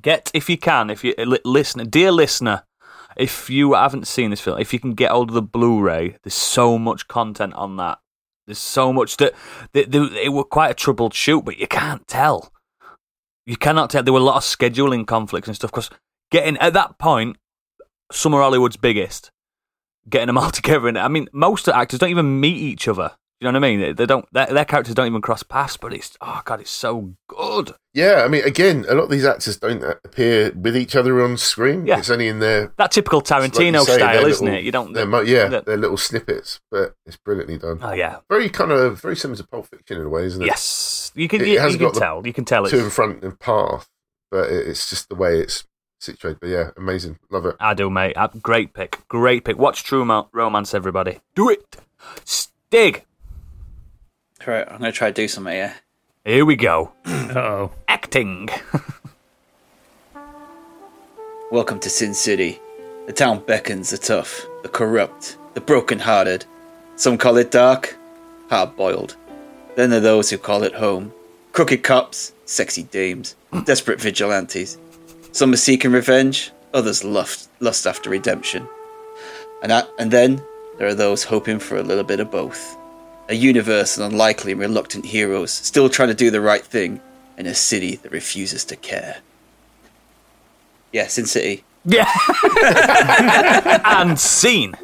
Speaker 1: Get if you can, if you li- listener, dear listener, if you haven't seen this film, if you can get hold of the Blu-ray, there's so much content on that. There's so much that that- that- it were quite a troubled shoot, but you can't tell. You cannot tell. There were a lot of scheduling conflicts and stuff because getting at that point, some of Hollywood's biggest, getting them <laughs> all together. And I mean, most of the actors don't even meet each other. You know what I mean? They, they don't. Their, their characters don't even cross paths. But it's oh god, it's so good.
Speaker 2: Yeah, I mean, again, a lot of these actors don't appear with each other on screen.
Speaker 1: Yeah.
Speaker 2: It's only in their
Speaker 1: That typical
Speaker 2: like you
Speaker 1: Tarantino
Speaker 2: say,
Speaker 1: style,
Speaker 2: their
Speaker 1: isn't
Speaker 2: little-
Speaker 1: it? You don't.
Speaker 2: their mo- yeah,
Speaker 1: the-
Speaker 2: their little snippets, but it's brilliantly done.
Speaker 1: oh yeah.
Speaker 2: Very kind of very similar to Pulp Fiction in a way, isn't it?
Speaker 1: Yes, you can.
Speaker 2: It
Speaker 1: you
Speaker 2: has
Speaker 1: you can
Speaker 2: got the
Speaker 1: tell. You can tell.
Speaker 2: to and
Speaker 1: It's,
Speaker 2: front and path, but it- it's just the way it's situated. But yeah, amazing, love it.
Speaker 1: I do, mate. Uh, Great pick. Great pick. Watch True Mo- Romance, everybody. Do it. Stig.
Speaker 4: Right, I'm going to try to do something here.
Speaker 1: Here we go.
Speaker 5: Uh-oh.
Speaker 1: Acting.
Speaker 4: Welcome to Sin City. The town beckons the tough, the corrupt, the broken-hearted. Some call it dark, hard-boiled. Then there are those who call it home. Crooked cops, sexy dames, desperate vigilantes. Some are seeking revenge, others lust, lust after redemption. And, a- and then there are those hoping for a little bit of both. A universe of unlikely and reluctant heroes still trying to do the right thing in a city that refuses to care. Yeah, Sin City.
Speaker 1: Yeah. <laughs> and scene.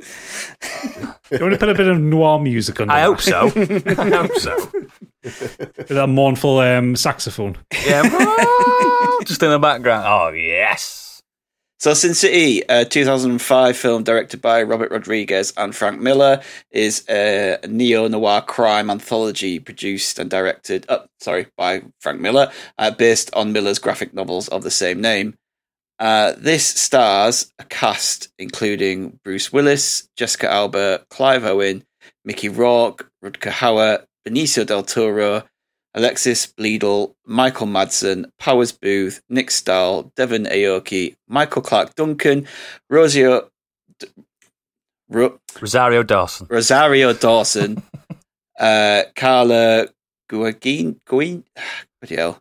Speaker 5: You want to put a bit of noir music on
Speaker 1: <laughs> I hope
Speaker 4: <laughs>
Speaker 1: so. I hope so.
Speaker 5: with that mournful um, saxophone.
Speaker 1: Yeah. <laughs> Just in the background. Oh, yes.
Speaker 4: So, Sin City, a 2005 film directed by Robert Rodriguez and Frank Miller, is a neo noir crime anthology produced and directed, oh, sorry, by Frank Miller, uh, based on Miller's graphic novels of the same name. Uh, this stars a cast including Bruce Willis, Jessica Alba, Clive Owen, Mickey Rourke, Rutger Hauer, Benicio del Toro, Alexis Bleedle, Michael Madsen, Powers Booth, Nick Stahl, Devin Aoki, Michael Clark Duncan, Rosio, D- Ro-
Speaker 1: Rosario Dawson.
Speaker 4: Rosario Dawson, uh, Carla Guagin, <sighs> Guin, bloody hell,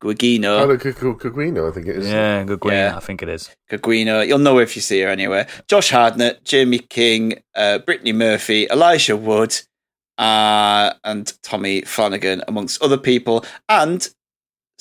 Speaker 4: Guagino.
Speaker 2: Paolo Coquino, I think it is.
Speaker 1: Uh, Yeah, good green.
Speaker 4: Yeah.
Speaker 1: I think it is.
Speaker 4: Gaguino. You'll know if you see her anywhere. Josh Hardnett, Jamie King, uh, Brittany Murphy, Elisha Wood, uh, and Tommy Flanagan, amongst other people. And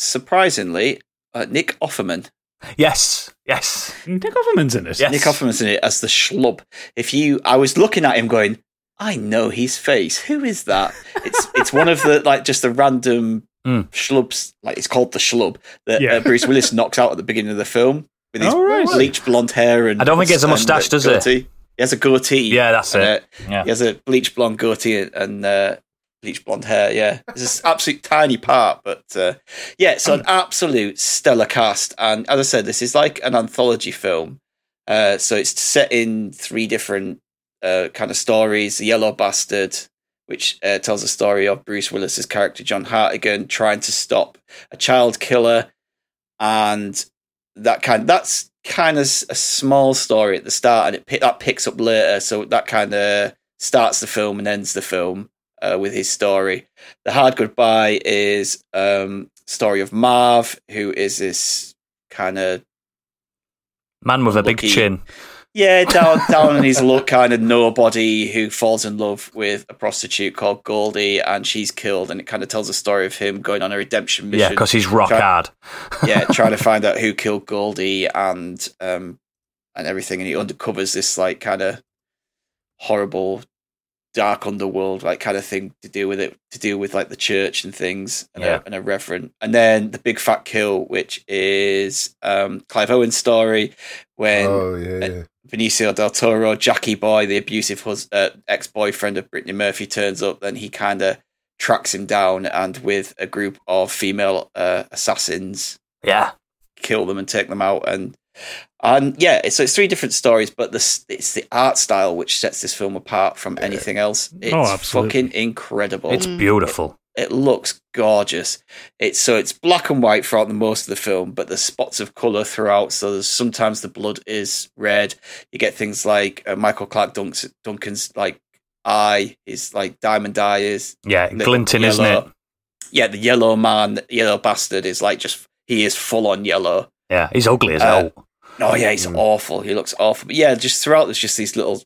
Speaker 4: surprisingly, uh, Nick Offerman.
Speaker 1: Yes. Yes.
Speaker 5: Nick Offerman's Hmm, in it. <laughs>
Speaker 1: Yes.
Speaker 4: Nick Offerman's in it as the schlub. If you, I was looking at him going, I know his face. Who is that? It's it's one of the like just
Speaker 1: <laughs>
Speaker 4: the random
Speaker 1: Mm.
Speaker 4: schlubs. Like it's called the schlub that
Speaker 5: Yeah.
Speaker 4: uh, Bruce Willis knocks out at the beginning of the film with his
Speaker 5: Oh, right.
Speaker 4: bleached blonde hair and
Speaker 1: I don't think he has a
Speaker 4: and, uh,
Speaker 1: mustache, does he?
Speaker 4: goatee. He has a goatee.
Speaker 1: Yeah, that's
Speaker 4: and,
Speaker 1: it.
Speaker 4: uh,
Speaker 1: Yeah.
Speaker 4: He has a bleached blonde goatee and uh, bleached blonde hair. Yeah, it's this absolute tiny part, but uh, yeah, it's an absolute stellar cast. And as I said, this is like an anthology film. Uh, so it's set in three different uh, kind of stories. The Yellow Bastard, which uh, tells the story of Bruce Willis's character John Hartigan trying to stop a child killer, and that kind that's kind of s- a small story at the start, and it pi- that picks up later. So that kind of starts the film and ends the film uh, with his story. The Hard Goodbye is um, story of Marv, who is this kind of
Speaker 1: Man with a big
Speaker 4: Lucky.
Speaker 1: chin.
Speaker 4: yeah, down down in his luck, kind of nobody who falls in love with a prostitute called Goldie, and she's killed, and it kind of tells the story of him going on a redemption
Speaker 1: Yeah,
Speaker 4: mission.
Speaker 1: because he's rock
Speaker 4: Try-
Speaker 1: hard.
Speaker 4: yeah, trying to find out who killed Goldie and um and everything, and he undercovers this like kind of horrible, dark underworld like kind of thing to do with it, to deal with like the church and things, and,
Speaker 1: Yeah.
Speaker 4: a, and a reverend, and then the big fat kill, which is um Clive Owen's story when.
Speaker 2: Oh, yeah, yeah.
Speaker 4: Benicio del Toro, Jackie Boy, the abusive hus- uh, ex boyfriend of Brittany Murphy, turns up. Then he kind of tracks him down and, with a group of female uh, assassins,
Speaker 1: Yeah.
Speaker 4: kill them and take them out. And and yeah, it's, so it's three different stories, but this it's the art style which sets this film apart from anything
Speaker 1: Oh,
Speaker 4: else. It's
Speaker 5: absolutely.
Speaker 4: fucking incredible
Speaker 1: It's
Speaker 3: Mm.
Speaker 1: beautiful.
Speaker 4: it looks gorgeous. It's so it's black and white throughout the most of the film, but there's spots of color throughout. So there's, sometimes the blood is red. You get things like uh, Michael Clark Dunks, Duncan's like eye is like diamond eye is
Speaker 1: Yeah,
Speaker 4: li-
Speaker 1: glinting, isn't it?
Speaker 4: yellow. Yeah, the yellow man, the yellow bastard is like just he is full on yellow.
Speaker 1: Yeah, he's ugly as
Speaker 4: Uh,
Speaker 1: hell.
Speaker 4: Oh yeah, he's
Speaker 2: Mm.
Speaker 4: awful. He looks awful. But yeah, just throughout there's just these little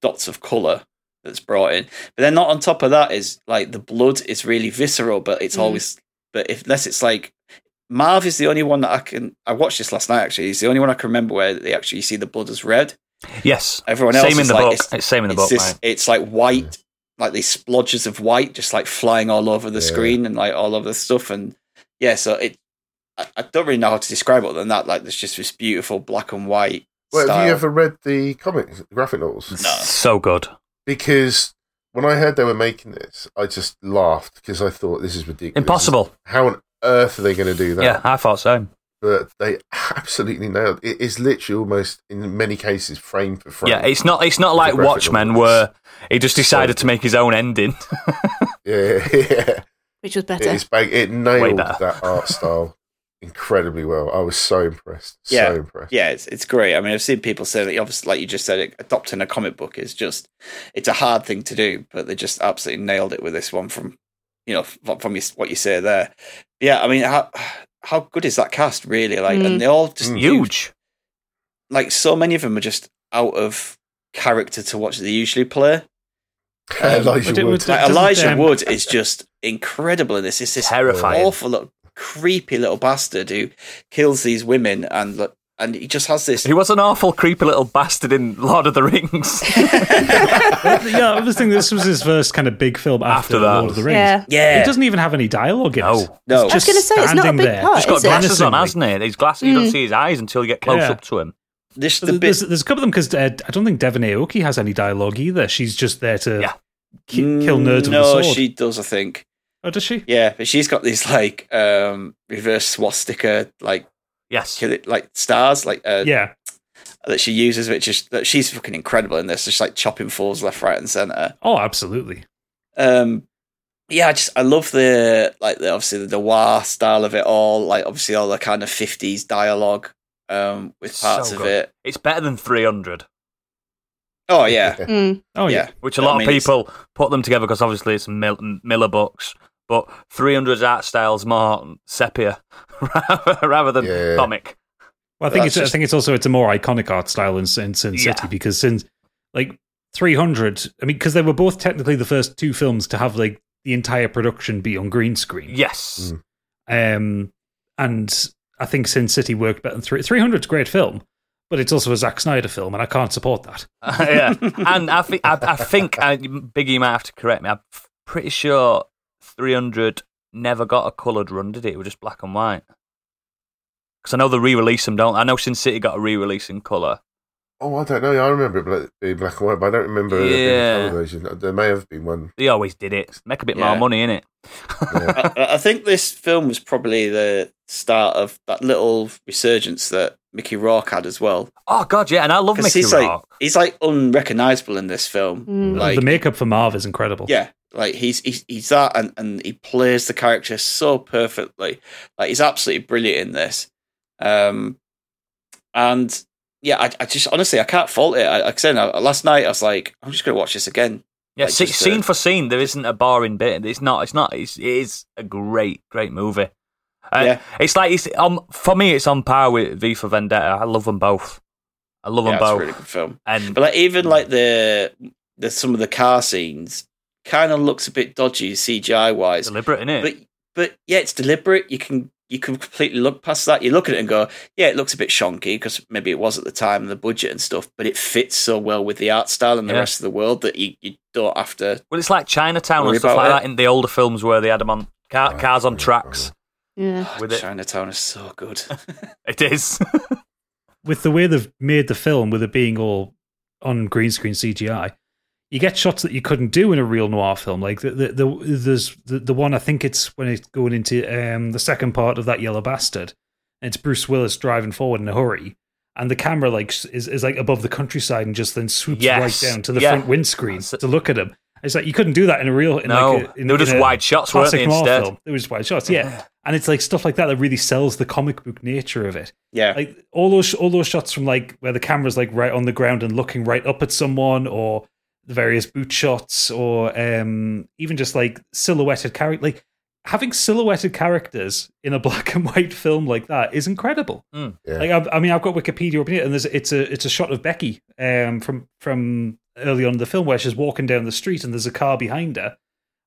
Speaker 4: dots of colour that's brought in. But then not on top of that is like the blood is really visceral, but it's
Speaker 3: Mm.
Speaker 4: always but if unless it's like Marv is the only one that I can I watched this last night actually. He's the only one I can remember where they actually see the blood as red.
Speaker 1: Yes.
Speaker 4: Everyone else
Speaker 1: Same in
Speaker 4: is
Speaker 1: the
Speaker 4: like
Speaker 1: book.
Speaker 4: it's,
Speaker 1: It's, same in the
Speaker 4: it's
Speaker 1: book,
Speaker 4: this-
Speaker 1: mate.
Speaker 4: it's like
Speaker 2: Mm.
Speaker 4: white, like these splodges of white just like flying all over the
Speaker 2: Yeah.
Speaker 4: screen and like all over the stuff and yeah, so it I, I don't really know how to describe it other than that. Like there's just this beautiful black and white.
Speaker 2: Well, have you
Speaker 4: style.
Speaker 2: ever read the comics, graphic novels?
Speaker 4: No.
Speaker 1: So good.
Speaker 2: Because when I heard they were making this, I just laughed because I thought this uh, is ridiculous.
Speaker 1: Impossible.
Speaker 2: How on earth are they going to do that?
Speaker 1: Yeah, I thought so.
Speaker 2: But they absolutely nailed it. It is literally almost, in many cases, frame for frame.
Speaker 1: Yeah, it's not. It's not like
Speaker 2: graphic
Speaker 1: Watchmen,
Speaker 2: novels.
Speaker 1: where he just decided
Speaker 2: So-
Speaker 1: to make his own
Speaker 4: <laughs>
Speaker 1: ending.
Speaker 2: yeah, <laughs> yeah.
Speaker 3: which was
Speaker 2: It,
Speaker 3: better.
Speaker 2: is bang- it nailed
Speaker 1: better.
Speaker 2: that art style incredibly well. I was so impressed.
Speaker 4: Yeah.
Speaker 2: So impressed.
Speaker 4: yeah, it's, it's great. I mean, I've seen people say that, obviously, like you just said, adopting a comic book is just, it's a hard thing to do, but they just absolutely nailed it with this one from, you know, f- from your, what you say there. <sighs> Yeah, I mean, how how good is that cast, really? Like,
Speaker 3: Mm.
Speaker 4: Hmm. and they all just do
Speaker 1: Huge.
Speaker 4: like so many of them are just out of character to what they usually play.
Speaker 2: <laughs> Elijah
Speaker 5: but it
Speaker 2: Wood.
Speaker 5: was-
Speaker 4: Like
Speaker 5: doesn't,
Speaker 4: Elijah
Speaker 5: um,
Speaker 4: Wood is just incredible in this. It's this
Speaker 1: Terrifying.
Speaker 4: awful, little, creepy little bastard who kills these women and like, and he just has this.
Speaker 1: He was an awful, creepy little bastard in Lord of the
Speaker 4: <laughs>
Speaker 1: Rings.
Speaker 5: yeah, I was thinking this was his first kind of big film after,
Speaker 1: After that.
Speaker 5: Lord of the Rings.
Speaker 3: Yeah.
Speaker 4: Yeah,
Speaker 5: It doesn't even have any dialogue in it.
Speaker 1: No.
Speaker 3: I
Speaker 4: no,
Speaker 5: It's
Speaker 3: was
Speaker 5: just
Speaker 3: going to say it's not a
Speaker 5: standing
Speaker 3: big
Speaker 5: there.
Speaker 3: part,
Speaker 1: He's got
Speaker 3: is it?
Speaker 1: glasses on, hasn't
Speaker 4: Hmm.
Speaker 1: he? His glasses, you don't see his eyes until you get close
Speaker 5: Yeah.
Speaker 1: up to him.
Speaker 4: this the
Speaker 5: There's,
Speaker 4: bit.
Speaker 5: there's, there's a couple of them because uh, I don't think Devon Aoki has any dialogue either. She's just there to
Speaker 1: Yeah.
Speaker 5: ki- kill nerds
Speaker 4: Mm, no,
Speaker 5: with a sword.
Speaker 4: she does. I think.
Speaker 5: oh, does she?
Speaker 4: Yeah, but she's got these like um reverse swastika like
Speaker 1: Yes.
Speaker 4: kill it, like stars like uh,
Speaker 5: Yeah.
Speaker 4: that she uses, which is that she's fucking incredible in this. Just like chopping fools left, right, and center.
Speaker 5: Oh, absolutely.
Speaker 4: Um, yeah, I just I love the like the obviously the noir style of it all. Like obviously all the kind of fifties dialogue um with
Speaker 1: So
Speaker 4: parts of
Speaker 1: good.
Speaker 4: it.
Speaker 1: It's better than 300,
Speaker 4: Oh yeah,
Speaker 3: Mm.
Speaker 5: Oh, yeah.
Speaker 4: yeah.
Speaker 1: which a
Speaker 4: I
Speaker 1: lot
Speaker 4: mean,
Speaker 1: of
Speaker 4: it's-
Speaker 1: people put them together because obviously it's Mil- Miller books. But 300's art style's more sepia <laughs> rather than
Speaker 2: Yeah.
Speaker 1: comic.
Speaker 5: Well, I think
Speaker 4: That's
Speaker 5: it's I
Speaker 4: Uh, just-
Speaker 5: think it's also it's a more iconic art style in, in Sin
Speaker 1: Yeah.
Speaker 5: City because since like 300, I mean, because they were both technically the first two films to have like the entire production be on green screen.
Speaker 1: Yes.
Speaker 2: Mm.
Speaker 5: Um, and I think Sin City worked better than 300. 's a great film, but it's also a Zack Snyder film, and I can't support that.
Speaker 1: <laughs> yeah. And I, thi- I, I think, I, Biggie might have to correct me, I'm f- pretty sure 300 never got a coloured run, did it? It was just black and white. Because I know they re release them, don't I know Sin City got a re release in colour.
Speaker 2: Oh, I don't know. I remember it bla- being black and white, but I don't remember it being
Speaker 1: Yeah.
Speaker 2: a colour version. Uh, There may have been one.
Speaker 1: They always did it. Make a bit
Speaker 4: Yeah.
Speaker 1: more money, innit?
Speaker 4: <laughs>
Speaker 2: Yeah.
Speaker 4: <laughs> I, I think this film was probably the start of that little resurgence that Mickey Rourke had as well.
Speaker 1: Oh, God, yeah. And I love
Speaker 4: Because
Speaker 1: Mickey
Speaker 4: he's like
Speaker 1: Rock.
Speaker 4: he's like unrecognizable in this film.
Speaker 3: Mm.
Speaker 4: Like
Speaker 5: the makeup for Marv is incredible.
Speaker 4: Yeah, like he's he's, he's that, and, and he plays the character so perfectly. Like he's absolutely brilliant in this. Um, and yeah, I, I just honestly I can't fault it. I, like I said, I, last night I was like, I'm just gonna watch this again.
Speaker 1: yeah,
Speaker 4: like,
Speaker 1: se-
Speaker 4: just, uh,
Speaker 1: scene for scene, there isn't a boring bit. It's not, it's not, it's, it is a great, great movie. Uh,
Speaker 4: Yeah.
Speaker 1: It's like, it's on, for me, it's on par with V for Vendetta. I love them both. I love
Speaker 4: Yeah,
Speaker 1: them
Speaker 4: it's a
Speaker 1: both.
Speaker 4: really good film.
Speaker 1: And
Speaker 4: But like even like the the some of the car scenes kind of looks a bit dodgy CGI wise.
Speaker 1: deliberate, innit?
Speaker 4: <laughs> But but yeah, it's deliberate. You can you can completely look past that. You look at it and go, yeah, it looks a bit shonky because maybe it was at the time and the budget and stuff, but it fits so well with the art style and the
Speaker 1: Yeah.
Speaker 4: rest of the world that you, you don't have
Speaker 5: <sighs>
Speaker 4: to.
Speaker 1: Well, it's like Chinatown
Speaker 4: Worry
Speaker 1: and stuff
Speaker 4: about
Speaker 1: like
Speaker 4: it.
Speaker 1: that in the older films where they had them on car, cars on tracks.
Speaker 3: Yeah.
Speaker 1: With it.
Speaker 4: Chinatown is so
Speaker 5: <laughs>
Speaker 4: good.
Speaker 1: <laughs> It is.
Speaker 5: With the way they've made the film, with it being all on green screen CGI, you get shots that you couldn't do in a real noir film. Like the the, the there's the, the one I think it's when it's going into um, the second part of that Yellow Bastard. And it's Bruce Willis driving forward in a hurry, and the camera like s- is, is like above the countryside and just then swoops
Speaker 1: Yes.
Speaker 5: right down to the
Speaker 1: Yeah.
Speaker 5: front windscreen
Speaker 1: That's it.
Speaker 5: to look at him. It's like you couldn't do that in a real. In
Speaker 1: no,
Speaker 5: like a, in,
Speaker 1: they were
Speaker 5: in
Speaker 1: just
Speaker 5: a-
Speaker 1: wide shots, weren't
Speaker 5: classic
Speaker 1: they?
Speaker 5: noir
Speaker 1: Instead,
Speaker 5: film. It was wide shots, yeah.
Speaker 1: Yeah.
Speaker 5: And it's like stuff like that that really sells the comic book nature of it.
Speaker 4: yeah.
Speaker 5: Like all those all those shots from like where the camera's like right on the ground and looking right up at someone, or the various boot shots, or um, even just like silhouetted character. Like having silhouetted characters in a <laughs> black and white film like that is incredible.
Speaker 2: Yeah.
Speaker 5: Like I've, I mean, I've got Wikipedia open here, and there's it's a it's a shot of Becky um, from from early on in the film where she's walking down the street, and there's a car behind her,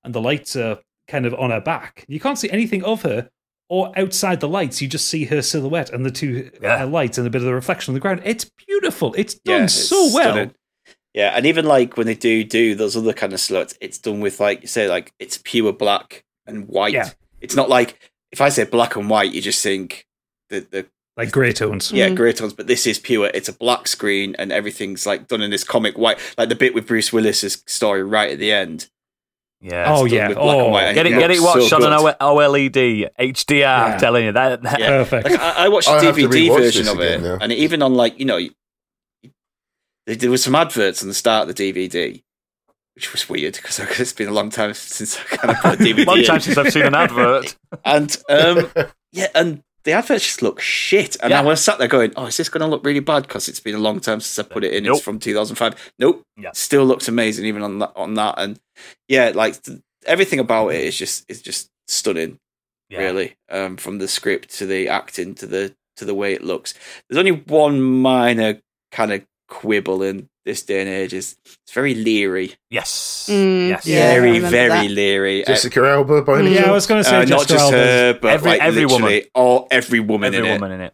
Speaker 5: and the lights are kind of on her back. You can't see anything of her or outside the lights. You just see her silhouette and the two
Speaker 1: Yeah.
Speaker 5: uh, lights and a bit of the reflection on the ground. It's beautiful. It's
Speaker 4: Yeah,
Speaker 5: done
Speaker 4: it's
Speaker 5: so well.
Speaker 4: stunning. Yeah, and even like when they do do those other kind of sluts, it's done with like you say, like it's pure black and white.
Speaker 5: Yeah.
Speaker 4: It's not like if I say black and white, you just think the the
Speaker 5: Like grey tones.
Speaker 4: Yeah,
Speaker 3: Mhm.
Speaker 4: grey tones, but this is pure. It's a black screen, and everything's like done in this comic white, like the bit with Bruce Willis's story right at the end.
Speaker 1: yeah.
Speaker 5: Oh
Speaker 4: done
Speaker 5: yeah.
Speaker 4: with black and
Speaker 5: Oh,
Speaker 4: white.
Speaker 1: get it, get it
Speaker 4: looks
Speaker 1: watched
Speaker 4: so
Speaker 1: on an
Speaker 4: good.
Speaker 1: O- E OLED HDR.
Speaker 5: Yeah.
Speaker 1: I'm telling you that. that-
Speaker 4: Yeah.
Speaker 5: <laughs> perfect.
Speaker 4: Like I,
Speaker 2: <laughs>
Speaker 4: I watched the
Speaker 2: I'll have to
Speaker 4: DVD
Speaker 2: rewatch
Speaker 4: version
Speaker 2: this
Speaker 4: of it,
Speaker 2: again now.
Speaker 4: and even on like you know, there, there was some adverts on the start of the DVD, which was weird because it's been a long time <laughs> since I kind of put a <laughs> DVD.
Speaker 1: Long
Speaker 4: in.
Speaker 1: time since I've seen an advert.
Speaker 4: And
Speaker 1: <laughs>
Speaker 4: um, yeah, and the adverts just look shit. And
Speaker 1: Yeah.
Speaker 4: I was sat there going, "Oh, is this going to look really bad?" Because it's been a long time since I put it in.
Speaker 1: Nope.
Speaker 4: It's from 2005. Nope,
Speaker 1: Yeah.
Speaker 4: still looks amazing even on that. On that, and yeah, like th- everything about it is just is just stunning,
Speaker 1: Yeah.
Speaker 4: really. Um, from the script to the acting to the to the way it looks. There's only one minor kind of quibble in this day and age is it's very leery,
Speaker 1: Yes.
Speaker 3: Mm,
Speaker 1: yes.
Speaker 3: Yeah, I
Speaker 4: very
Speaker 3: remember
Speaker 4: very
Speaker 3: that.
Speaker 4: leery. Uh,
Speaker 2: Jessica Alba
Speaker 1: Mm.
Speaker 2: by any
Speaker 3: Yeah,
Speaker 7: Yeah, I
Speaker 2: chance?
Speaker 7: was going to say
Speaker 4: uh, not
Speaker 7: Jessica
Speaker 4: just
Speaker 7: Alba.
Speaker 4: her, but
Speaker 1: Every-
Speaker 4: like
Speaker 1: every woman.
Speaker 4: literally all every woman
Speaker 1: Every
Speaker 4: in it.
Speaker 1: woman in it.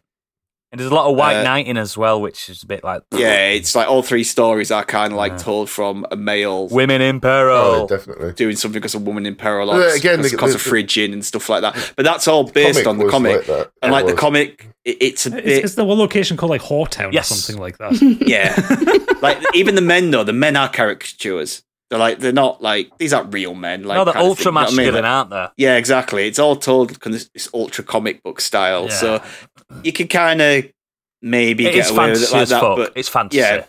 Speaker 1: And there's a lot of white
Speaker 4: Uh,
Speaker 1: knighting as well, which is a bit like
Speaker 4: Yeah, it's like all three stories are kind of like
Speaker 1: Yeah.
Speaker 4: told from a male
Speaker 1: women in peril.
Speaker 2: Oh, definitely.
Speaker 4: doing something because a woman in peril,
Speaker 2: Uh, again,
Speaker 4: again, because
Speaker 2: the-
Speaker 4: because
Speaker 2: the-
Speaker 4: of fridging and stuff like that. But that's all based
Speaker 2: Comic
Speaker 4: on the
Speaker 2: was
Speaker 4: comic,
Speaker 2: like that.
Speaker 4: and
Speaker 2: It
Speaker 4: like the
Speaker 2: was.
Speaker 4: comic, it, it's a
Speaker 7: Is,
Speaker 4: bit
Speaker 7: is there one location called like Hortown
Speaker 1: Yes.
Speaker 7: or something like that?
Speaker 1: <laughs>
Speaker 4: yeah. like even the men though, the men are caricatures. They're like they're not like these aren't real men. Like
Speaker 1: no, they're
Speaker 4: kind of
Speaker 1: ultra
Speaker 4: thing, you know what I mean?
Speaker 1: masculine,
Speaker 4: Like,
Speaker 1: aren't they?
Speaker 4: Yeah, exactly. It's all told kind of this ultra comic book style,
Speaker 1: Yeah.
Speaker 4: so you can kind of maybe
Speaker 1: It
Speaker 4: get
Speaker 1: is
Speaker 4: away with
Speaker 1: fantasy
Speaker 4: it like
Speaker 1: as
Speaker 4: that,
Speaker 1: fuck.
Speaker 4: but
Speaker 1: it's fantasy.
Speaker 4: yeah.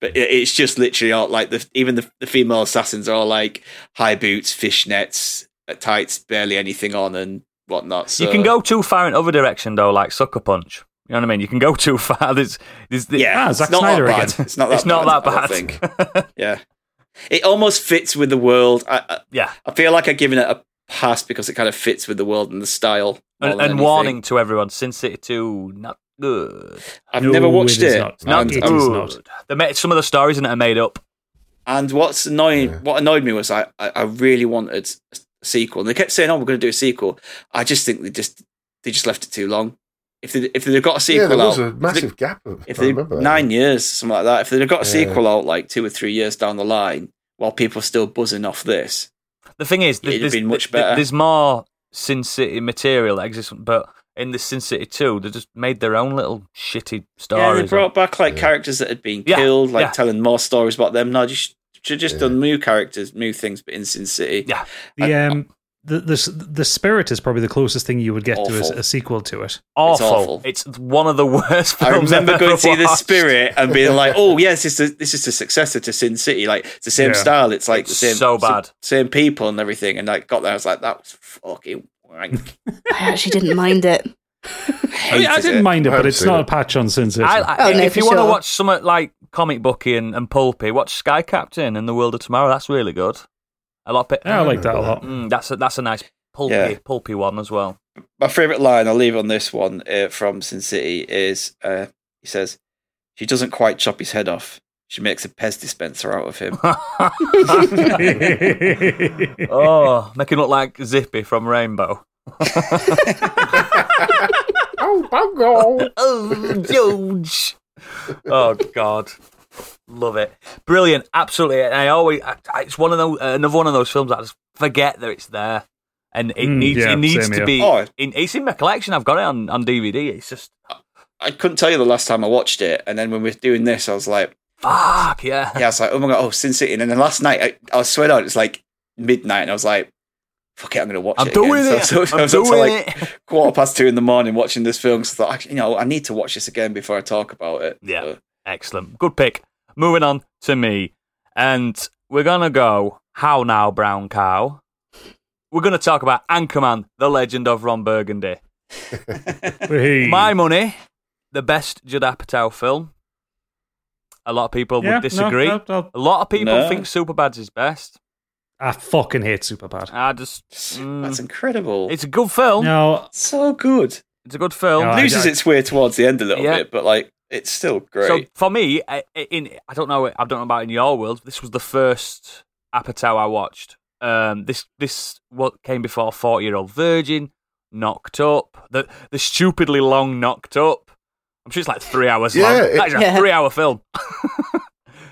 Speaker 4: But it- it's just literally all like the even the, the female assassins are all like high boots, fishnets, uh, tights, barely anything on, and whatnot. So
Speaker 1: You can go too far in other direction though, like sucker punch. You know what I mean? You can go too <laughs> far. There's, there's the,
Speaker 4: Yeah,
Speaker 7: Ah,
Speaker 4: it's
Speaker 7: Zack
Speaker 4: not
Speaker 7: Snyder
Speaker 4: that bad.
Speaker 7: again.
Speaker 4: It's not that
Speaker 1: it's not
Speaker 4: bad. I
Speaker 1: that
Speaker 4: don't
Speaker 1: bad.
Speaker 4: think.
Speaker 1: <laughs>
Speaker 4: yeah, it almost fits with the world. I, I,
Speaker 1: yeah,
Speaker 4: I feel like I've given it a pass because it kind of fits with the world and the style. more
Speaker 1: and,
Speaker 4: than
Speaker 1: and
Speaker 4: anything.
Speaker 1: warning to everyone: Sin City Two, not good.
Speaker 4: <laughs> I've
Speaker 7: No,
Speaker 4: never watched
Speaker 7: it is
Speaker 4: it.
Speaker 7: not.
Speaker 1: Not
Speaker 4: And,
Speaker 7: It
Speaker 4: um,
Speaker 7: is
Speaker 1: good.
Speaker 7: not.
Speaker 1: They made, some of the stories in it are made up.
Speaker 4: and what's annoying,
Speaker 2: Yeah.
Speaker 4: what annoyed me was I, I, I really wanted a sequel, and they kept saying, "Oh, we're going to do a sequel." I just think they just they just left it too long. If they if they'd have got a sequel
Speaker 2: yeah, there
Speaker 4: out,
Speaker 2: was a
Speaker 4: if they-
Speaker 2: massive gap. Of,
Speaker 4: if
Speaker 2: I
Speaker 4: they
Speaker 2: remember that.
Speaker 4: nine years, something like that, if they'd have got a
Speaker 2: Yeah.
Speaker 4: sequel out like two or three years down the line, while people are still buzzing off this,
Speaker 1: The thing is,
Speaker 4: It'd have
Speaker 1: there's,
Speaker 4: been much
Speaker 1: th-
Speaker 4: better.
Speaker 1: there's more Sin City material that exists, but in the Sin City 2, they just made their own little shitty
Speaker 4: yeah,
Speaker 1: stories.
Speaker 4: they brought back like
Speaker 2: Yeah.
Speaker 4: characters that had been
Speaker 1: Yeah,
Speaker 4: killed, like
Speaker 1: yeah.
Speaker 4: telling more stories about them. No, just should just
Speaker 2: Yeah.
Speaker 4: done new characters, new things, but in Sin City,
Speaker 1: Yeah.
Speaker 7: The um, the, the the spirit is probably the closest thing you would get to as
Speaker 4: Awful.
Speaker 7: a sequel to it.
Speaker 1: awful.
Speaker 4: awful.
Speaker 1: It's one of the <laughs> worst
Speaker 4: I
Speaker 1: films
Speaker 4: remember
Speaker 1: I've
Speaker 4: going
Speaker 1: ever
Speaker 4: to see The
Speaker 1: watched.
Speaker 4: Spirit and being like, "Oh, yes, this is this is the successor to Sin City. Like it's the same
Speaker 7: Yeah.
Speaker 4: style. It's like the
Speaker 1: It's
Speaker 4: same
Speaker 1: so bad.
Speaker 4: sa- same people and everything." And I got there, I was like, "That was fucking wank."
Speaker 3: I actually didn't mind
Speaker 2: <laughs>
Speaker 3: it.
Speaker 7: I, mean, I
Speaker 4: Hated
Speaker 7: didn't
Speaker 4: it.
Speaker 7: mind it,
Speaker 2: I
Speaker 7: but
Speaker 2: haven't
Speaker 7: it's
Speaker 2: seen
Speaker 7: not
Speaker 2: it.
Speaker 7: a patch on Sin City.
Speaker 1: I, I,
Speaker 3: Oh, no,
Speaker 1: if
Speaker 3: for
Speaker 1: you want to
Speaker 3: sure.
Speaker 1: watch something like comic booky and, and pulpy, watch Sky Captain and The World of Tomorrow. That's really good. A lot. Of,
Speaker 7: Yeah, I like that a lot.
Speaker 1: Mm, that's a, that's a nice pulpy
Speaker 4: Yeah.
Speaker 1: pulpy one as well.
Speaker 4: My favorite line I'll leave on this one uh, from Sin City is uh, he says, "She doesn't quite chop his head off. She makes a Pez dispenser out of
Speaker 1: <laughs>
Speaker 4: him."
Speaker 1: oh, make him look like Zippy from Rainbow.
Speaker 4: <laughs>
Speaker 2: Oh, bongo.
Speaker 1: Oh, huge. oh God, love it. Brilliant, absolutely. And I always, I, I- it's one of those, another one of those films that I just forget that it's there, and it
Speaker 7: Mm,
Speaker 1: needs,
Speaker 7: yeah,
Speaker 1: it needs
Speaker 7: same
Speaker 1: to
Speaker 7: here.
Speaker 1: be.
Speaker 4: Oh.
Speaker 1: in, it's in my collection. I've got it on, on DVD. It's just
Speaker 4: I couldn't tell you the last time I watched it, and then when we were doing this, I was like,
Speaker 1: fuck yeah.
Speaker 4: "Yeah, I was like, oh my god, oh Sin City." And then last night, I, I swear out, it's like midnight, and I was like. Fuck it, I'm gonna watch
Speaker 1: I'm
Speaker 4: it.
Speaker 1: doing
Speaker 4: again. <laughs>
Speaker 1: it.
Speaker 4: So, so, I
Speaker 1: I'm
Speaker 4: was up
Speaker 1: doing
Speaker 4: till, like
Speaker 1: it.
Speaker 4: quarter past two in the morning watching this film. So I thought, you know, I need to watch this again before I talk about it.
Speaker 1: Yeah.
Speaker 4: So,
Speaker 1: Excellent, good pick. Moving on to me, and we're gonna go. How now, Brown Cow? We're gonna talk about Anchorman: The Legend of Ron Burgundy.
Speaker 7: <laughs> Hey.
Speaker 1: My money, the best Judd Apatow film. A lot of people
Speaker 7: Yeah, no,
Speaker 1: would disagree.
Speaker 7: no, no.
Speaker 1: A lot of people
Speaker 4: No.
Speaker 1: think Superbad's his best.
Speaker 7: I fucking hate Superbad.
Speaker 1: I just,
Speaker 4: That's
Speaker 1: mm,
Speaker 4: incredible. It's
Speaker 1: it's a good film.
Speaker 7: No,
Speaker 4: so good.
Speaker 1: It's a good film.
Speaker 7: No, I
Speaker 4: Loses
Speaker 7: don't-
Speaker 4: its way towards the end a little
Speaker 1: Yeah.
Speaker 4: bit, but like it's still great.
Speaker 1: So for me, I- I- in I don't know, I don't know about in your world. This was the first Apatow I watched. Um, this this what came before Forty Year Old Virgin, Knocked Up, the the stupidly long Knocked Up. I'm sure it's like three hours
Speaker 2: Yeah,
Speaker 1: long.
Speaker 2: it-
Speaker 1: that is a
Speaker 3: Yeah.
Speaker 1: three hour film.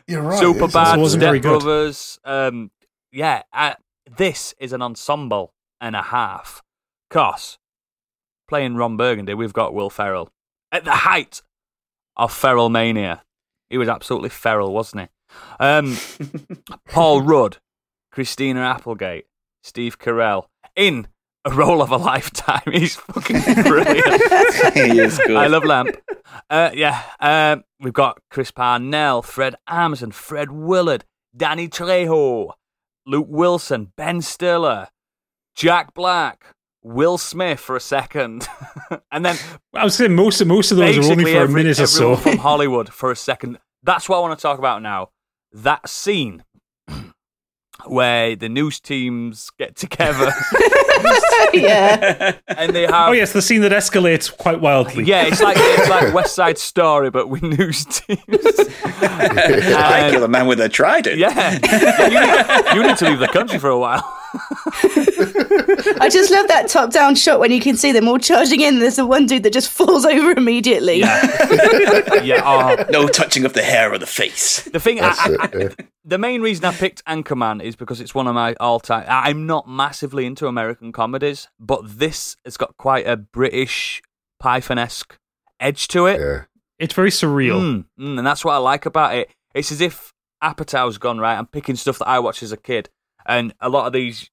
Speaker 2: You're right.
Speaker 1: Super
Speaker 7: it
Speaker 1: bad,
Speaker 7: wasn't
Speaker 1: Step
Speaker 7: very good.
Speaker 1: Brothers. Um, yeah, I, this is an ensemble and a half. Cos playing Ron Burgundy, we've got Will Ferrell at the height of Ferrell mania. He was absolutely feral, wasn't he?
Speaker 7: <laughs>
Speaker 1: Um, Paul Rudd, Christina Applegate, Steve Carell in a role of a lifetime. <laughs> He's
Speaker 7: <laughs>
Speaker 1: fucking brilliant.
Speaker 4: he is good.
Speaker 1: <laughs> I love Lamp. Uh, yeah, um, we've got Chris Parnell, Fred Armisen, Fred Willard, Danny Trejo, Luke Wilson, Ben Stiller, Jack Black, Will Smith for a second, <laughs> and then
Speaker 7: I was saying most of most of those are only
Speaker 1: basically
Speaker 7: for a
Speaker 1: every-
Speaker 7: minute or so.
Speaker 1: everyone from Hollywood for a second. That's what I want to talk about now. That scene <clears throat> where the news teams
Speaker 7: <laughs>
Speaker 1: get together
Speaker 3: yeah.
Speaker 1: and they have.
Speaker 5: Oh yes, the scene that escalates quite wildly.
Speaker 1: Yeah, it's like it's like West Side Story, but with news teams. Um,
Speaker 4: I kill a man with a trident. <laughs>
Speaker 1: Yeah, you, need, you need to leave the country for a
Speaker 2: <laughs>
Speaker 1: while.
Speaker 3: I just love that top down shot when you can see them all charging in. There's the one dude that just falls <laughs> over immediately.
Speaker 1: Yeah. Oh.
Speaker 4: No touching of the hair or the face.
Speaker 1: The thing, I,
Speaker 2: That's
Speaker 1: I,
Speaker 2: it. Yeah.
Speaker 1: the main reason I picked Anchorman is because it's one of my all-time. I- I'm not massively into American comedies, but this has got quite a British Python-esque edge to it.
Speaker 2: yeah.
Speaker 5: It's very surreal.
Speaker 1: Mm, mm, and that's what I like about it. It's as if Apatow's gone right. I'm picking stuff that I watched as a kid, and a lot of these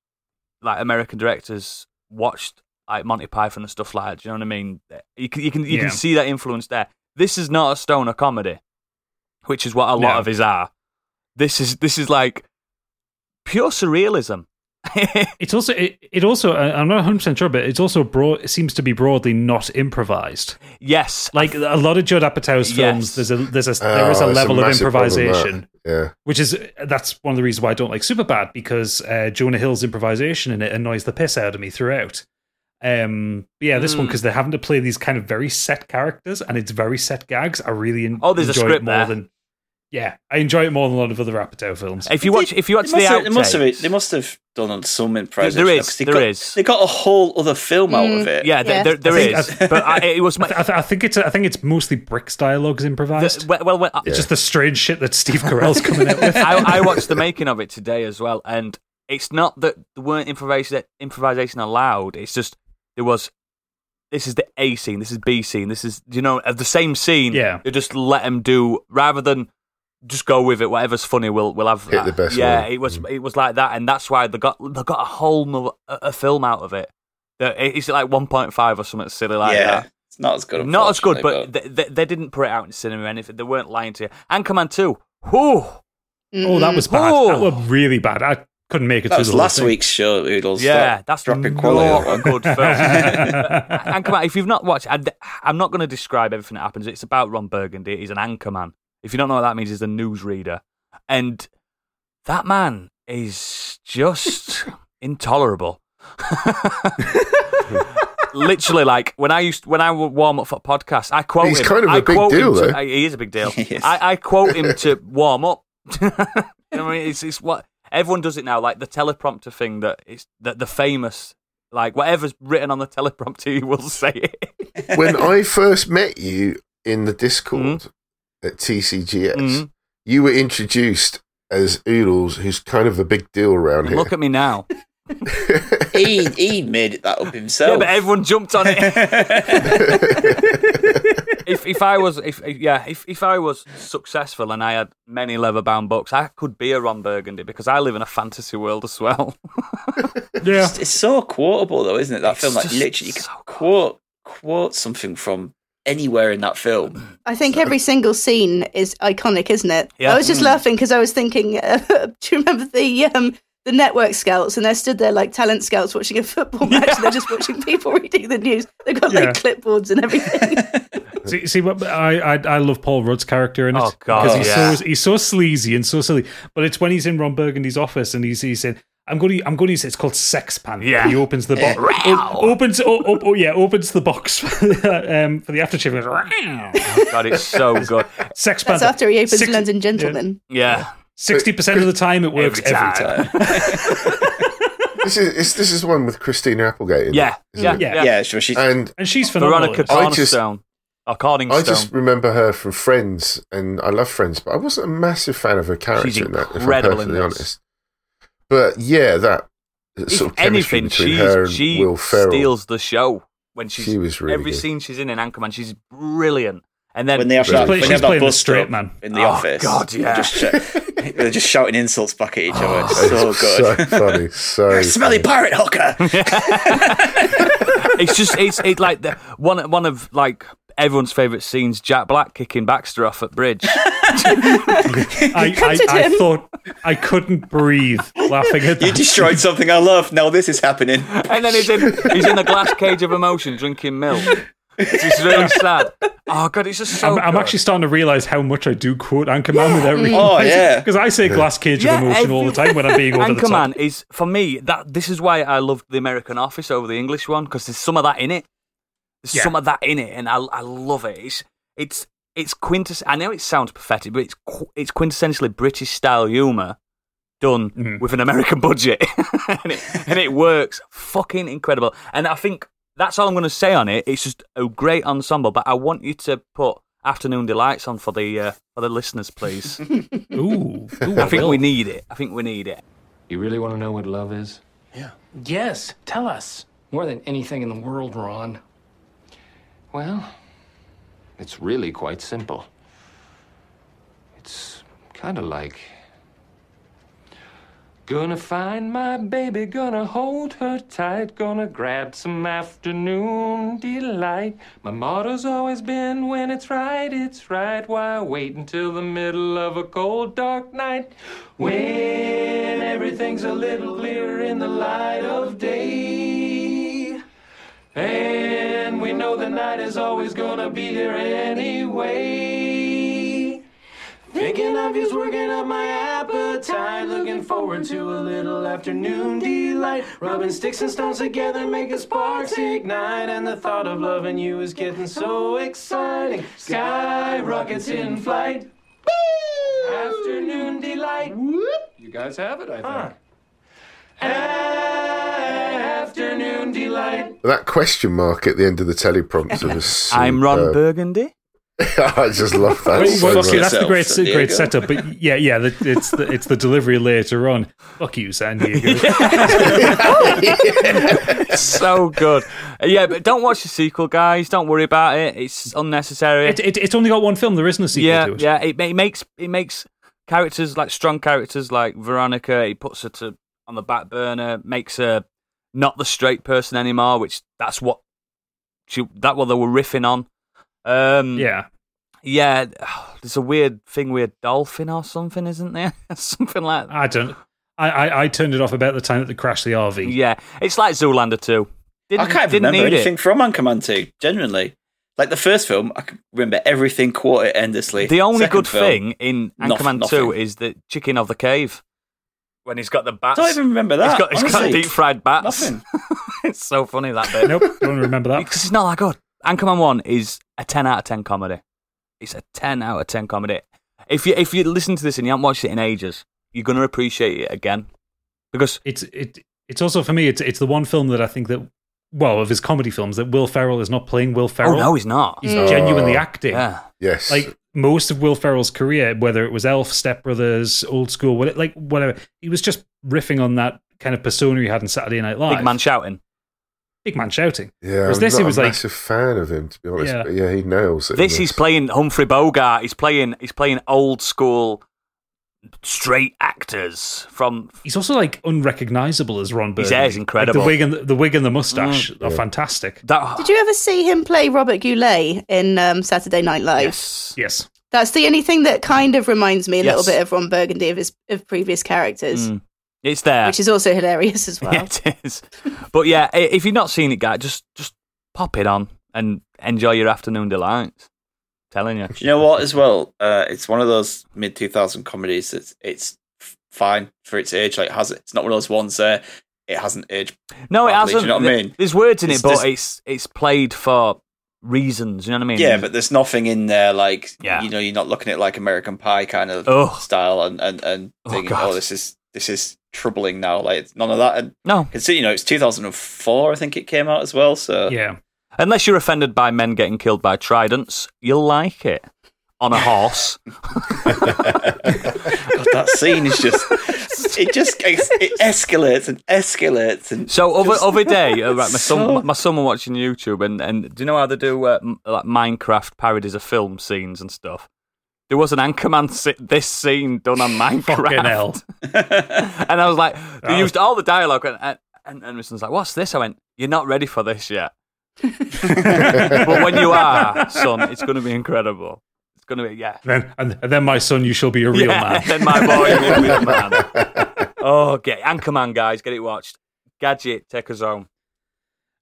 Speaker 1: like American directors watched like Monty Python and stuff like. that. Do you know what I mean? You can you can you
Speaker 5: Yeah.
Speaker 1: can see that influence there. This is not a stoner comedy, which is what a lot
Speaker 5: No.
Speaker 1: of his are. This is this is like pure surrealism. Hmm.
Speaker 5: It's also it, it also I- I'm not 100 percent sure, but it's also broad. It seems to be broadly not improvised.
Speaker 1: yes,
Speaker 5: Like a lot of Judd Apatow's
Speaker 1: Yes.
Speaker 5: films, there's a there's a there is
Speaker 2: Oh,
Speaker 5: a
Speaker 2: that's
Speaker 5: level of
Speaker 2: massive problem, that.
Speaker 5: improvisation,
Speaker 2: Yeah.
Speaker 5: which is that's one of the reasons why I don't like Superbad because uh, Jonah Hill's improvisation in it annoys the piss out of me throughout. Um, but yeah, this one
Speaker 1: Hmm.
Speaker 5: because they're having to play these kind of very set characters and it's very set gags. I really en-
Speaker 1: Oh, there's a
Speaker 5: enjoy
Speaker 1: script
Speaker 5: it more
Speaker 1: there.
Speaker 5: than yeah, I enjoy it more than a lot of other Apatow films.
Speaker 1: if you watch if you watch
Speaker 4: They must,
Speaker 1: the
Speaker 4: have, they, must have,
Speaker 1: outtakes,
Speaker 4: they must have done some
Speaker 1: there
Speaker 4: improvisation.
Speaker 1: there
Speaker 4: because
Speaker 1: is
Speaker 4: They
Speaker 1: there
Speaker 4: got,
Speaker 1: is
Speaker 4: They got a whole other film out of it.
Speaker 1: yeah,
Speaker 3: Yeah.
Speaker 1: there, there, there
Speaker 5: I
Speaker 1: is.
Speaker 5: think-
Speaker 1: but I, it was
Speaker 5: <laughs> I,
Speaker 1: my.
Speaker 5: th- I, th- I think it's I think it's mostly Brick's dialogues improvised.
Speaker 1: the- well, well, uh, well,
Speaker 5: it's just the strange shit that Steve Carell's coming out
Speaker 1: <laughs>
Speaker 5: with.
Speaker 1: I, I watched the making of it today as well, and it's not that there weren't improvisation, improvisation allowed. It's just there was. This is the A scene. This is B scene. This is you know of the same scene.
Speaker 5: Yeah.
Speaker 1: they just let them do rather than just go with it. Whatever's funny, we'll we'll have
Speaker 2: Hit
Speaker 1: that.
Speaker 2: the best Mm.
Speaker 1: Yeah,
Speaker 2: one.
Speaker 1: it was it was like that, and that's why they got they got a whole nother, a, a film out of it. That- It's like one point five or something silly like
Speaker 4: yeah.
Speaker 1: that.
Speaker 4: It's not as good.
Speaker 1: Not as good, but
Speaker 4: unfortunately,
Speaker 1: they, they, they didn't put it out in cinema or anything. They weren't lying to you. And Command 2. Whew.
Speaker 3: Mm.
Speaker 5: Oh, that was bad.
Speaker 1: Oh.
Speaker 5: That was really bad. I couldn't make it
Speaker 4: that
Speaker 5: through
Speaker 4: was
Speaker 5: the whole
Speaker 4: last
Speaker 5: thing.
Speaker 4: week's show. Oodles.
Speaker 1: Yeah,
Speaker 4: Stop
Speaker 1: that's
Speaker 4: uh, dropping
Speaker 1: not
Speaker 4: quality. on that
Speaker 1: a
Speaker 4: <laughs> one.
Speaker 1: good film. <laughs> But Anchorman. If you've not watched, I, am not going to describe everything that happens. It's about Ron Burgundy. He's an anchorman. If you don't know what that means, he's a newsreader, and that man is
Speaker 2: <laughs>
Speaker 1: just intolerable. Literally, like when I used when I would warm up for podcasts, I quote
Speaker 2: He's
Speaker 1: him.
Speaker 2: kind of
Speaker 1: I
Speaker 2: a big
Speaker 1: quote him
Speaker 2: deal,
Speaker 1: to-
Speaker 2: though.
Speaker 1: I- he is a big
Speaker 2: <laughs>
Speaker 1: deal.
Speaker 4: He is.
Speaker 1: I, I quote him to warm up. <laughs> you know what I mean? It's, it's what everyone does it now, like the teleprompter thing that it's that the famous like whatever's written on the teleprompter, <laughs> you will say it.
Speaker 2: <laughs> when I first met you in the Discord
Speaker 1: Mm-hmm.
Speaker 2: at TCGS,
Speaker 1: Mhm.
Speaker 2: you were introduced as Oodles, who's kind of a big deal around here.
Speaker 1: Look at me now.
Speaker 4: he he made that
Speaker 1: <laughs>
Speaker 4: up
Speaker 1: Yeah,
Speaker 4: himself.
Speaker 1: but everyone jumped on
Speaker 2: <laughs>
Speaker 1: it. if if I was if yeah if if I was successful and I had many leather bound books, I could be a Ron Burgundy because I live in a fantasy world as well. <laughs>
Speaker 4: <laughs>
Speaker 5: Yeah.
Speaker 4: it's, it's so quotable though, isn't it? That
Speaker 1: It's
Speaker 4: film, like
Speaker 1: just
Speaker 4: literally, you can
Speaker 1: so good.
Speaker 4: quote quote something from anywhere in that film.
Speaker 3: I think every single scene is iconic, isn't it?
Speaker 1: Yeah. Hmm.
Speaker 3: I was just laughing because I was thinking, <laughs> uh, do you remember the um, the network scouts? And they stood there like talent scouts watching a football match. And they're just watching people <laughs> reading the news. They've got
Speaker 5: Yeah.
Speaker 3: like clipboards
Speaker 1: <laughs>
Speaker 3: and everything.
Speaker 5: See, see what I, I I love Paul Rudd's character in it.
Speaker 1: Oh, God,
Speaker 5: because he's
Speaker 1: yeah.
Speaker 5: so he's so sleazy and so silly. But it's when he's in Ron Burgundy's office and he's he's saying, "I'm going to I'm going to use it's called sex pan."
Speaker 1: Yeah.
Speaker 5: he opens the
Speaker 4: <laughs>
Speaker 5: box. opens oh, oh, oh, yeah, opens the box <laughs> for the, um, for the aftershave. and goes, "Row."
Speaker 1: Oh, God, it's
Speaker 2: <laughs>
Speaker 1: so good.
Speaker 5: Sex pan.
Speaker 3: That's after he opens
Speaker 5: Six-
Speaker 3: London Gentleman.
Speaker 1: Yeah,
Speaker 5: Sixty percent of the time, it works every time.
Speaker 2: this is it's, this is one with Christina Applegate. In
Speaker 1: yeah,
Speaker 2: it, isn't
Speaker 1: yeah,
Speaker 2: it?
Speaker 1: yeah.
Speaker 5: Yeah.
Speaker 4: Yeah, so she's
Speaker 2: And
Speaker 5: And she's phenomenal.
Speaker 1: Veronica
Speaker 2: I just-
Speaker 1: Cornerstone. Or Corningstone.
Speaker 2: I just remember her from Friends, and I love Friends, but I wasn't a massive fan of her character
Speaker 1: She's
Speaker 2: in that. If I'm
Speaker 1: incredible in
Speaker 2: perfectly
Speaker 1: this.
Speaker 2: honest. But yeah, that
Speaker 1: if
Speaker 2: sort of chemistry
Speaker 1: anything,
Speaker 2: between
Speaker 1: she
Speaker 2: her and
Speaker 1: she
Speaker 2: Will Ferrell.
Speaker 1: steals the show when she's
Speaker 2: She was really
Speaker 1: every
Speaker 2: good.
Speaker 1: scene she's in in Anchorman. She's brilliant, and then
Speaker 4: when they have
Speaker 2: She's
Speaker 4: that, when
Speaker 5: play-
Speaker 4: they
Speaker 5: she's
Speaker 4: have that
Speaker 5: playing the
Speaker 4: bus
Speaker 5: straight
Speaker 4: up
Speaker 5: man.
Speaker 4: in the
Speaker 1: Oh,
Speaker 4: offic.
Speaker 1: God, yeah. Oh, <laughs>
Speaker 4: just, sh- they're just shouting insults back at each other. It's so
Speaker 2: It's
Speaker 4: good.
Speaker 2: so funny,
Speaker 4: You're
Speaker 1: <laughs>
Speaker 2: so
Speaker 4: a smelly
Speaker 2: funny.
Speaker 4: pirate hooker.
Speaker 1: it's just it's it's like the, one one of like everyone's favorite scenes. Jack Black kicking Baxter off at
Speaker 4: <laughs>
Speaker 1: bridge.
Speaker 5: I, I,
Speaker 3: Cut it in.
Speaker 5: I thought I couldn't breathe laughing at
Speaker 4: you
Speaker 5: that.
Speaker 4: destroyed something I love. Now this is happening.
Speaker 1: And then he's in he's in the glass cage of emotion drinking milk. It's really sad. Oh god, it's just so.
Speaker 5: I'm, I'm
Speaker 1: good.
Speaker 5: actually starting to realize how much I do quote Anchorman without realizing.
Speaker 4: Oh, yeah.
Speaker 5: Because I say glass cage
Speaker 1: Yeah,
Speaker 5: of emotion all the
Speaker 1: every-
Speaker 5: time when I'm being over the top.
Speaker 1: Anchorman is for me that this is why I loved the American Office over the English one because there's some of that in it. There's
Speaker 5: Yeah.
Speaker 1: some of that in it, and I I love it. It's it's it's quintess. I know it sounds pathetic, but it's qu- it's quintessentially British style humor done
Speaker 5: Mhm.
Speaker 1: with an American budget, <laughs> and, it, and it works fucking incredible. And I think that's all I'm going to say on it. It's just a great ensemble. But I want you to put Afternoon Delights on for the uh, for the listeners, please.
Speaker 5: <laughs> Ooh, ooh
Speaker 1: I think we need it. I think we need it.
Speaker 8: You really want to know what love is? Yeah. Yes, tell us. More than anything in the world, Ron. Well, it's really quite simple. It's kind of like. Gonna find my baby, gonna hold her tight, gonna grab some afternoon delight. My motto's always been when it's right, it's right. Why wait until the middle of a cold, dark night? When everything's a little clearer in the light of day. And we know the night is always gonna be here anyway. Thinking of you's working up my appetite. Looking forward to a little afternoon delight. Rubbing sticks and stones together, making sparks ignite. And the thought of loving you is getting so exciting. Skyrockets in flight. Afternoon delight. You guys have it, I think. Afternoon delight.
Speaker 2: That question mark at the end of
Speaker 1: <laughs>
Speaker 2: the teleprompter was. Superb.
Speaker 1: I'm Ron Burgundy.
Speaker 2: <laughs> I just love that.
Speaker 5: Well,
Speaker 2: so
Speaker 5: well, see,
Speaker 2: much.
Speaker 5: that's the great,
Speaker 4: Yourself, San
Speaker 5: great
Speaker 4: Diego.
Speaker 5: setup, but yeah, yeah, the, it's the it's the delivery later on. Fuck you, San Diego.
Speaker 1: <laughs> so good. Uh, Yeah, but don't watch the sequel, guys. Don't worry about it. It's unnecessary.
Speaker 5: it, it, it's only got one film. There isn't a sequel
Speaker 1: yeah,
Speaker 5: to it.
Speaker 1: yeah. It, ma- it makes it makes characters like strong characters like Veronica. It puts her to on the back burner. Makes her not the straight person anymore, which that's what she that what they were riffing on. Um,
Speaker 5: yeah.
Speaker 1: yeah. <sighs> There's a weird thing with a dolphin or something, isn't there? <laughs> something like that.
Speaker 5: I don't. I, I I turned it off about the time that they crashed the RV.
Speaker 1: Yeah, it's like Zoolander two. Didn't,
Speaker 4: I can't
Speaker 1: didn't
Speaker 4: remember
Speaker 1: need
Speaker 4: anything
Speaker 1: it.
Speaker 4: from Anchorman 2, genuinely. Like the first film, I can remember everything quoted endlessly.
Speaker 1: The only
Speaker 4: Second
Speaker 1: good
Speaker 4: film,
Speaker 1: thing in
Speaker 4: noth-
Speaker 1: Anchorman Two
Speaker 4: nothing.
Speaker 1: is the chicken of the cave when he's got the
Speaker 4: I
Speaker 1: bats.
Speaker 4: don't even remember that.
Speaker 1: he's got, he's got
Speaker 4: honestly.
Speaker 1: deep fried bats.
Speaker 4: Nothing.
Speaker 1: <laughs> it's so funny that bit
Speaker 5: Nope. Don't remember that.
Speaker 1: because it's not that good. Anchorman One is a ten out of ten comedy. It's a ten out of ten comedy. If you if you listen to this and you haven't watched it in ages, you're gonna appreciate it again because oh,
Speaker 5: It's it. It's also for me. It's it's the one film that I think that well of his comedy films that Will Ferrell is not playing Will Ferrell.
Speaker 1: oh no, he's not.
Speaker 5: he's
Speaker 2: Mm.
Speaker 5: genuinely
Speaker 2: Oh,
Speaker 5: acting.
Speaker 1: Yeah,
Speaker 2: yes.
Speaker 5: Like most of Will Ferrell's career, whether it was Elf, Step Brothers, Old School, what like whatever, he was just riffing on that kind of persona he had in Saturday Night Live.
Speaker 1: big man shouting.
Speaker 5: big man shouting.
Speaker 2: yeah,
Speaker 5: Whereas
Speaker 2: I'm
Speaker 5: this,
Speaker 2: not
Speaker 5: it was
Speaker 2: a
Speaker 5: like-
Speaker 2: massive fan of him, to be honest.
Speaker 5: Yeah.
Speaker 2: But yeah, he nails it. in
Speaker 1: This he's playing Humphrey Bogart. He's playing he's playing old school straight actors from
Speaker 5: He's also like unrecognizable as Ron Burgundy.
Speaker 1: hair is incredible. Mm.
Speaker 5: Like, the wig and the, the wig and the mustache are
Speaker 2: Yeah.
Speaker 5: fantastic.
Speaker 1: that.
Speaker 3: Did you ever see him play Robert Goulet in um, Saturday Night Live?
Speaker 1: Yes.
Speaker 5: Yes.
Speaker 3: That's the only thing that kind of reminds me a
Speaker 1: Yes.
Speaker 3: little bit of Ron Burgundy of his of previous characters,
Speaker 1: Mm. It's there. <laughs>
Speaker 3: which is also hilarious as well.
Speaker 1: Yeah, it is. But yeah, i- if you've not seen it, guys, just just pop it on and enjoy your afternoon delights. Telling you,
Speaker 4: Do <laughs> you know what? As well, uh, it's one of those mid two thousand comedies that's it's f- fine for its age. Like, it has It's not one of those ones there. It hasn't aged.
Speaker 1: no, it
Speaker 4: Lovely, do
Speaker 1: hasn't.
Speaker 4: you know what I
Speaker 1: Th-
Speaker 4: mean?
Speaker 1: There's words in
Speaker 4: It's
Speaker 1: it, but
Speaker 4: just-
Speaker 1: it's it's played for reasons. You know what I mean?
Speaker 4: Yeah, but there's nothing in there like
Speaker 1: Yeah. Oh,
Speaker 4: you know you're not looking at like American Pie kind of
Speaker 1: Ugh.
Speaker 4: style and and and
Speaker 1: Oh,
Speaker 4: thinking,
Speaker 1: God.
Speaker 4: oh, this is this is troubling now. Like it's none of that. And
Speaker 1: no,
Speaker 4: consider you know it's 2004, I think it came out as well.
Speaker 1: Uh,
Speaker 4: So
Speaker 5: Yeah.
Speaker 1: unless you're offended by men getting killed by tridents, you'll like it on a horse.
Speaker 4: God, that scene
Speaker 1: <laughs>
Speaker 4: is just it just it, it escalates and
Speaker 1: <laughs>
Speaker 4: escalates and
Speaker 1: So other
Speaker 4: Just-
Speaker 1: other day, uh,
Speaker 5: <laughs>
Speaker 1: right, my
Speaker 4: So-
Speaker 1: son, my son were watching YouTube, and, and do you know how they do uh, m- like Minecraft parodies of film scenes and stuff? There was an Anchorman si- this scene done
Speaker 5: <laughs>
Speaker 1: on
Speaker 5: Fucking hell.
Speaker 1: Minecraft, and I was like, they
Speaker 5: Oh.
Speaker 1: used all the dialogue, and and, and, and my son's like, "What's this?" I went, "You're not ready for this
Speaker 5: <laughs>
Speaker 1: yet, but when you are, son, it's going to be incredible. It's going to be yeah,
Speaker 5: And then, and, and then my son, you shall be a real
Speaker 1: yeah,
Speaker 5: man.
Speaker 1: Then my boy, you're a real man.
Speaker 5: <laughs>
Speaker 1: Oh, get Anchorman, guys, get it watched. Gadget, take us home.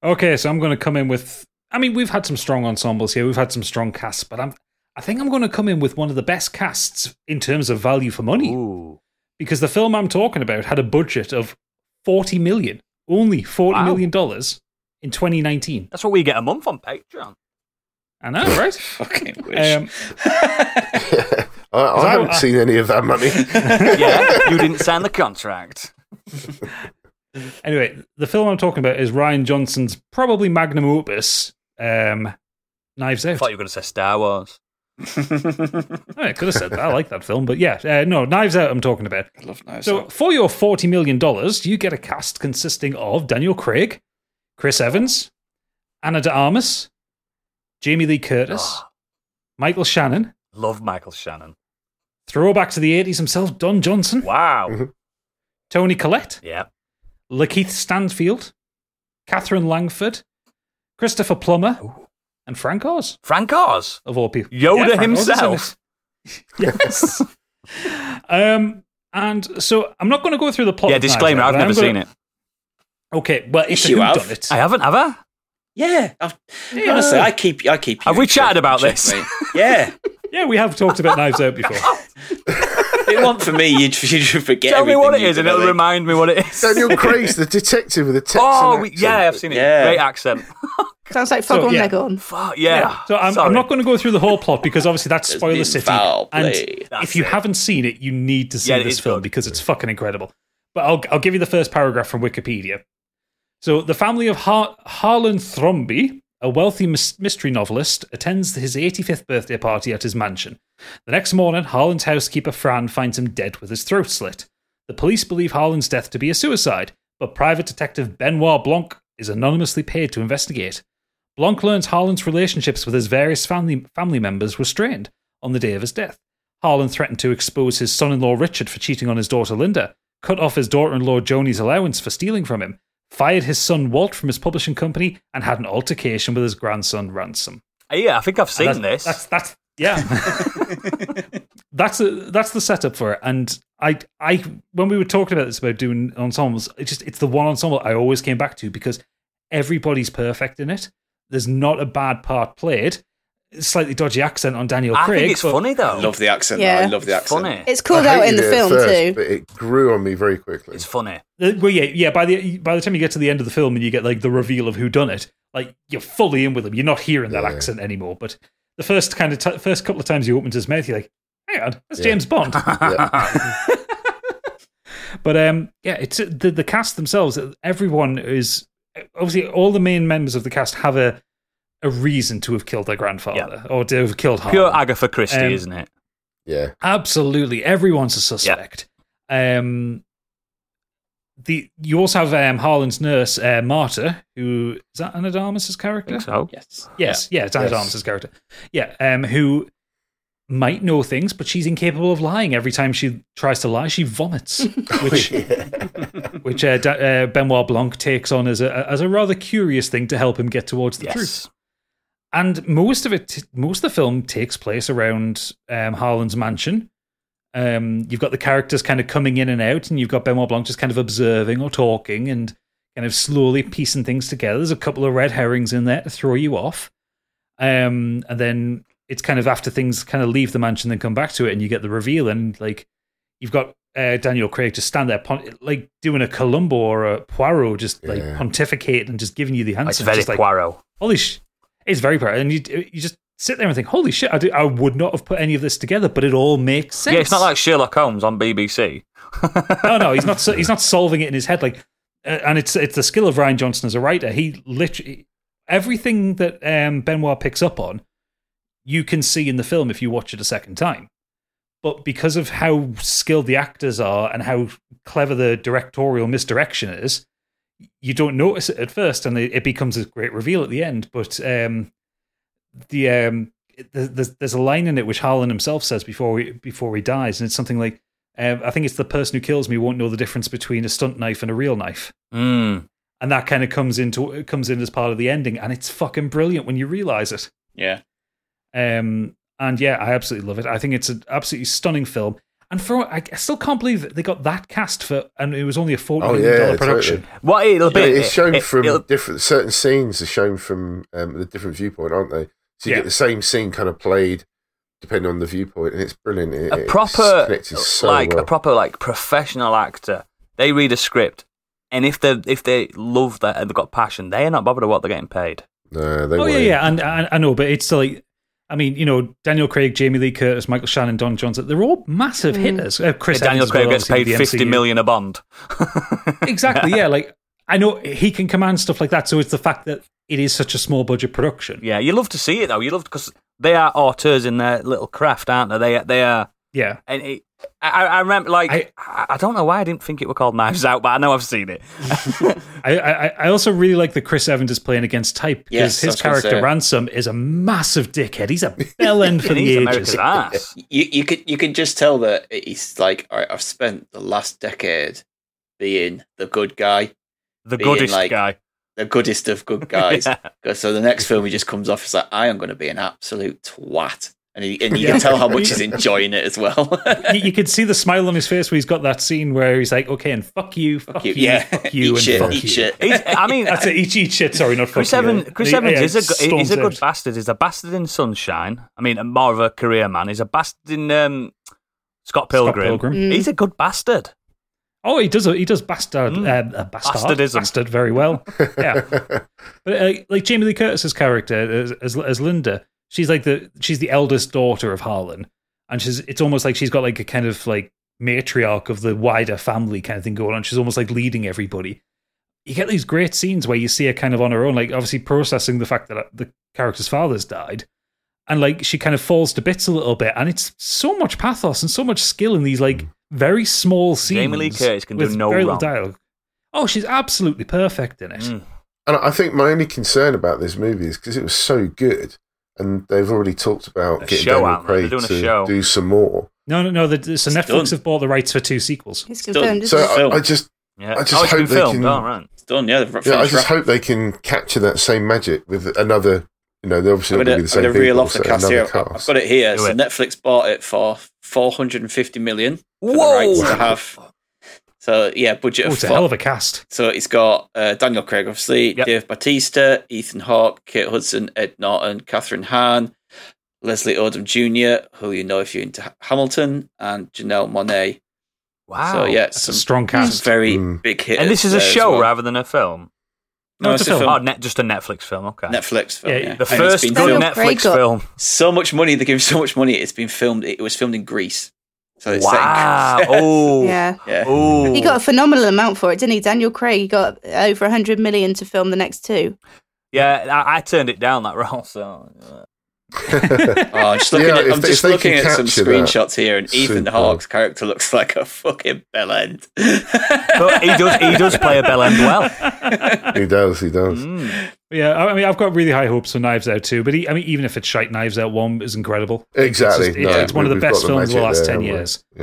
Speaker 5: Okay, so I'm going to come in with I mean, we've had some strong ensembles here. We've had some strong casts, but I'm, I think I'm going to come in with one of the best casts in terms of value for money
Speaker 1: Ooh.
Speaker 5: because the film I'm talking about had a budget of 40 million, only forty
Speaker 1: Wow.
Speaker 5: million dollars in 2019.
Speaker 1: That's what we get a month on <laughs> Patreon.
Speaker 5: I know, right?
Speaker 4: Fucking wish.
Speaker 5: um,
Speaker 2: I, I
Speaker 5: I-
Speaker 2: haven't
Speaker 5: I-
Speaker 2: seen any of
Speaker 1: <laughs>
Speaker 2: that money.
Speaker 1: yeah, you didn't sign the contract.
Speaker 5: anyway, the film I'm talking about is Ryan Johnson's probably magnum opus, um, Knives
Speaker 1: I
Speaker 5: Out.
Speaker 1: thought you were going to say Star Wars. Um,
Speaker 5: Oh, I could have said that. I like that film, but yeah, uh, no, Knives Out. I'm talking about.
Speaker 4: I <laughs> love knives.
Speaker 5: So
Speaker 4: Out.
Speaker 5: for your forty million dollars, you get a cast consisting of Daniel Craig, Chris Evans, Anna de Armas, Jamie Lee Curtis, Michael Shannon,
Speaker 1: Love Michael <laughs> Shannon.
Speaker 5: throwback to the eighties himself, Don Johnson,
Speaker 1: Wow.
Speaker 5: Tony Collette,
Speaker 1: yeah.
Speaker 5: Lakeith Stanfield, Catherine Langford, Christopher Plummer, and Frank Oz
Speaker 1: Frank Oz.
Speaker 5: of all people.
Speaker 1: Oh. Yoda
Speaker 5: Frank Oz is in
Speaker 1: himself.
Speaker 5: it. <laughs> yes. um, and so I'm not going to go through the plot.
Speaker 1: Yeah,
Speaker 5: of Knives
Speaker 1: disclaimer,
Speaker 5: Out,
Speaker 1: I've
Speaker 5: but I am
Speaker 1: never
Speaker 5: gonna-
Speaker 1: seen it.
Speaker 5: Okay, well, it's
Speaker 4: Yes, you
Speaker 5: a
Speaker 4: have.
Speaker 5: whodunit.
Speaker 1: I haven't, have I?
Speaker 4: yeah, I've, honestly, I keep, I keep.
Speaker 1: Have
Speaker 4: you
Speaker 1: we
Speaker 4: in
Speaker 1: chatted
Speaker 4: check-
Speaker 1: about this? <laughs>
Speaker 4: checkmate. Yeah,
Speaker 5: Yeah, we have talked about Knives Out
Speaker 4: <laughs>
Speaker 5: before.
Speaker 4: if it weren't for me, you'd, <laughs> you'd forget.
Speaker 1: Tell me
Speaker 4: everything
Speaker 1: what it
Speaker 4: you
Speaker 1: is
Speaker 4: did,
Speaker 1: and
Speaker 4: I
Speaker 1: it'll
Speaker 4: think.
Speaker 1: remind me what it is.
Speaker 2: Daniel Craig's the detective with the Texan
Speaker 1: Oh, we,
Speaker 2: accent.
Speaker 1: yeah, I've seen it.
Speaker 4: Yeah.
Speaker 1: Great accent.
Speaker 3: Sounds like Foghorn
Speaker 5: yeah.
Speaker 3: Leghorn.
Speaker 1: Fuck, yeah.
Speaker 5: So I'm,
Speaker 1: Sorry.
Speaker 5: I'm not going to go through the whole plot because obviously that's
Speaker 4: There's
Speaker 5: spoiler
Speaker 4: Ah, been
Speaker 5: city.
Speaker 4: foul
Speaker 5: And
Speaker 4: play.
Speaker 1: That's
Speaker 5: if you
Speaker 1: it.
Speaker 5: haven't seen it, you need to see
Speaker 1: Yeah, it
Speaker 5: this
Speaker 1: is
Speaker 5: film
Speaker 1: good.
Speaker 5: because it's fucking incredible. But I'll, I'll give you the first paragraph from Wikipedia. So the family of Har- Harlan Thromby, a wealthy mys- mystery novelist, attends his 85th birthday party at his mansion. The next morning, Harlan's housekeeper Fran finds him dead with his throat slit. The police believe Harlan's death to be a suicide, but private detective Benoit Blanc is anonymously paid to investigate. Blanc learns Harlan's relationships with his various family, family members were strained on the day of his death. Harlan threatened to expose his son in law Richard for cheating on his daughter Linda, cut off his daughter in law Joni's allowance for stealing from him, fired his son Walt from his publishing company, and had an altercation with his grandson Ransom.
Speaker 1: Yeah, I think I've seen
Speaker 5: And
Speaker 1: this.
Speaker 5: that's, That's that's yeah. <laughs>
Speaker 4: <laughs>
Speaker 5: that's a, that's the setup for it. And I I when we were talking about this about doing ensembles, it just it's the one ensemble I always came back to because everybody's perfect in it. There's not a bad part played. Slightly dodgy accent on Daniel
Speaker 1: I
Speaker 5: Craig.
Speaker 1: think it's
Speaker 5: but-
Speaker 1: funny, though.
Speaker 4: I love the accent.
Speaker 3: Yeah.
Speaker 4: I love the
Speaker 1: it's
Speaker 4: accent.
Speaker 1: funny.
Speaker 3: It's
Speaker 2: I
Speaker 3: called out in
Speaker 2: hated
Speaker 3: the
Speaker 2: it at
Speaker 3: film
Speaker 2: first,
Speaker 3: too.
Speaker 2: But it grew on me very quickly.
Speaker 1: It's funny.
Speaker 5: Uh, well, yeah, yeah. By the by the time you get to the end of the film and you get like the reveal of who done it, like you're fully in with him. You're not hearing that
Speaker 2: Yeah.
Speaker 5: accent anymore. But the first kind of t- first couple of times you opened his mouth, you're like, "Hang on, that's
Speaker 2: Yeah. <laughs>
Speaker 5: James Bond."
Speaker 1: <laughs>
Speaker 2: Yeah.
Speaker 5: but um, yeah, it's the the cast themselves. uh, Everyone is uh, obviously all the main members of the cast have a a reason to have killed their grandfather or to have killed Harlan.
Speaker 1: Pure Agatha Christie,
Speaker 5: Um,
Speaker 1: isn't it?
Speaker 2: yeah.
Speaker 5: Absolutely, everyone's a suspect. Um, the you also have um, Harlan's nurse uh, Marta, who is that Anna Darmus's
Speaker 1: I think
Speaker 5: character?
Speaker 1: so.
Speaker 4: Yes.
Speaker 5: Yes, yeah, it's Anna
Speaker 2: Yes.
Speaker 5: Darmus's character. Yeah, um, who might know things, but she's incapable of lying. Every time she tries to lie, she vomits, which which uh, Da- uh, Benoit Blanc takes on as a as a rather curious thing to help him get towards the truth
Speaker 1: Yes.
Speaker 5: and most of it most of the film takes place around um, harlan's mansion um, you've got the characters kind of coming in and out and you've got benoit blanc just kind of observing or talking and kind of slowly piecing things together there's a couple of red herrings in there to throw you off um, and then it's kind of after things kind of leave the mansion then come back to it and you get the reveal and like you've got uh, Daniel Craig just stand there, pon- like doing a Columbo or a Poirot, just like
Speaker 2: Yeah.
Speaker 5: pontificate and just giving you the answer.
Speaker 1: It's very
Speaker 5: just like,
Speaker 1: Poirot.
Speaker 5: holy sh it's very powerful and you you just sit there and think holy shit i, do, I would not have put any of this together but it all makes sense
Speaker 1: Yeah, it's not like Sherlock Holmes on BBC.
Speaker 5: no no he's not so- he's not solving it in his head like uh, and it's it's the skill of ryan johnson as a writer he literally everything that um benoit picks up on you can see in the film if you watch it a second time but because of how skilled the actors are and how clever the directorial misdirection is you don't notice it at first, and it, it becomes a great reveal at the end. But um, the um, it- there's- there's there's a line in it which Harlan himself says before he, before he dies, and it's something like, um, "I think it's the person who kills me won't know the difference between a stunt knife and a real knife,"
Speaker 1: Mm.
Speaker 5: and that kind of comes into it comes in as part of the ending, and it's fucking brilliant when you realize it.
Speaker 4: Yeah.
Speaker 5: Um, and yeah, I absolutely love it. I think it's an absolutely stunning film. And for I I still can't believe that they got that cast for, and it was only a forty
Speaker 2: Oh,
Speaker 5: million
Speaker 2: yeah,
Speaker 5: dollar production.
Speaker 1: What it'll be?
Speaker 2: Yeah, it's shown
Speaker 1: it-
Speaker 2: from
Speaker 1: it'll-
Speaker 2: different certain scenes are shown from um, a different viewpoint, aren't they? So you
Speaker 5: Yeah.
Speaker 2: get the same scene kind of played depending on the viewpoint, and it's brilliant. It,
Speaker 1: a
Speaker 2: it's
Speaker 1: proper
Speaker 2: connected so
Speaker 1: like
Speaker 2: well.
Speaker 1: a proper like professional actor they read a script and if they if they love that and they've got passion they're not bothered about what they're getting paid
Speaker 2: No, Uh, they
Speaker 5: oh yeah,
Speaker 2: weren't.
Speaker 5: yeah, and, and I know, but it's still like, I mean, you know, Daniel Craig, Jamie Lee Curtis, Michael Shannon, Don Johnson, they're all massive hitters. Uh, Chris
Speaker 1: daniel
Speaker 5: Evans as
Speaker 1: craig
Speaker 5: well,
Speaker 1: gets paid
Speaker 5: obviously, with the
Speaker 1: 50
Speaker 5: MCU.
Speaker 1: million a bond
Speaker 5: exactly,
Speaker 1: <laughs>
Speaker 5: yeah. Like I know he can command stuff like that, so it's the fact that it is such a small budget production.
Speaker 1: yeah you love to see it though you love because they are auteurs in their little craft aren't they they, they are
Speaker 5: Yeah,
Speaker 1: and it, I, I remember like
Speaker 5: I-
Speaker 1: I, I don't know why i didn't think it were called knives out but i know i've seen it
Speaker 5: I, I, I also really like that Chris Evans is playing against type
Speaker 4: Yes, I
Speaker 5: because his
Speaker 4: was gonna
Speaker 5: character
Speaker 4: say.
Speaker 5: Ransom is a massive
Speaker 1: <laughs>
Speaker 5: dickhead. He's a bell end <laughs> for
Speaker 1: And
Speaker 5: the
Speaker 1: he's
Speaker 5: ages.
Speaker 1: america's ass
Speaker 4: You you could you can just tell that he's like, all right, I've spent the last decade being the good guy,
Speaker 1: the
Speaker 4: Being
Speaker 1: goodest
Speaker 4: like-
Speaker 1: guy
Speaker 4: the goodest of good
Speaker 5: <laughs>
Speaker 4: guys.
Speaker 1: Yeah.
Speaker 4: 'Cause So the next film he just comes off as like, I am going to be an absolute twat, and he, and you can tell how much
Speaker 5: <laughs>
Speaker 4: he's enjoying it as well. <laughs>
Speaker 5: You, you can see the smile on his face where he's got that scene where he's like, "Okay, and fuck you, fuck, you,
Speaker 4: yeah,
Speaker 1: <laughs>
Speaker 5: fuck you,
Speaker 4: eat
Speaker 5: and
Speaker 4: shit,
Speaker 5: fuck
Speaker 4: eat
Speaker 5: you."
Speaker 4: shit.
Speaker 1: He's- i mean
Speaker 5: <laughs> That's it. Eat, eat shit. Sorry, not
Speaker 1: Chris
Speaker 5: fuck you.
Speaker 1: Evans, Chris
Speaker 5: Yeah,
Speaker 1: Evans
Speaker 5: yeah,
Speaker 1: is a good, he's
Speaker 5: storms
Speaker 1: a good
Speaker 5: out.
Speaker 1: bastard. He's a bastard in Sunshine. I mean, more of a career man. He's a bastard in um, Scott
Speaker 5: Scott
Speaker 1: Pilgrim.
Speaker 5: Pilgrim.
Speaker 3: Mm.
Speaker 1: He's a good bastard.
Speaker 5: Oh, he does. He does bastard.
Speaker 1: Mm.
Speaker 5: Uh, uh, bastard.
Speaker 1: Bastardism.
Speaker 5: Bastard very well.
Speaker 1: <laughs>
Speaker 5: Yeah. But uh, like Jamie Lee Curtis's character as, as as Linda, she's like the she's the eldest daughter of Harlan, and she's it's almost like she's got like a kind of like matriarch of the wider family kind of thing going on. She's almost like leading everybody. You get these great scenes where you see her kind of on her own, like obviously processing the fact that uh, the character's father's died, and like she kind of falls to bits a little bit, and it's so much pathos and so much skill in these like very small scenes.
Speaker 1: Jamie Lee Curtis can do
Speaker 5: with
Speaker 1: no
Speaker 5: very
Speaker 1: wrong.
Speaker 5: little dialogue. Oh, she's absolutely perfect in it.
Speaker 1: Mm.
Speaker 2: <laughs> And I think my only concern about this movie is because it was so good, and they've already talked about
Speaker 1: A
Speaker 2: getting
Speaker 1: show,
Speaker 2: Daniel
Speaker 1: aren't they? They're
Speaker 2: Craig
Speaker 1: doing a
Speaker 2: to
Speaker 1: show.
Speaker 2: do some more.
Speaker 5: No, no, no. The, so Netflix
Speaker 4: done.
Speaker 5: have bought the rights for two sequels.
Speaker 3: It's
Speaker 4: Done.
Speaker 3: confirmed.
Speaker 2: So
Speaker 3: Isn't it?
Speaker 4: Film.
Speaker 2: I, I just,
Speaker 1: Yeah.
Speaker 2: I just
Speaker 1: oh, it's
Speaker 2: hope
Speaker 1: been
Speaker 2: they
Speaker 1: filmed.
Speaker 2: can-
Speaker 1: Oh, right.
Speaker 4: It's done. Yeah, they've
Speaker 2: yeah, I
Speaker 4: finished
Speaker 2: just
Speaker 4: wrapping.
Speaker 2: hope they can capture that same magic with another. You know, they're obviously
Speaker 4: I'm
Speaker 2: not going to be the
Speaker 4: gonna, I'm
Speaker 2: same
Speaker 4: gonna reel
Speaker 2: people,
Speaker 4: off the
Speaker 2: so
Speaker 4: cast here.
Speaker 2: another
Speaker 4: I've
Speaker 2: cast.
Speaker 4: got it here.
Speaker 1: Do
Speaker 4: so
Speaker 1: it.
Speaker 4: Netflix bought it for 450 million for
Speaker 1: Whoa!
Speaker 4: the rights to have. So yeah, budget
Speaker 5: Oh,
Speaker 4: of
Speaker 5: it's a
Speaker 4: four-
Speaker 5: hell of a cast.
Speaker 4: So it's got uh, Daniel Craig, obviously,
Speaker 1: Yep.
Speaker 4: Dave Batista, Ethan Hawke, Kate Hudson, Ed Norton, Catherine Hahn, Leslie Odom Jr., who you know if you're into Ha- Hamilton, and Janelle Monet.
Speaker 1: Wow.
Speaker 4: So yeah,
Speaker 5: It's a
Speaker 4: some,
Speaker 5: strong
Speaker 4: some
Speaker 5: cast.
Speaker 4: very
Speaker 2: Mm.
Speaker 4: big hits.
Speaker 1: And this is a
Speaker 4: there as
Speaker 1: show
Speaker 4: well.
Speaker 1: rather than a film.
Speaker 4: No, it's, a film.
Speaker 1: Oh, net, just a Netflix film. Okay.
Speaker 4: Netflix film.
Speaker 5: Yeah,
Speaker 4: Yeah,
Speaker 1: The
Speaker 4: And it's
Speaker 1: first
Speaker 4: been
Speaker 1: good
Speaker 3: Daniel
Speaker 4: filmed-
Speaker 1: Netflix
Speaker 3: Craig got-
Speaker 1: film.
Speaker 4: so much money. They give so much money. It's been filmed. It was filmed in Greece. So it's set in
Speaker 1: Wow.
Speaker 4: <laughs> Greece.
Speaker 1: Oh.
Speaker 3: yeah.
Speaker 4: yeah.
Speaker 1: Oh.
Speaker 3: He got a phenomenal amount for it, didn't he? Daniel Craig got over 100 million to film the next two.
Speaker 1: Yeah. I, I turned it down that role. So. uh,
Speaker 4: Oh, I'm just looking
Speaker 2: Yeah,
Speaker 4: at,
Speaker 2: if
Speaker 4: I'm
Speaker 2: they-
Speaker 4: just
Speaker 2: if they
Speaker 4: looking
Speaker 2: can
Speaker 4: at some
Speaker 2: capture that,
Speaker 4: screenshots here, and Ethan
Speaker 2: super.
Speaker 4: Hawke's character looks <laughs> like a fucking bell end. <laughs>
Speaker 1: But he does. He does play a bell end
Speaker 2: <laughs>
Speaker 1: well.
Speaker 2: he does, he does.
Speaker 1: Mm.
Speaker 5: <laughs> Yeah, I I mean, I've got really high hopes for Knives Out too. But he, I mean, even if it's shite, Knives Out one is incredible.
Speaker 2: Exactly.
Speaker 5: It's, just- it's-
Speaker 2: No,
Speaker 5: it's one of the
Speaker 2: we- we've
Speaker 5: best
Speaker 2: got
Speaker 5: films of the
Speaker 2: magic
Speaker 5: last
Speaker 2: there,
Speaker 5: ten
Speaker 2: haven't we?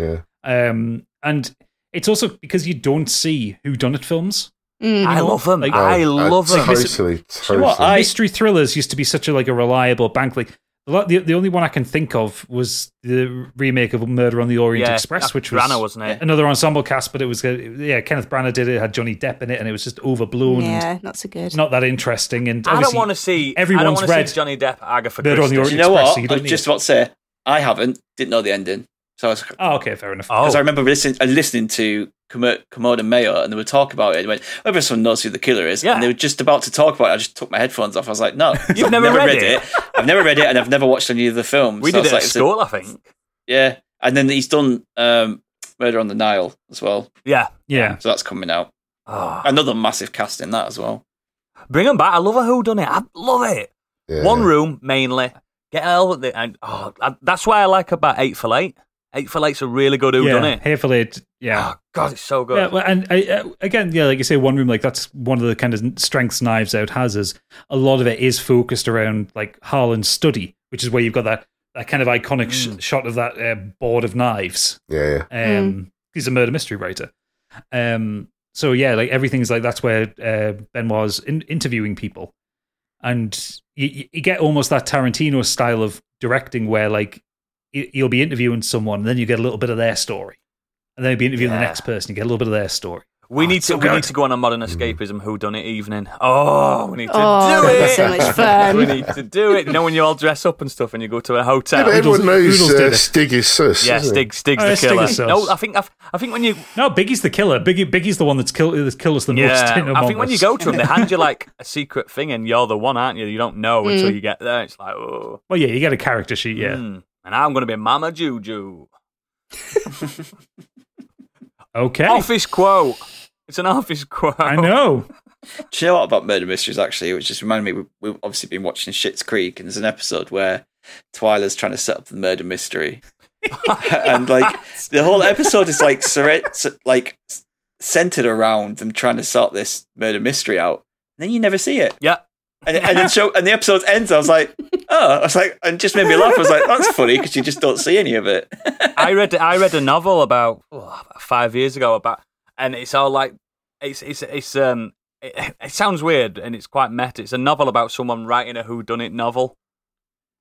Speaker 5: years.
Speaker 2: Yeah.
Speaker 5: Um, and it's also because you don't see who done it films.
Speaker 3: Mm.
Speaker 1: I
Speaker 5: know,
Speaker 1: love him.
Speaker 5: like-
Speaker 1: I
Speaker 2: No,
Speaker 1: love him.
Speaker 2: Totally,
Speaker 4: you
Speaker 2: totally.
Speaker 4: know what? I-
Speaker 5: Mystery thrillers used to be such a like a reliable bank. Like the lot- the, the only one I can think of was the remake of Murder on the Orient
Speaker 1: Yeah,
Speaker 5: Express,
Speaker 1: that's
Speaker 5: which was
Speaker 1: Branagh, wasn't it?
Speaker 5: another ensemble cast, but it was uh, yeah Kenneth Branagh did it, had Johnny Depp in it, and it was just overblown. and
Speaker 3: Yeah, not so good.
Speaker 5: not that interesting. And
Speaker 1: I don't
Speaker 5: obviously
Speaker 1: want to see. I don't
Speaker 5: everyone's
Speaker 1: want to
Speaker 5: read-
Speaker 1: see Johnny Depp, Agatha
Speaker 5: They're on the
Speaker 4: Do
Speaker 1: Christie.
Speaker 4: you know
Speaker 5: Express,
Speaker 4: what?
Speaker 5: so you
Speaker 4: I
Speaker 5: don't
Speaker 4: was
Speaker 5: need
Speaker 4: just
Speaker 5: it.
Speaker 4: about to say I haven't. Didn't know the ending, so I was because
Speaker 5: Oh, okay, fair enough.
Speaker 1: Oh,
Speaker 4: I remember listening and listening to Commo- Commode and Mayo, and they were talking about it. And went, "Oh, everyone knows who the killer is."
Speaker 1: Yeah.
Speaker 4: And they were just about to talk about it. I just took my headphones off. I was like, "No,
Speaker 1: <laughs> You've
Speaker 4: I've
Speaker 1: never read it?
Speaker 4: I've never read it, and I've never watched any of the films."
Speaker 1: we
Speaker 4: So
Speaker 1: did
Speaker 4: I was
Speaker 1: it at
Speaker 4: like, it's a-
Speaker 1: school, I think.
Speaker 4: yeah, and then he's done um, Murder on the Nile as well,
Speaker 1: Yeah.
Speaker 5: Yeah.
Speaker 4: so that's coming out.
Speaker 1: Oh.
Speaker 4: Another massive cast in that as well.
Speaker 1: Bring him back. I love a who done it. I love it.
Speaker 2: Yeah.
Speaker 1: One room mainly. Get hell with it. And oh, I- that's why I like about eight for eight. Eight for eight's a really good who
Speaker 5: yeah,
Speaker 1: done it.
Speaker 5: Hateful Eight, yeah.
Speaker 1: Oh God, it's so good.
Speaker 5: Yeah, well, and I, uh, again, yeah, like you say, one room like that's one of the kind of strengths Knives Out has is a lot of it is focused around like Harlan's study, which is where you've got that that kind of iconic
Speaker 1: Mm.
Speaker 5: sh- shot of that uh, board of knives.
Speaker 2: Yeah,
Speaker 1: Hmm.
Speaker 2: yeah.
Speaker 5: Um, He's a murder mystery writer. Um, so yeah, like everything's like that's where uh, Benoit's in- interviewing people, and you, you get almost that Tarantino style of directing where like you- you'll be interviewing someone, and then you get a little bit of their story, and then you'll be interviewing the next person, you get a little bit of their story.
Speaker 1: We need to we need to go on a modern escapism who done it evening. Oh, we need to
Speaker 3: Oh,
Speaker 1: do
Speaker 3: that'd
Speaker 1: it.
Speaker 3: be so
Speaker 1: <laughs>
Speaker 3: much
Speaker 1: we
Speaker 3: fun.
Speaker 1: need to do it. You know when you all dress up and stuff and you go to a
Speaker 2: Yeah,
Speaker 1: hotel.
Speaker 2: but everyone
Speaker 5: Oodles-
Speaker 2: knows
Speaker 5: Oodles
Speaker 2: uh,
Speaker 5: did it.
Speaker 2: Stig is sus.
Speaker 1: yeah,
Speaker 2: doesn't
Speaker 1: Stig, Stig's
Speaker 5: Oh,
Speaker 1: the
Speaker 5: Stig
Speaker 1: killer.
Speaker 5: is sus.
Speaker 1: no, I think I, I think when you
Speaker 5: No, Biggie's the killer. Biggie, Biggie's the one that's killed that's killed us the most. <laughs>
Speaker 1: yeah,
Speaker 5: in
Speaker 1: I
Speaker 5: Among
Speaker 1: think when you
Speaker 5: Us.
Speaker 1: go to them, they hand you
Speaker 5: <laughs>
Speaker 1: like a secret thing and you're the one, aren't you? You don't know until you get there. It's like oh,
Speaker 5: well, yeah, you get a character sheet. Mm. Yeah.
Speaker 1: hmm. and I'm going to be Mama Juju.
Speaker 5: Okay.
Speaker 1: Office quote. It's an office <laughs> quote.
Speaker 5: I know.
Speaker 4: Do you know what about murder mysteries actually? Which just reminded me, we- we've obviously been watching Shit's Creek, and there's an episode where Twyla's trying to set up the murder mystery, and like the whole episode is like surre- s- like s- centered around them trying to sort this murder mystery out. And then you never see it,
Speaker 1: Yeah.
Speaker 4: and, and then show and the episode ends. I was like, oh, I was like, and it just made me laugh. I was like, that's funny because you just don't see any of it.
Speaker 1: I read I read a novel about oh, about five years ago about, and it's all like it's it's it's um it, it sounds weird and it's quite meta. It's a novel about someone writing a Who Done It novel.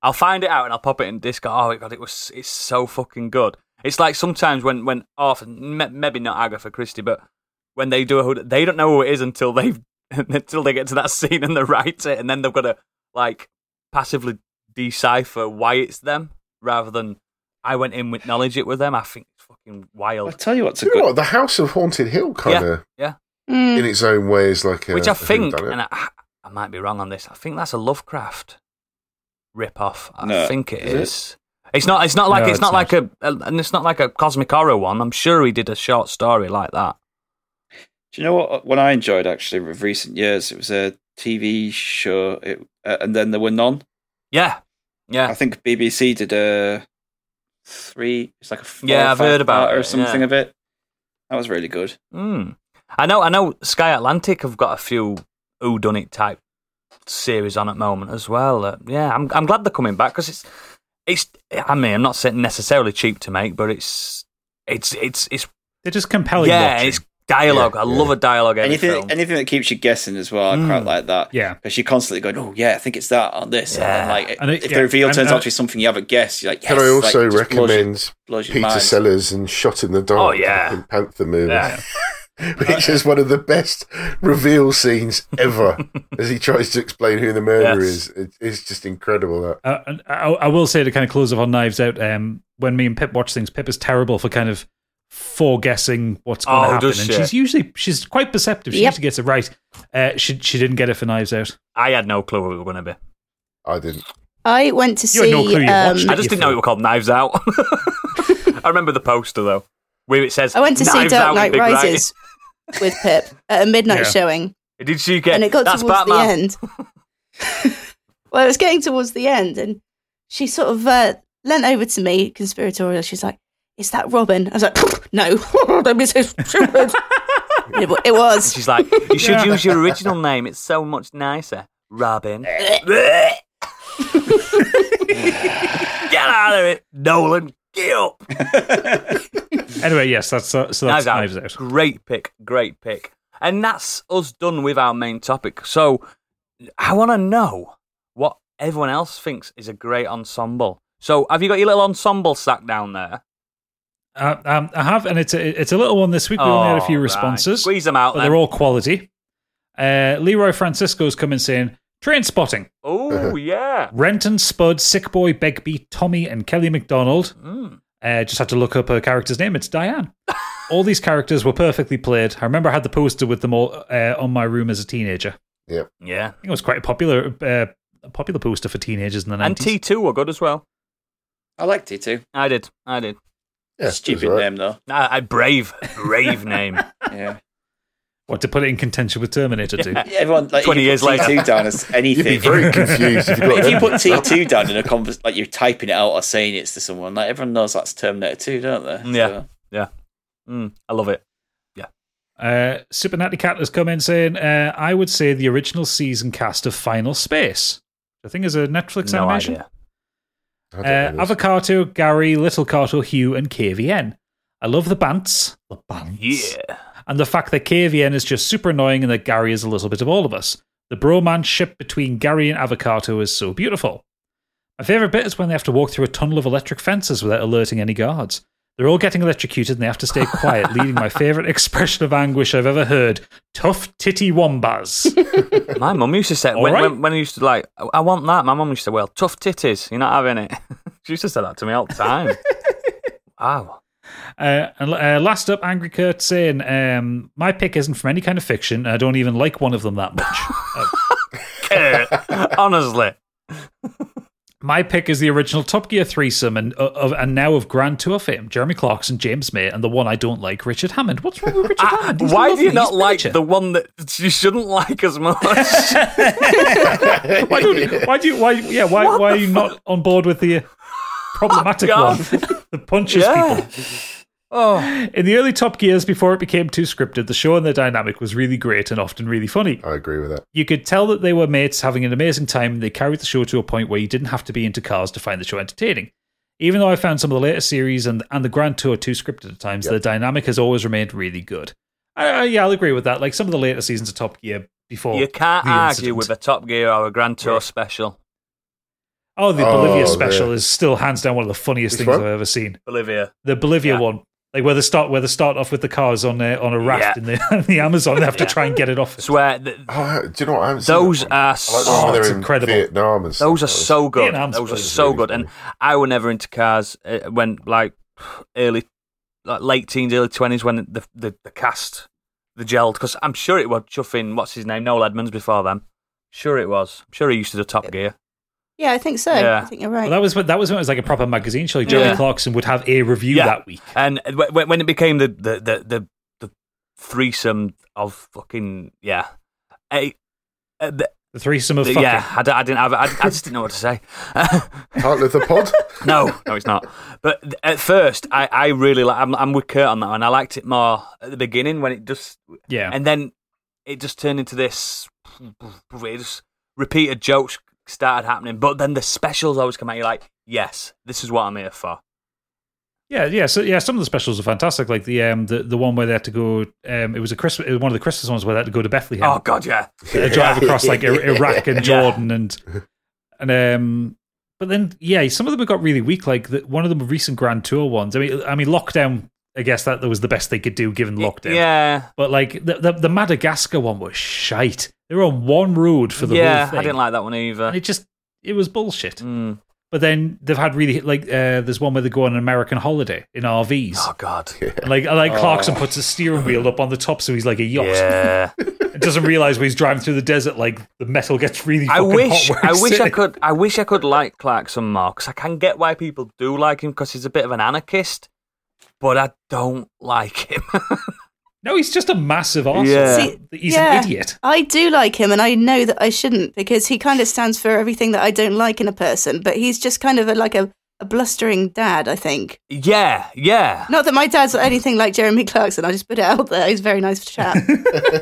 Speaker 1: I'll find it out and I'll pop it in Discord. Oh god, it was it's so fucking good. It's like sometimes when when often me- maybe not Agatha Christie, but when they do a Who, they <laughs> don't know who it is until they've until they get to that scene and they write it, and then they've got to like passively decipher why it's them rather than I went in with knowledge it with them. I think it's fucking
Speaker 4: I'll
Speaker 1: wild.
Speaker 4: tell you what's a
Speaker 2: it? You know
Speaker 4: good.
Speaker 2: what? The House of Haunted Hill kind of
Speaker 3: Mm.
Speaker 2: in its own way is like a,
Speaker 1: Which I
Speaker 2: a
Speaker 1: think,
Speaker 2: whodunit.
Speaker 1: and I, I might be wrong on this, I think that's a Lovecraft rip-off. I
Speaker 4: No.
Speaker 1: think it
Speaker 4: Is it?
Speaker 1: is. It's not. It's not like.
Speaker 5: No,
Speaker 1: it's
Speaker 5: it's
Speaker 1: not like a, a. And it's not like a cosmic horror one. I'm sure he did a short story like that.
Speaker 4: Do you know what one I enjoyed actually of recent years? It was a TV show, it, uh, and then there were none.
Speaker 1: Yeah. Yeah. <laughs>
Speaker 4: I think BBC did a three. It's like a four
Speaker 1: Yeah,
Speaker 4: or
Speaker 1: I've heard
Speaker 4: five
Speaker 1: about
Speaker 4: part or
Speaker 1: it,
Speaker 4: something
Speaker 1: yeah.
Speaker 4: of it. That was really good.
Speaker 1: Mm. I know. I know. Sky Atlantic have got a few who done it type series on at the moment as well. Uh, yeah, I'm. I'm glad they're coming back because it's. It's. I mean, I'm not saying necessarily cheap to make, but it's. It's. It's. It's.
Speaker 5: They're just compelling.
Speaker 1: yeah.
Speaker 5: watching.
Speaker 1: It's dialogue.
Speaker 2: Yeah,
Speaker 1: I
Speaker 2: yeah.
Speaker 1: love a dialogue. heavy
Speaker 4: Anything,
Speaker 1: film.
Speaker 4: anything that keeps you guessing as well. I quite
Speaker 1: Mm.
Speaker 4: like that.
Speaker 5: Yeah.
Speaker 4: because you're constantly going, "Oh yeah, I think it's that on this."
Speaker 1: Yeah.
Speaker 4: And then, like,
Speaker 5: And it-
Speaker 4: if
Speaker 5: yeah,
Speaker 4: the reveal
Speaker 5: and- uh,
Speaker 4: turns
Speaker 5: and-
Speaker 4: out to be something you haven't guessed, you're like, "Yes!"
Speaker 2: Can I also
Speaker 4: like, just blows your-
Speaker 2: recommend
Speaker 4: blows your
Speaker 2: Peter
Speaker 4: mind.
Speaker 2: Sellers and Shot in the Dark
Speaker 1: Oh, yeah.
Speaker 2: in Panther movie,
Speaker 1: Yeah.
Speaker 2: <laughs> which is one of the best reveal scenes
Speaker 1: <laughs>
Speaker 2: ever as he tries to explain who the murderer
Speaker 1: Yes.
Speaker 2: is. It, it's just incredible that.
Speaker 5: Uh, and I, I will say to kind of close up on Knives Out. Um, when me and Pip watch things, Pip is terrible for kind of foreguessing what's going
Speaker 1: Oh,
Speaker 5: to happen,
Speaker 1: does
Speaker 5: and
Speaker 1: she?
Speaker 5: she's usually she's quite perceptive. She
Speaker 3: Yep.
Speaker 5: usually gets it right. Uh, she she didn't get it for Knives Out.
Speaker 1: I had no clue what it was going to be.
Speaker 2: I didn't.
Speaker 3: I went to
Speaker 5: You had
Speaker 3: see.
Speaker 5: no clue you watched
Speaker 3: um,
Speaker 1: I just didn't know it was called Knives Out. <laughs> I remember the poster though, where it says.
Speaker 3: I went to see
Speaker 1: Knives Out
Speaker 3: Dark
Speaker 1: in
Speaker 3: Knight
Speaker 1: big writing.
Speaker 3: Rises with Pip at a midnight
Speaker 5: Yeah.
Speaker 3: showing,
Speaker 1: Did she get?
Speaker 3: and it got
Speaker 1: that's
Speaker 3: towards
Speaker 1: Batman.
Speaker 3: the end. <laughs> well, it was getting towards the end, and she sort of uh, leant over to me, conspiratorial. She's like, "Is that Robin?" I was like, "No, <laughs> don't be so
Speaker 5: <laughs>
Speaker 3: stupid." it, wa- it
Speaker 1: And
Speaker 3: was.
Speaker 1: she's like, you should
Speaker 5: Yeah.
Speaker 1: use your original name. It's so much nicer. Robin. Get out of it, Nolan. Get up.
Speaker 5: Anyway, yes, that's so, so that's Knives Out.
Speaker 1: Great pick. Great pick. And that's us done with our main topic. So I want to know what everyone else thinks is a great ensemble. So have you got your little ensemble sack down there?
Speaker 5: Uh, um, I have, and it's a, it's a little one this week. We only had a few
Speaker 1: Oh, right.
Speaker 5: responses,
Speaker 1: Squeeze them out.
Speaker 5: but
Speaker 1: then.
Speaker 5: they're all quality. Uh, Leroy Francisco's come in saying train spotting.
Speaker 1: Oh yeah.
Speaker 5: Renton Spud, Sick Boy, Begbie, Tommy, and Kelly McDonald.
Speaker 1: Mm.
Speaker 5: Uh, just had to look up her character's name.
Speaker 1: <laughs>
Speaker 5: It's Diane. all these characters were perfectly played. I remember I had the poster with them all uh, on my room as a teenager. I
Speaker 1: Yeah.
Speaker 5: think it was quite a popular, uh, a popular poster for teenagers in the
Speaker 1: And
Speaker 5: nineties.
Speaker 1: T two were good as well.
Speaker 4: I liked it too.
Speaker 1: I did. I did.
Speaker 2: Yeah, it was
Speaker 4: Stupid
Speaker 2: all right.
Speaker 4: name though.
Speaker 1: I, I brave, brave
Speaker 5: <laughs>
Speaker 1: name.
Speaker 4: Yeah,
Speaker 5: what to put it in contention with Terminator Two?
Speaker 4: everyone like
Speaker 1: 20
Speaker 4: you
Speaker 1: years
Speaker 4: put
Speaker 1: later.
Speaker 4: T2
Speaker 1: <laughs>
Speaker 4: down as
Speaker 2: You'd
Speaker 4: anything.
Speaker 2: be
Speaker 4: <laughs>
Speaker 2: very confused if you got
Speaker 4: if you
Speaker 2: that.
Speaker 4: put T2 down in a convers, like you're typing it out or saying it's to someone, like everyone knows that's Terminator 2, don't they?
Speaker 1: Yeah.
Speaker 4: So-
Speaker 1: Mm, I love it.
Speaker 5: Uh, Super Natty Cat has come in saying, uh, "I would say the original season cast of Final Space." I think is a Netflix
Speaker 1: no
Speaker 5: animation.
Speaker 1: idea.
Speaker 2: I don't
Speaker 5: Uh,
Speaker 2: know this.
Speaker 5: Avocado, Gary, Little Carto, Hugh, and KVN. I love the bants. The bants.
Speaker 1: Yeah.
Speaker 5: and the fact that KVN is just super annoying and that Gary is a little bit of all of us. The bromance ship between Gary and Avocado is so beautiful. My favourite bit is when they have to walk through a tunnel of electric fences without alerting any guards. They're all getting electrocuted and they have to
Speaker 2: <laughs>
Speaker 5: stay quiet, leading my favourite expression of anguish I've ever heard tough titty
Speaker 2: <laughs>
Speaker 5: wombats.
Speaker 1: My mum used to say
Speaker 5: All
Speaker 1: when,
Speaker 5: right.
Speaker 1: when when I used to like "I- I want that. My mum used to say, "Well, tough titties, you're not having it." <laughs> she used to say that to me all the
Speaker 5: <laughs>
Speaker 1: time. wow. <laughs>
Speaker 5: Uh, and uh, last up, Angry Kurt saying, um, My pick isn't from any kind of fiction. I don't even like one of them that
Speaker 1: <laughs>
Speaker 5: much.
Speaker 1: Kurt, Honestly.
Speaker 5: My pick is the original Top Gear threesome and uh, of, and now of Grand Tour fame: Jeremy Clarkson, James May, and the one I don't like, Richard Hammond. What's wrong
Speaker 1: <laughs>
Speaker 5: with Richard Hammond? He's
Speaker 1: Ah, Why do
Speaker 5: lovely.
Speaker 1: you not
Speaker 5: He's
Speaker 1: like
Speaker 5: miniature.
Speaker 1: the one that you shouldn't like as much?
Speaker 5: <laughs> Why don't you? Why do you? Why? Yeah. Why? why are you not on board
Speaker 1: <laughs>
Speaker 5: with the uh, problematic
Speaker 1: Oh, God.
Speaker 5: one? <laughs> the punches
Speaker 1: Yeah.
Speaker 5: people.
Speaker 1: oh,
Speaker 5: In the early Top Gears, before it became too scripted, the show and the dynamic was really great and often really funny.
Speaker 2: I agree with that.
Speaker 5: You could tell that they were mates having an amazing time. and They carried the show to a point where you didn't have to be into cars to find the show entertaining. Even though I found some of the later series and, and the Grand Tour too scripted at times, the dynamic has always remained really good. I, I, yeah, I'll agree with that. Like some of the later seasons of Top Gear before.
Speaker 1: you can't
Speaker 5: the
Speaker 1: argue
Speaker 5: incident.
Speaker 1: with a Top Gear or a Grand Tour special.
Speaker 5: Oh, the
Speaker 2: Oh,
Speaker 5: Bolivia
Speaker 2: the-
Speaker 5: special is still hands down one of the funniest
Speaker 2: Which
Speaker 5: things
Speaker 2: one?
Speaker 5: I've ever seen.
Speaker 1: Bolivia.
Speaker 5: The Bolivia
Speaker 1: Yeah.
Speaker 5: one. Like where they start where they start off with the cars on a, on a raft
Speaker 1: Yeah.
Speaker 5: in, the, <laughs> in the Amazon, they have
Speaker 1: Yeah.
Speaker 5: to try and get it off.
Speaker 1: I swear, th-
Speaker 2: Oh, do you know what? I haven't seen
Speaker 1: those
Speaker 2: that one.
Speaker 1: are
Speaker 2: I like the
Speaker 1: so
Speaker 2: one
Speaker 5: Oh,
Speaker 2: where
Speaker 5: it's
Speaker 2: they're in
Speaker 5: incredible.
Speaker 2: Vietnam and stuff
Speaker 1: Those are
Speaker 2: like that.
Speaker 1: so good.
Speaker 5: Vietnam's
Speaker 1: Those are
Speaker 5: really,
Speaker 1: so
Speaker 2: really
Speaker 1: good. And I were never into cars uh, when, like, early, like late teens, early twenties, when the the, the cast, the gelled. Because I'm sure it was chuffing. What's his name? Noel Edmonds before them. Sure it was. I'm sure he used to do Top Gear.
Speaker 3: Yeah, I think so.
Speaker 1: Yeah.
Speaker 3: I think you're right.
Speaker 5: Well, that was when, that was when it was like a proper magazine show. Like Jeremy
Speaker 1: Yeah.
Speaker 5: Clarkson would have a review
Speaker 1: Yeah.
Speaker 5: that week.
Speaker 1: And when, when it became the the, the the the threesome of fucking yeah, I, uh, the,
Speaker 5: The threesome of
Speaker 1: the-
Speaker 5: fucking.
Speaker 1: yeah, I, d- I didn't have I, I just didn't know what to say.
Speaker 2: Can't live the
Speaker 1: <laughs>
Speaker 2: pod.
Speaker 1: No, no, it's not. But th- at first, I, I really like. I'm, I'm with Kurt on that one. I liked it more at the beginning when it just,
Speaker 5: Yeah.
Speaker 1: and then it just turned into this. It just repeated jokes started happening, but then the specials always come out. You're like, yes, this is what I'm here for.
Speaker 5: yeah, yeah. So yeah, some of the specials are fantastic. Like the um the, the one where they had to go um it was a Christmas it was one of the Christmas ones where they had to go to Bethlehem.
Speaker 1: Oh God, yeah.
Speaker 5: a drive across like Ir- Iraq
Speaker 1: <laughs>
Speaker 5: and
Speaker 1: Yeah.
Speaker 5: Jordan and and um but then yeah some of them have got really weak like the, one of the recent Grand Tour ones I mean I mean lockdown I guess that was the best they could do given lockdown
Speaker 1: Yeah,
Speaker 5: but like the the, the Madagascar one was shite they were on one road for the
Speaker 1: yeah.
Speaker 5: whole thing
Speaker 1: I didn't like that one
Speaker 5: and
Speaker 1: either.
Speaker 5: it just it was bullshit
Speaker 1: Mm.
Speaker 5: but then they've had really like uh, there's one where they go on an American holiday in RVs
Speaker 1: Oh
Speaker 5: <laughs>
Speaker 1: God.
Speaker 5: and like like Clarkson puts a steering wheel up on the top so he's like a yacht
Speaker 1: Yeah.
Speaker 5: and <laughs> doesn't realize when he's driving through the desert like the metal gets really
Speaker 1: I
Speaker 5: fucking
Speaker 1: wish,
Speaker 5: hot where
Speaker 1: I
Speaker 5: he's
Speaker 1: wish I
Speaker 5: sitting.
Speaker 1: could, I wish I could like Clarkson more because I can get why people do like him because he's a bit of an anarchist, but I don't like him. <laughs>
Speaker 5: No, he's just a massive arsehole.
Speaker 1: Yeah.
Speaker 3: See,
Speaker 5: he's
Speaker 3: yeah.
Speaker 5: an idiot.
Speaker 3: I do like him, and I know that I shouldn't because he kind of stands for everything that I don't like in a person. But he's just kind of a, like a, a blustering dad, I think.
Speaker 1: yeah, yeah.
Speaker 3: Not that my dad's anything like Jeremy Clarkson. I just put it out there. He's a very nice chap,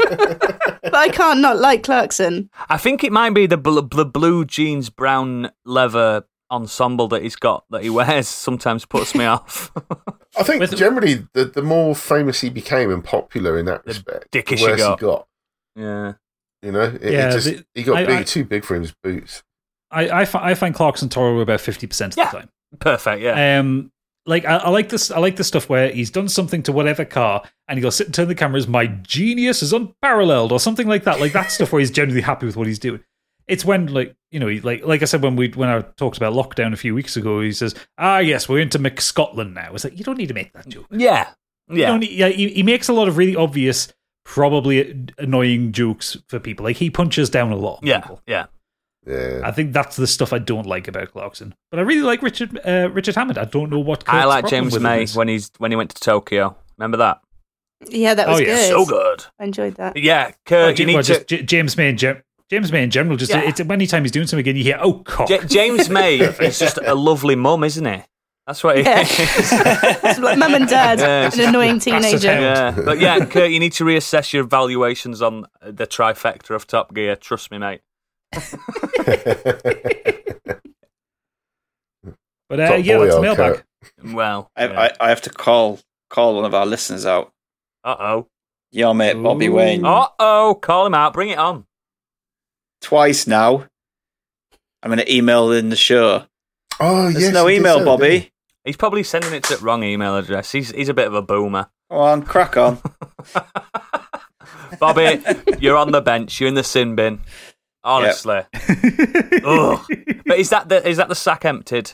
Speaker 3: but I can't not like Clarkson.
Speaker 1: I think it might be the bl- bl- blue jeans, brown leather ensemble that he's got that he wears <laughs> sometimes puts me off. <laughs>
Speaker 2: I think
Speaker 5: With-
Speaker 2: generally, the, the more famous he became and popular in that respect, the
Speaker 1: dickish he
Speaker 2: worse
Speaker 1: got.
Speaker 2: he got.
Speaker 1: yeah,
Speaker 2: You know, it, it
Speaker 5: Yeah,
Speaker 2: just
Speaker 5: the-
Speaker 2: he got
Speaker 5: I-
Speaker 2: big,
Speaker 5: I-
Speaker 2: too big for his boots.
Speaker 5: I, I, fi- I find Clarkson tolerable about fifty percent of
Speaker 1: Yeah.
Speaker 5: the time.
Speaker 1: perfect. Yeah,
Speaker 5: Um, like I, I like this. I like the stuff where he's done something to whatever car, and he'll sit and turn the cameras. My genius is unparalleled, or something like that. Like that stuff where he's generally happy with what he's doing. It's when like you know, he- like like I said when we when I talked about lockdown a few weeks ago, he says, "Ah, yes, we're into McScotland now." It's like you don't need to make that joke.
Speaker 1: yeah,
Speaker 5: You
Speaker 1: yeah.
Speaker 5: don't need- yeah, he, he makes a lot of really obvious, probably annoying jokes for people. Like he punches down a lot. on
Speaker 1: Yeah,
Speaker 5: people.
Speaker 1: yeah.
Speaker 2: Yeah,
Speaker 5: I think that's the stuff I don't like about Clarkson. But I really like Richard uh, Richard Hammond. I don't know what Kurt's
Speaker 1: I like
Speaker 5: problem
Speaker 1: James
Speaker 5: with him
Speaker 1: May
Speaker 5: is.
Speaker 1: when he's when he went to Tokyo. Remember that?
Speaker 3: Yeah, that
Speaker 5: Oh,
Speaker 3: was
Speaker 5: yeah.
Speaker 3: good.
Speaker 1: So good.
Speaker 3: I
Speaker 1: <laughs>
Speaker 3: enjoyed that.
Speaker 7: Oh,
Speaker 1: Yeah,
Speaker 5: Well,
Speaker 1: Kurt,
Speaker 5: J-
Speaker 1: uh, you need
Speaker 5: well,
Speaker 1: to.
Speaker 5: just J- James May and Jim. James May in general, just
Speaker 1: Yeah.
Speaker 5: it's, anytime he's doing something again, you hear, oh, cock.
Speaker 1: J- James
Speaker 4: <laughs>
Speaker 1: May is just a lovely mum, isn't he? That's what he
Speaker 3: Yeah.
Speaker 1: is.
Speaker 3: It's like mum and dad,
Speaker 1: Yeah, it's
Speaker 3: an annoying
Speaker 5: town.
Speaker 3: teenager.
Speaker 1: Yeah, but yeah, Kurt, you need to reassess your valuations on the trifecta of Top Gear. Trust me, mate.
Speaker 5: but uh,
Speaker 2: Top
Speaker 5: yeah, that's
Speaker 2: boy,
Speaker 5: a
Speaker 2: oh,
Speaker 5: mailbag.
Speaker 2: Kurt.
Speaker 1: Well,
Speaker 4: I, I, I have to call call one of our listeners out.
Speaker 1: uh oh,
Speaker 4: Your mate Bobby
Speaker 5: Ooh.
Speaker 4: Wayne
Speaker 1: uh oh, call him out, bring it on.
Speaker 4: twice now. I'm going to email in the show
Speaker 2: <laughs> Oh,
Speaker 4: There's
Speaker 2: yes,
Speaker 4: no
Speaker 2: he did
Speaker 4: email,
Speaker 2: say that,
Speaker 4: Bobby.
Speaker 1: He's probably sending it to the wrong email address. He's he's a bit of a boomer.
Speaker 4: Come on, crack on.
Speaker 1: Bobby,
Speaker 4: <laughs>
Speaker 1: you're on the bench. You're in the sin bin. Honestly. Ugh. But is that the is that the sack emptied?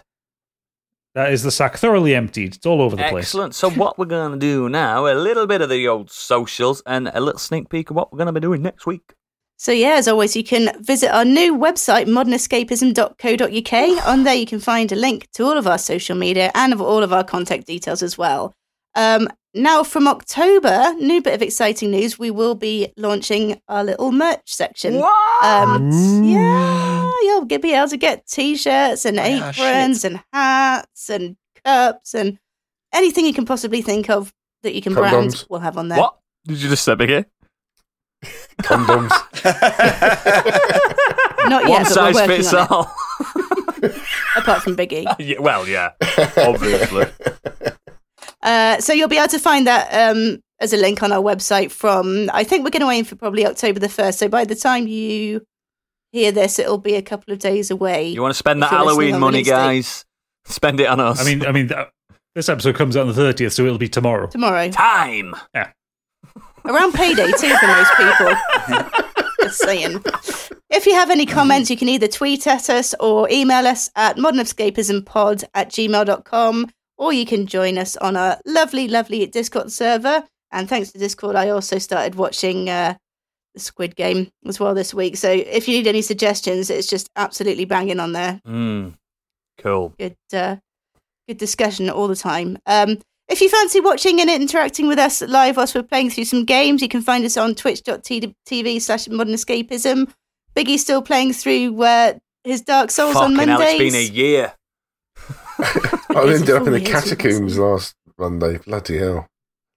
Speaker 7: That is the sack thoroughly emptied. It's all over the place.
Speaker 1: Excellent. So what we're gonna do now? A little bit of the old socials and a little sneak peek of what we're gonna be doing next week.
Speaker 3: So, yeah, as always, you can visit our new website, modernescapism.co.uk. On there, you can find a link to all of our social media and of all of our contact details as well. Um, now, from October, new bit of exciting news we will be launching our little merch section.
Speaker 1: What?
Speaker 3: Um, yeah, you'll get- be able to get t-shirts
Speaker 1: Oh,
Speaker 3: and aprons and hats and cups and anything you can possibly think of that you can brand.
Speaker 2: Condoms.
Speaker 3: We'll have on there.
Speaker 1: What? Did you just step again?
Speaker 2: Condoms.
Speaker 3: Not yet,
Speaker 1: One
Speaker 3: but
Speaker 1: size
Speaker 3: we're working
Speaker 1: fits
Speaker 3: on it,
Speaker 1: all.
Speaker 3: apart from Biggie.
Speaker 1: <laughs> Yeah, well, yeah, obviously.
Speaker 3: Uh, so you'll be able to find that um, as a link on our website from, I think we're going to aim for probably October the 1st. So by the time you hear this, it'll be a couple of days away.
Speaker 1: You want to spend that
Speaker 3: If you're listening
Speaker 1: Halloween
Speaker 3: on
Speaker 1: money,
Speaker 3: release date.
Speaker 1: guys? Spend it on us.
Speaker 7: I mean, I mean, that, this episode comes out on the thirtieth, so it'll be tomorrow.
Speaker 3: Tomorrow.
Speaker 1: time.
Speaker 3: around payday too for most people. Just saying. If you have any comments, you can either tweet at us or email us at modernescapismpod at gmail.com, or you can join us on our lovely, lovely Discord server. And thanks to Discord, I also started watching uh, the Squid Game as well this week. So if you need any suggestions, it's just absolutely banging on there
Speaker 1: Mm. Cool.
Speaker 3: good uh, good discussion all the time. Um, if you fancy watching and interacting with us live whilst we're playing through some games, you can find us on twitch.tv slash modern escapism. Biggie's still playing through uh, his Dark Souls on
Speaker 1: Fucking hell,
Speaker 3: Mondays.
Speaker 1: it's been a year.
Speaker 2: <laughs> I
Speaker 3: It's
Speaker 2: ended up in the
Speaker 3: four years, isn't it?
Speaker 2: catacombs last Monday. Bloody hell.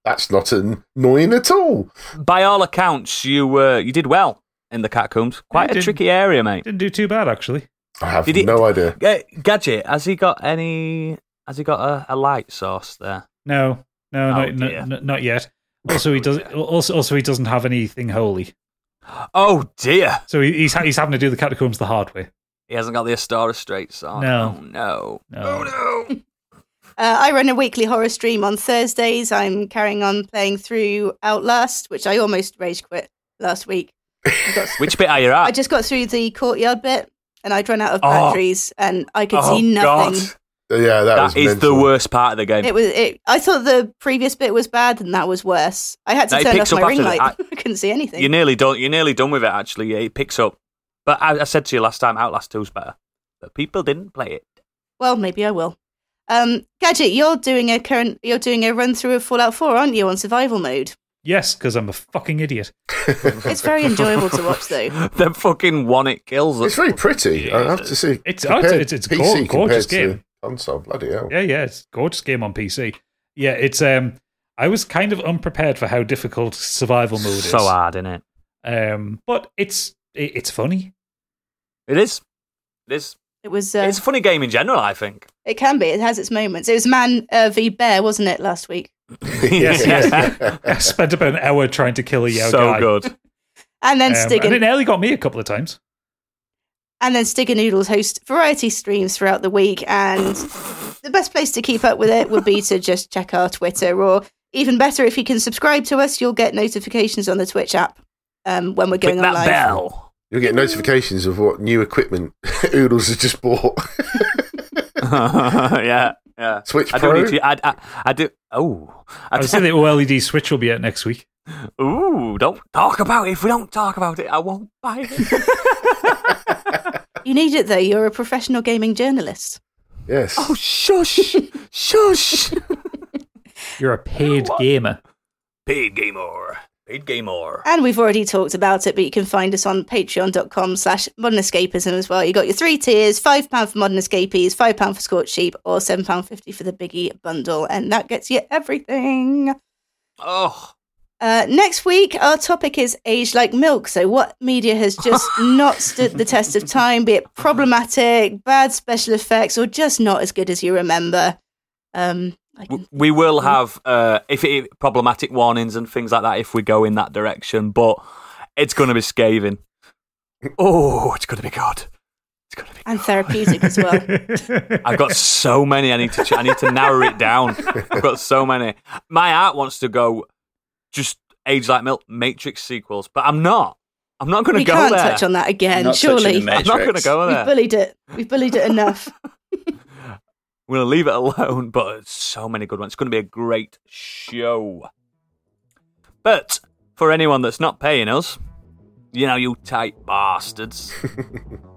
Speaker 2: That's not annoying at all.
Speaker 1: By all accounts, you uh, you did well in the catacombs. Quite a
Speaker 7: did.
Speaker 1: tricky area, mate.
Speaker 7: Didn't do too bad actually.
Speaker 2: I have
Speaker 1: Did it-
Speaker 2: no idea.
Speaker 1: Uh, Gadget, has he got any? Has he got a, a light source there?
Speaker 7: No, no,
Speaker 1: Oh,
Speaker 7: not,
Speaker 1: dear.
Speaker 7: n- n- not yet. Also, he does. Also, also, he doesn't have anything holy,
Speaker 1: Oh dear,
Speaker 7: so he, he's ha- he's having to do the catacombs the hard way.
Speaker 1: he hasn't got the Astara Straits on.
Speaker 7: No.
Speaker 1: oh, no.
Speaker 7: No.
Speaker 3: Uh, I run a weekly horror stream on Thursdays. I'm carrying on playing through Outlast, which I almost rage quit last week. I, got-
Speaker 1: Which bit are you
Speaker 3: I
Speaker 1: at?
Speaker 3: just got through the courtyard bit and I'd run out of
Speaker 1: Ah. Oh.
Speaker 3: batteries and I could
Speaker 1: oh
Speaker 3: see nothing.
Speaker 1: God,
Speaker 2: Yeah, that, was
Speaker 1: that is
Speaker 2: mental.
Speaker 1: the worst part of the game.
Speaker 3: It was. It, I thought the previous bit was bad, and that was worse. I had to
Speaker 1: No, it
Speaker 3: turn off
Speaker 1: picks
Speaker 3: my
Speaker 1: up
Speaker 3: ring
Speaker 1: after
Speaker 3: light. <laughs>
Speaker 1: that.
Speaker 3: I couldn't see anything.
Speaker 1: You're nearly done. You're nearly done with it. Actually, yeah, it picks up. But I, I said to you last time, Outlast Two's better. But people didn't play it.
Speaker 3: well, maybe I will. Um, Gadget, you're doing a current. You're doing a run through of Fallout 4, aren't you, on survival mode?
Speaker 7: Yes, because I'm a fucking idiot.
Speaker 1: <laughs>
Speaker 3: It's very enjoyable to watch, though.
Speaker 1: the fucking one it kills. us.
Speaker 2: It's very pretty. I have to see.
Speaker 7: It's- oh, it's-
Speaker 2: compared
Speaker 7: it's- it's
Speaker 2: PC
Speaker 7: gor- gorgeous
Speaker 2: compared to
Speaker 7: game.
Speaker 2: Console, bloody hell.
Speaker 7: Yeah, yeah, it's a gorgeous game on PC. Yeah, it's um, I was kind of unprepared for how difficult survival mode is.
Speaker 1: so hard, isn't it?
Speaker 7: um, but it's it, it's
Speaker 1: <laughs>
Speaker 7: funny.
Speaker 1: It is. It is.
Speaker 3: It was. Uh,
Speaker 1: It's a funny game in general, I
Speaker 2: <laughs>
Speaker 1: think.
Speaker 3: it can be. It has its moments. It was Man uh, v Bear, wasn't it, last week?
Speaker 7: Yes,
Speaker 1: <laughs>
Speaker 7: yes. I spent about an hour trying to kill a Yao
Speaker 1: so
Speaker 7: guy.
Speaker 1: good.
Speaker 3: And then
Speaker 7: Um,
Speaker 3: Stig
Speaker 7: and it
Speaker 3: and,
Speaker 7: nearly got me a couple of times.
Speaker 3: and then Stig and Noodles host variety streams throughout the week, and the best place to keep up with it would be to just check our Twitter, or even better, if you can subscribe to us, you'll get notifications on the Twitch app um, when we're
Speaker 1: Click
Speaker 3: going
Speaker 1: that
Speaker 3: on live.
Speaker 1: bell.
Speaker 2: You'll get notifications of what new equipment <laughs> Oodles has just bought. <laughs>
Speaker 1: <laughs> yeah, yeah.
Speaker 2: Switch
Speaker 1: I
Speaker 2: Pro?
Speaker 1: do need to. I, I, I do. Oh,
Speaker 7: I
Speaker 1: <laughs>
Speaker 7: was saying the OLED E Switch will be out next week.
Speaker 1: Ooh, don't talk about it. If we don't talk about it, I won't buy
Speaker 2: <laughs>
Speaker 1: it.
Speaker 3: You need it though. You're a professional gaming journalist.
Speaker 2: yes.
Speaker 1: oh, shush, shush.
Speaker 7: You're a paid gamer.
Speaker 1: Paid gamer. Paid gamer.
Speaker 3: And we've already talked about it, but you can find us on patreon.com slash modern escapism as well. You got your three tiers, five pound for modern escapees, five pound for scorched sheep, or seven pound fifty for the biggie bundle, and that gets you everything.
Speaker 1: Oh,
Speaker 3: Uh, next week, our topic is age like milk. So, what media has
Speaker 4: <laughs>
Speaker 3: just not stood the test of time, be it problematic, bad special effects, or just not as good as you remember? Um, I
Speaker 1: W-
Speaker 3: can,
Speaker 1: we will have uh, if it, problematic warnings and things like that if we go in that direction, but it's going to be scathing. Oh, it's going to be good. It's It's gotta be.
Speaker 3: and therapeutic
Speaker 4: <laughs>
Speaker 3: as well.
Speaker 1: I've got so many. I need to. Ch- I need to narrow it down. I've got so many. My art wants to go just age like milk Matrix sequels, but I'm not. I'm not going to
Speaker 3: we
Speaker 1: go
Speaker 3: can't
Speaker 1: there.
Speaker 3: touch on that again,
Speaker 4: Not touching
Speaker 3: surely.
Speaker 4: the eh?
Speaker 3: We've
Speaker 1: I'm not going to
Speaker 4: Matrix.
Speaker 1: go there.
Speaker 3: bullied it. We've bullied it enough.
Speaker 1: We're going to leave it alone, <laughs> but so many good ones. It's going to be a great show. But for anyone that's not paying us, you know, you tight bastards,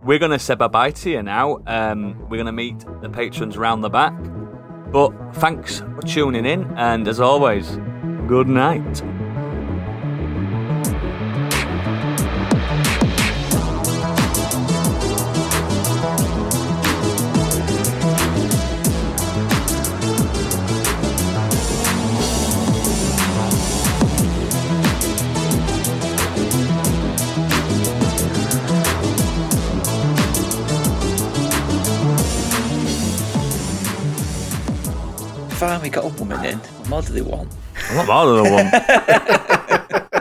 Speaker 1: we're going to say bye bye to you now. Um, we're going to meet the patrons round the back. But thanks for tuning in, and as always, good night.
Speaker 4: Fine, we got a woman in. What more do they want?
Speaker 1: What more than one?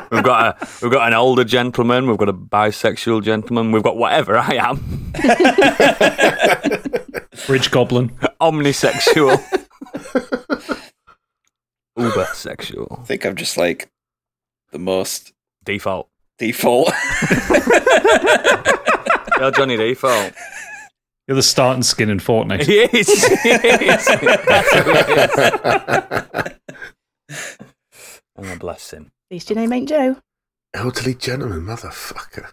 Speaker 1: we've got a, we've got an older gentleman, we've got a bisexual gentleman, we've got whatever I am,
Speaker 5: Bridge Goblin. <laughs>
Speaker 1: omnisexual, uber sexual
Speaker 4: I think I'm just like the most
Speaker 1: default.
Speaker 4: default. <laughs>
Speaker 1: Yeah, Johnny default.
Speaker 5: You're the starting skin in Fortnite.
Speaker 7: <laughs>
Speaker 1: <laughs> He is. He is. That's who he is.
Speaker 5: <laughs>
Speaker 1: Oh, bless him.
Speaker 3: At least your name ain't Joe.
Speaker 2: Elderly gentleman, motherfucker.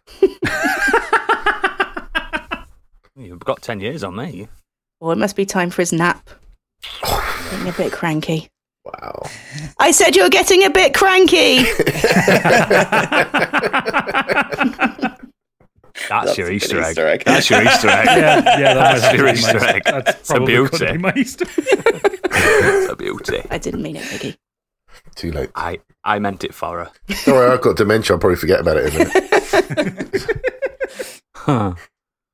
Speaker 1: You've got ten years on me.
Speaker 3: Or it must be time for his nap. Getting a bit cranky.
Speaker 2: Wow.
Speaker 3: I said you were getting a bit
Speaker 4: <laughs>
Speaker 3: cranky.
Speaker 1: That's,
Speaker 4: That's
Speaker 1: your
Speaker 4: a good
Speaker 1: Easter egg.
Speaker 4: Easter egg.
Speaker 1: That's your Easter egg.
Speaker 5: <laughs> yeah, yeah, that
Speaker 1: That's
Speaker 5: might
Speaker 1: your
Speaker 5: be my-
Speaker 1: Easter egg.
Speaker 5: That's
Speaker 1: It's a
Speaker 5: probably
Speaker 1: beauty.
Speaker 5: gonna be my
Speaker 1: <laughs>
Speaker 5: Easter.
Speaker 7: <laughs>
Speaker 1: It's a beauty.
Speaker 3: I didn't mean it, Mickey.
Speaker 2: Too late.
Speaker 1: I I meant it for her.
Speaker 2: Don't worry, I've got dementia. I'll probably forget about it in a minute.
Speaker 1: Huh.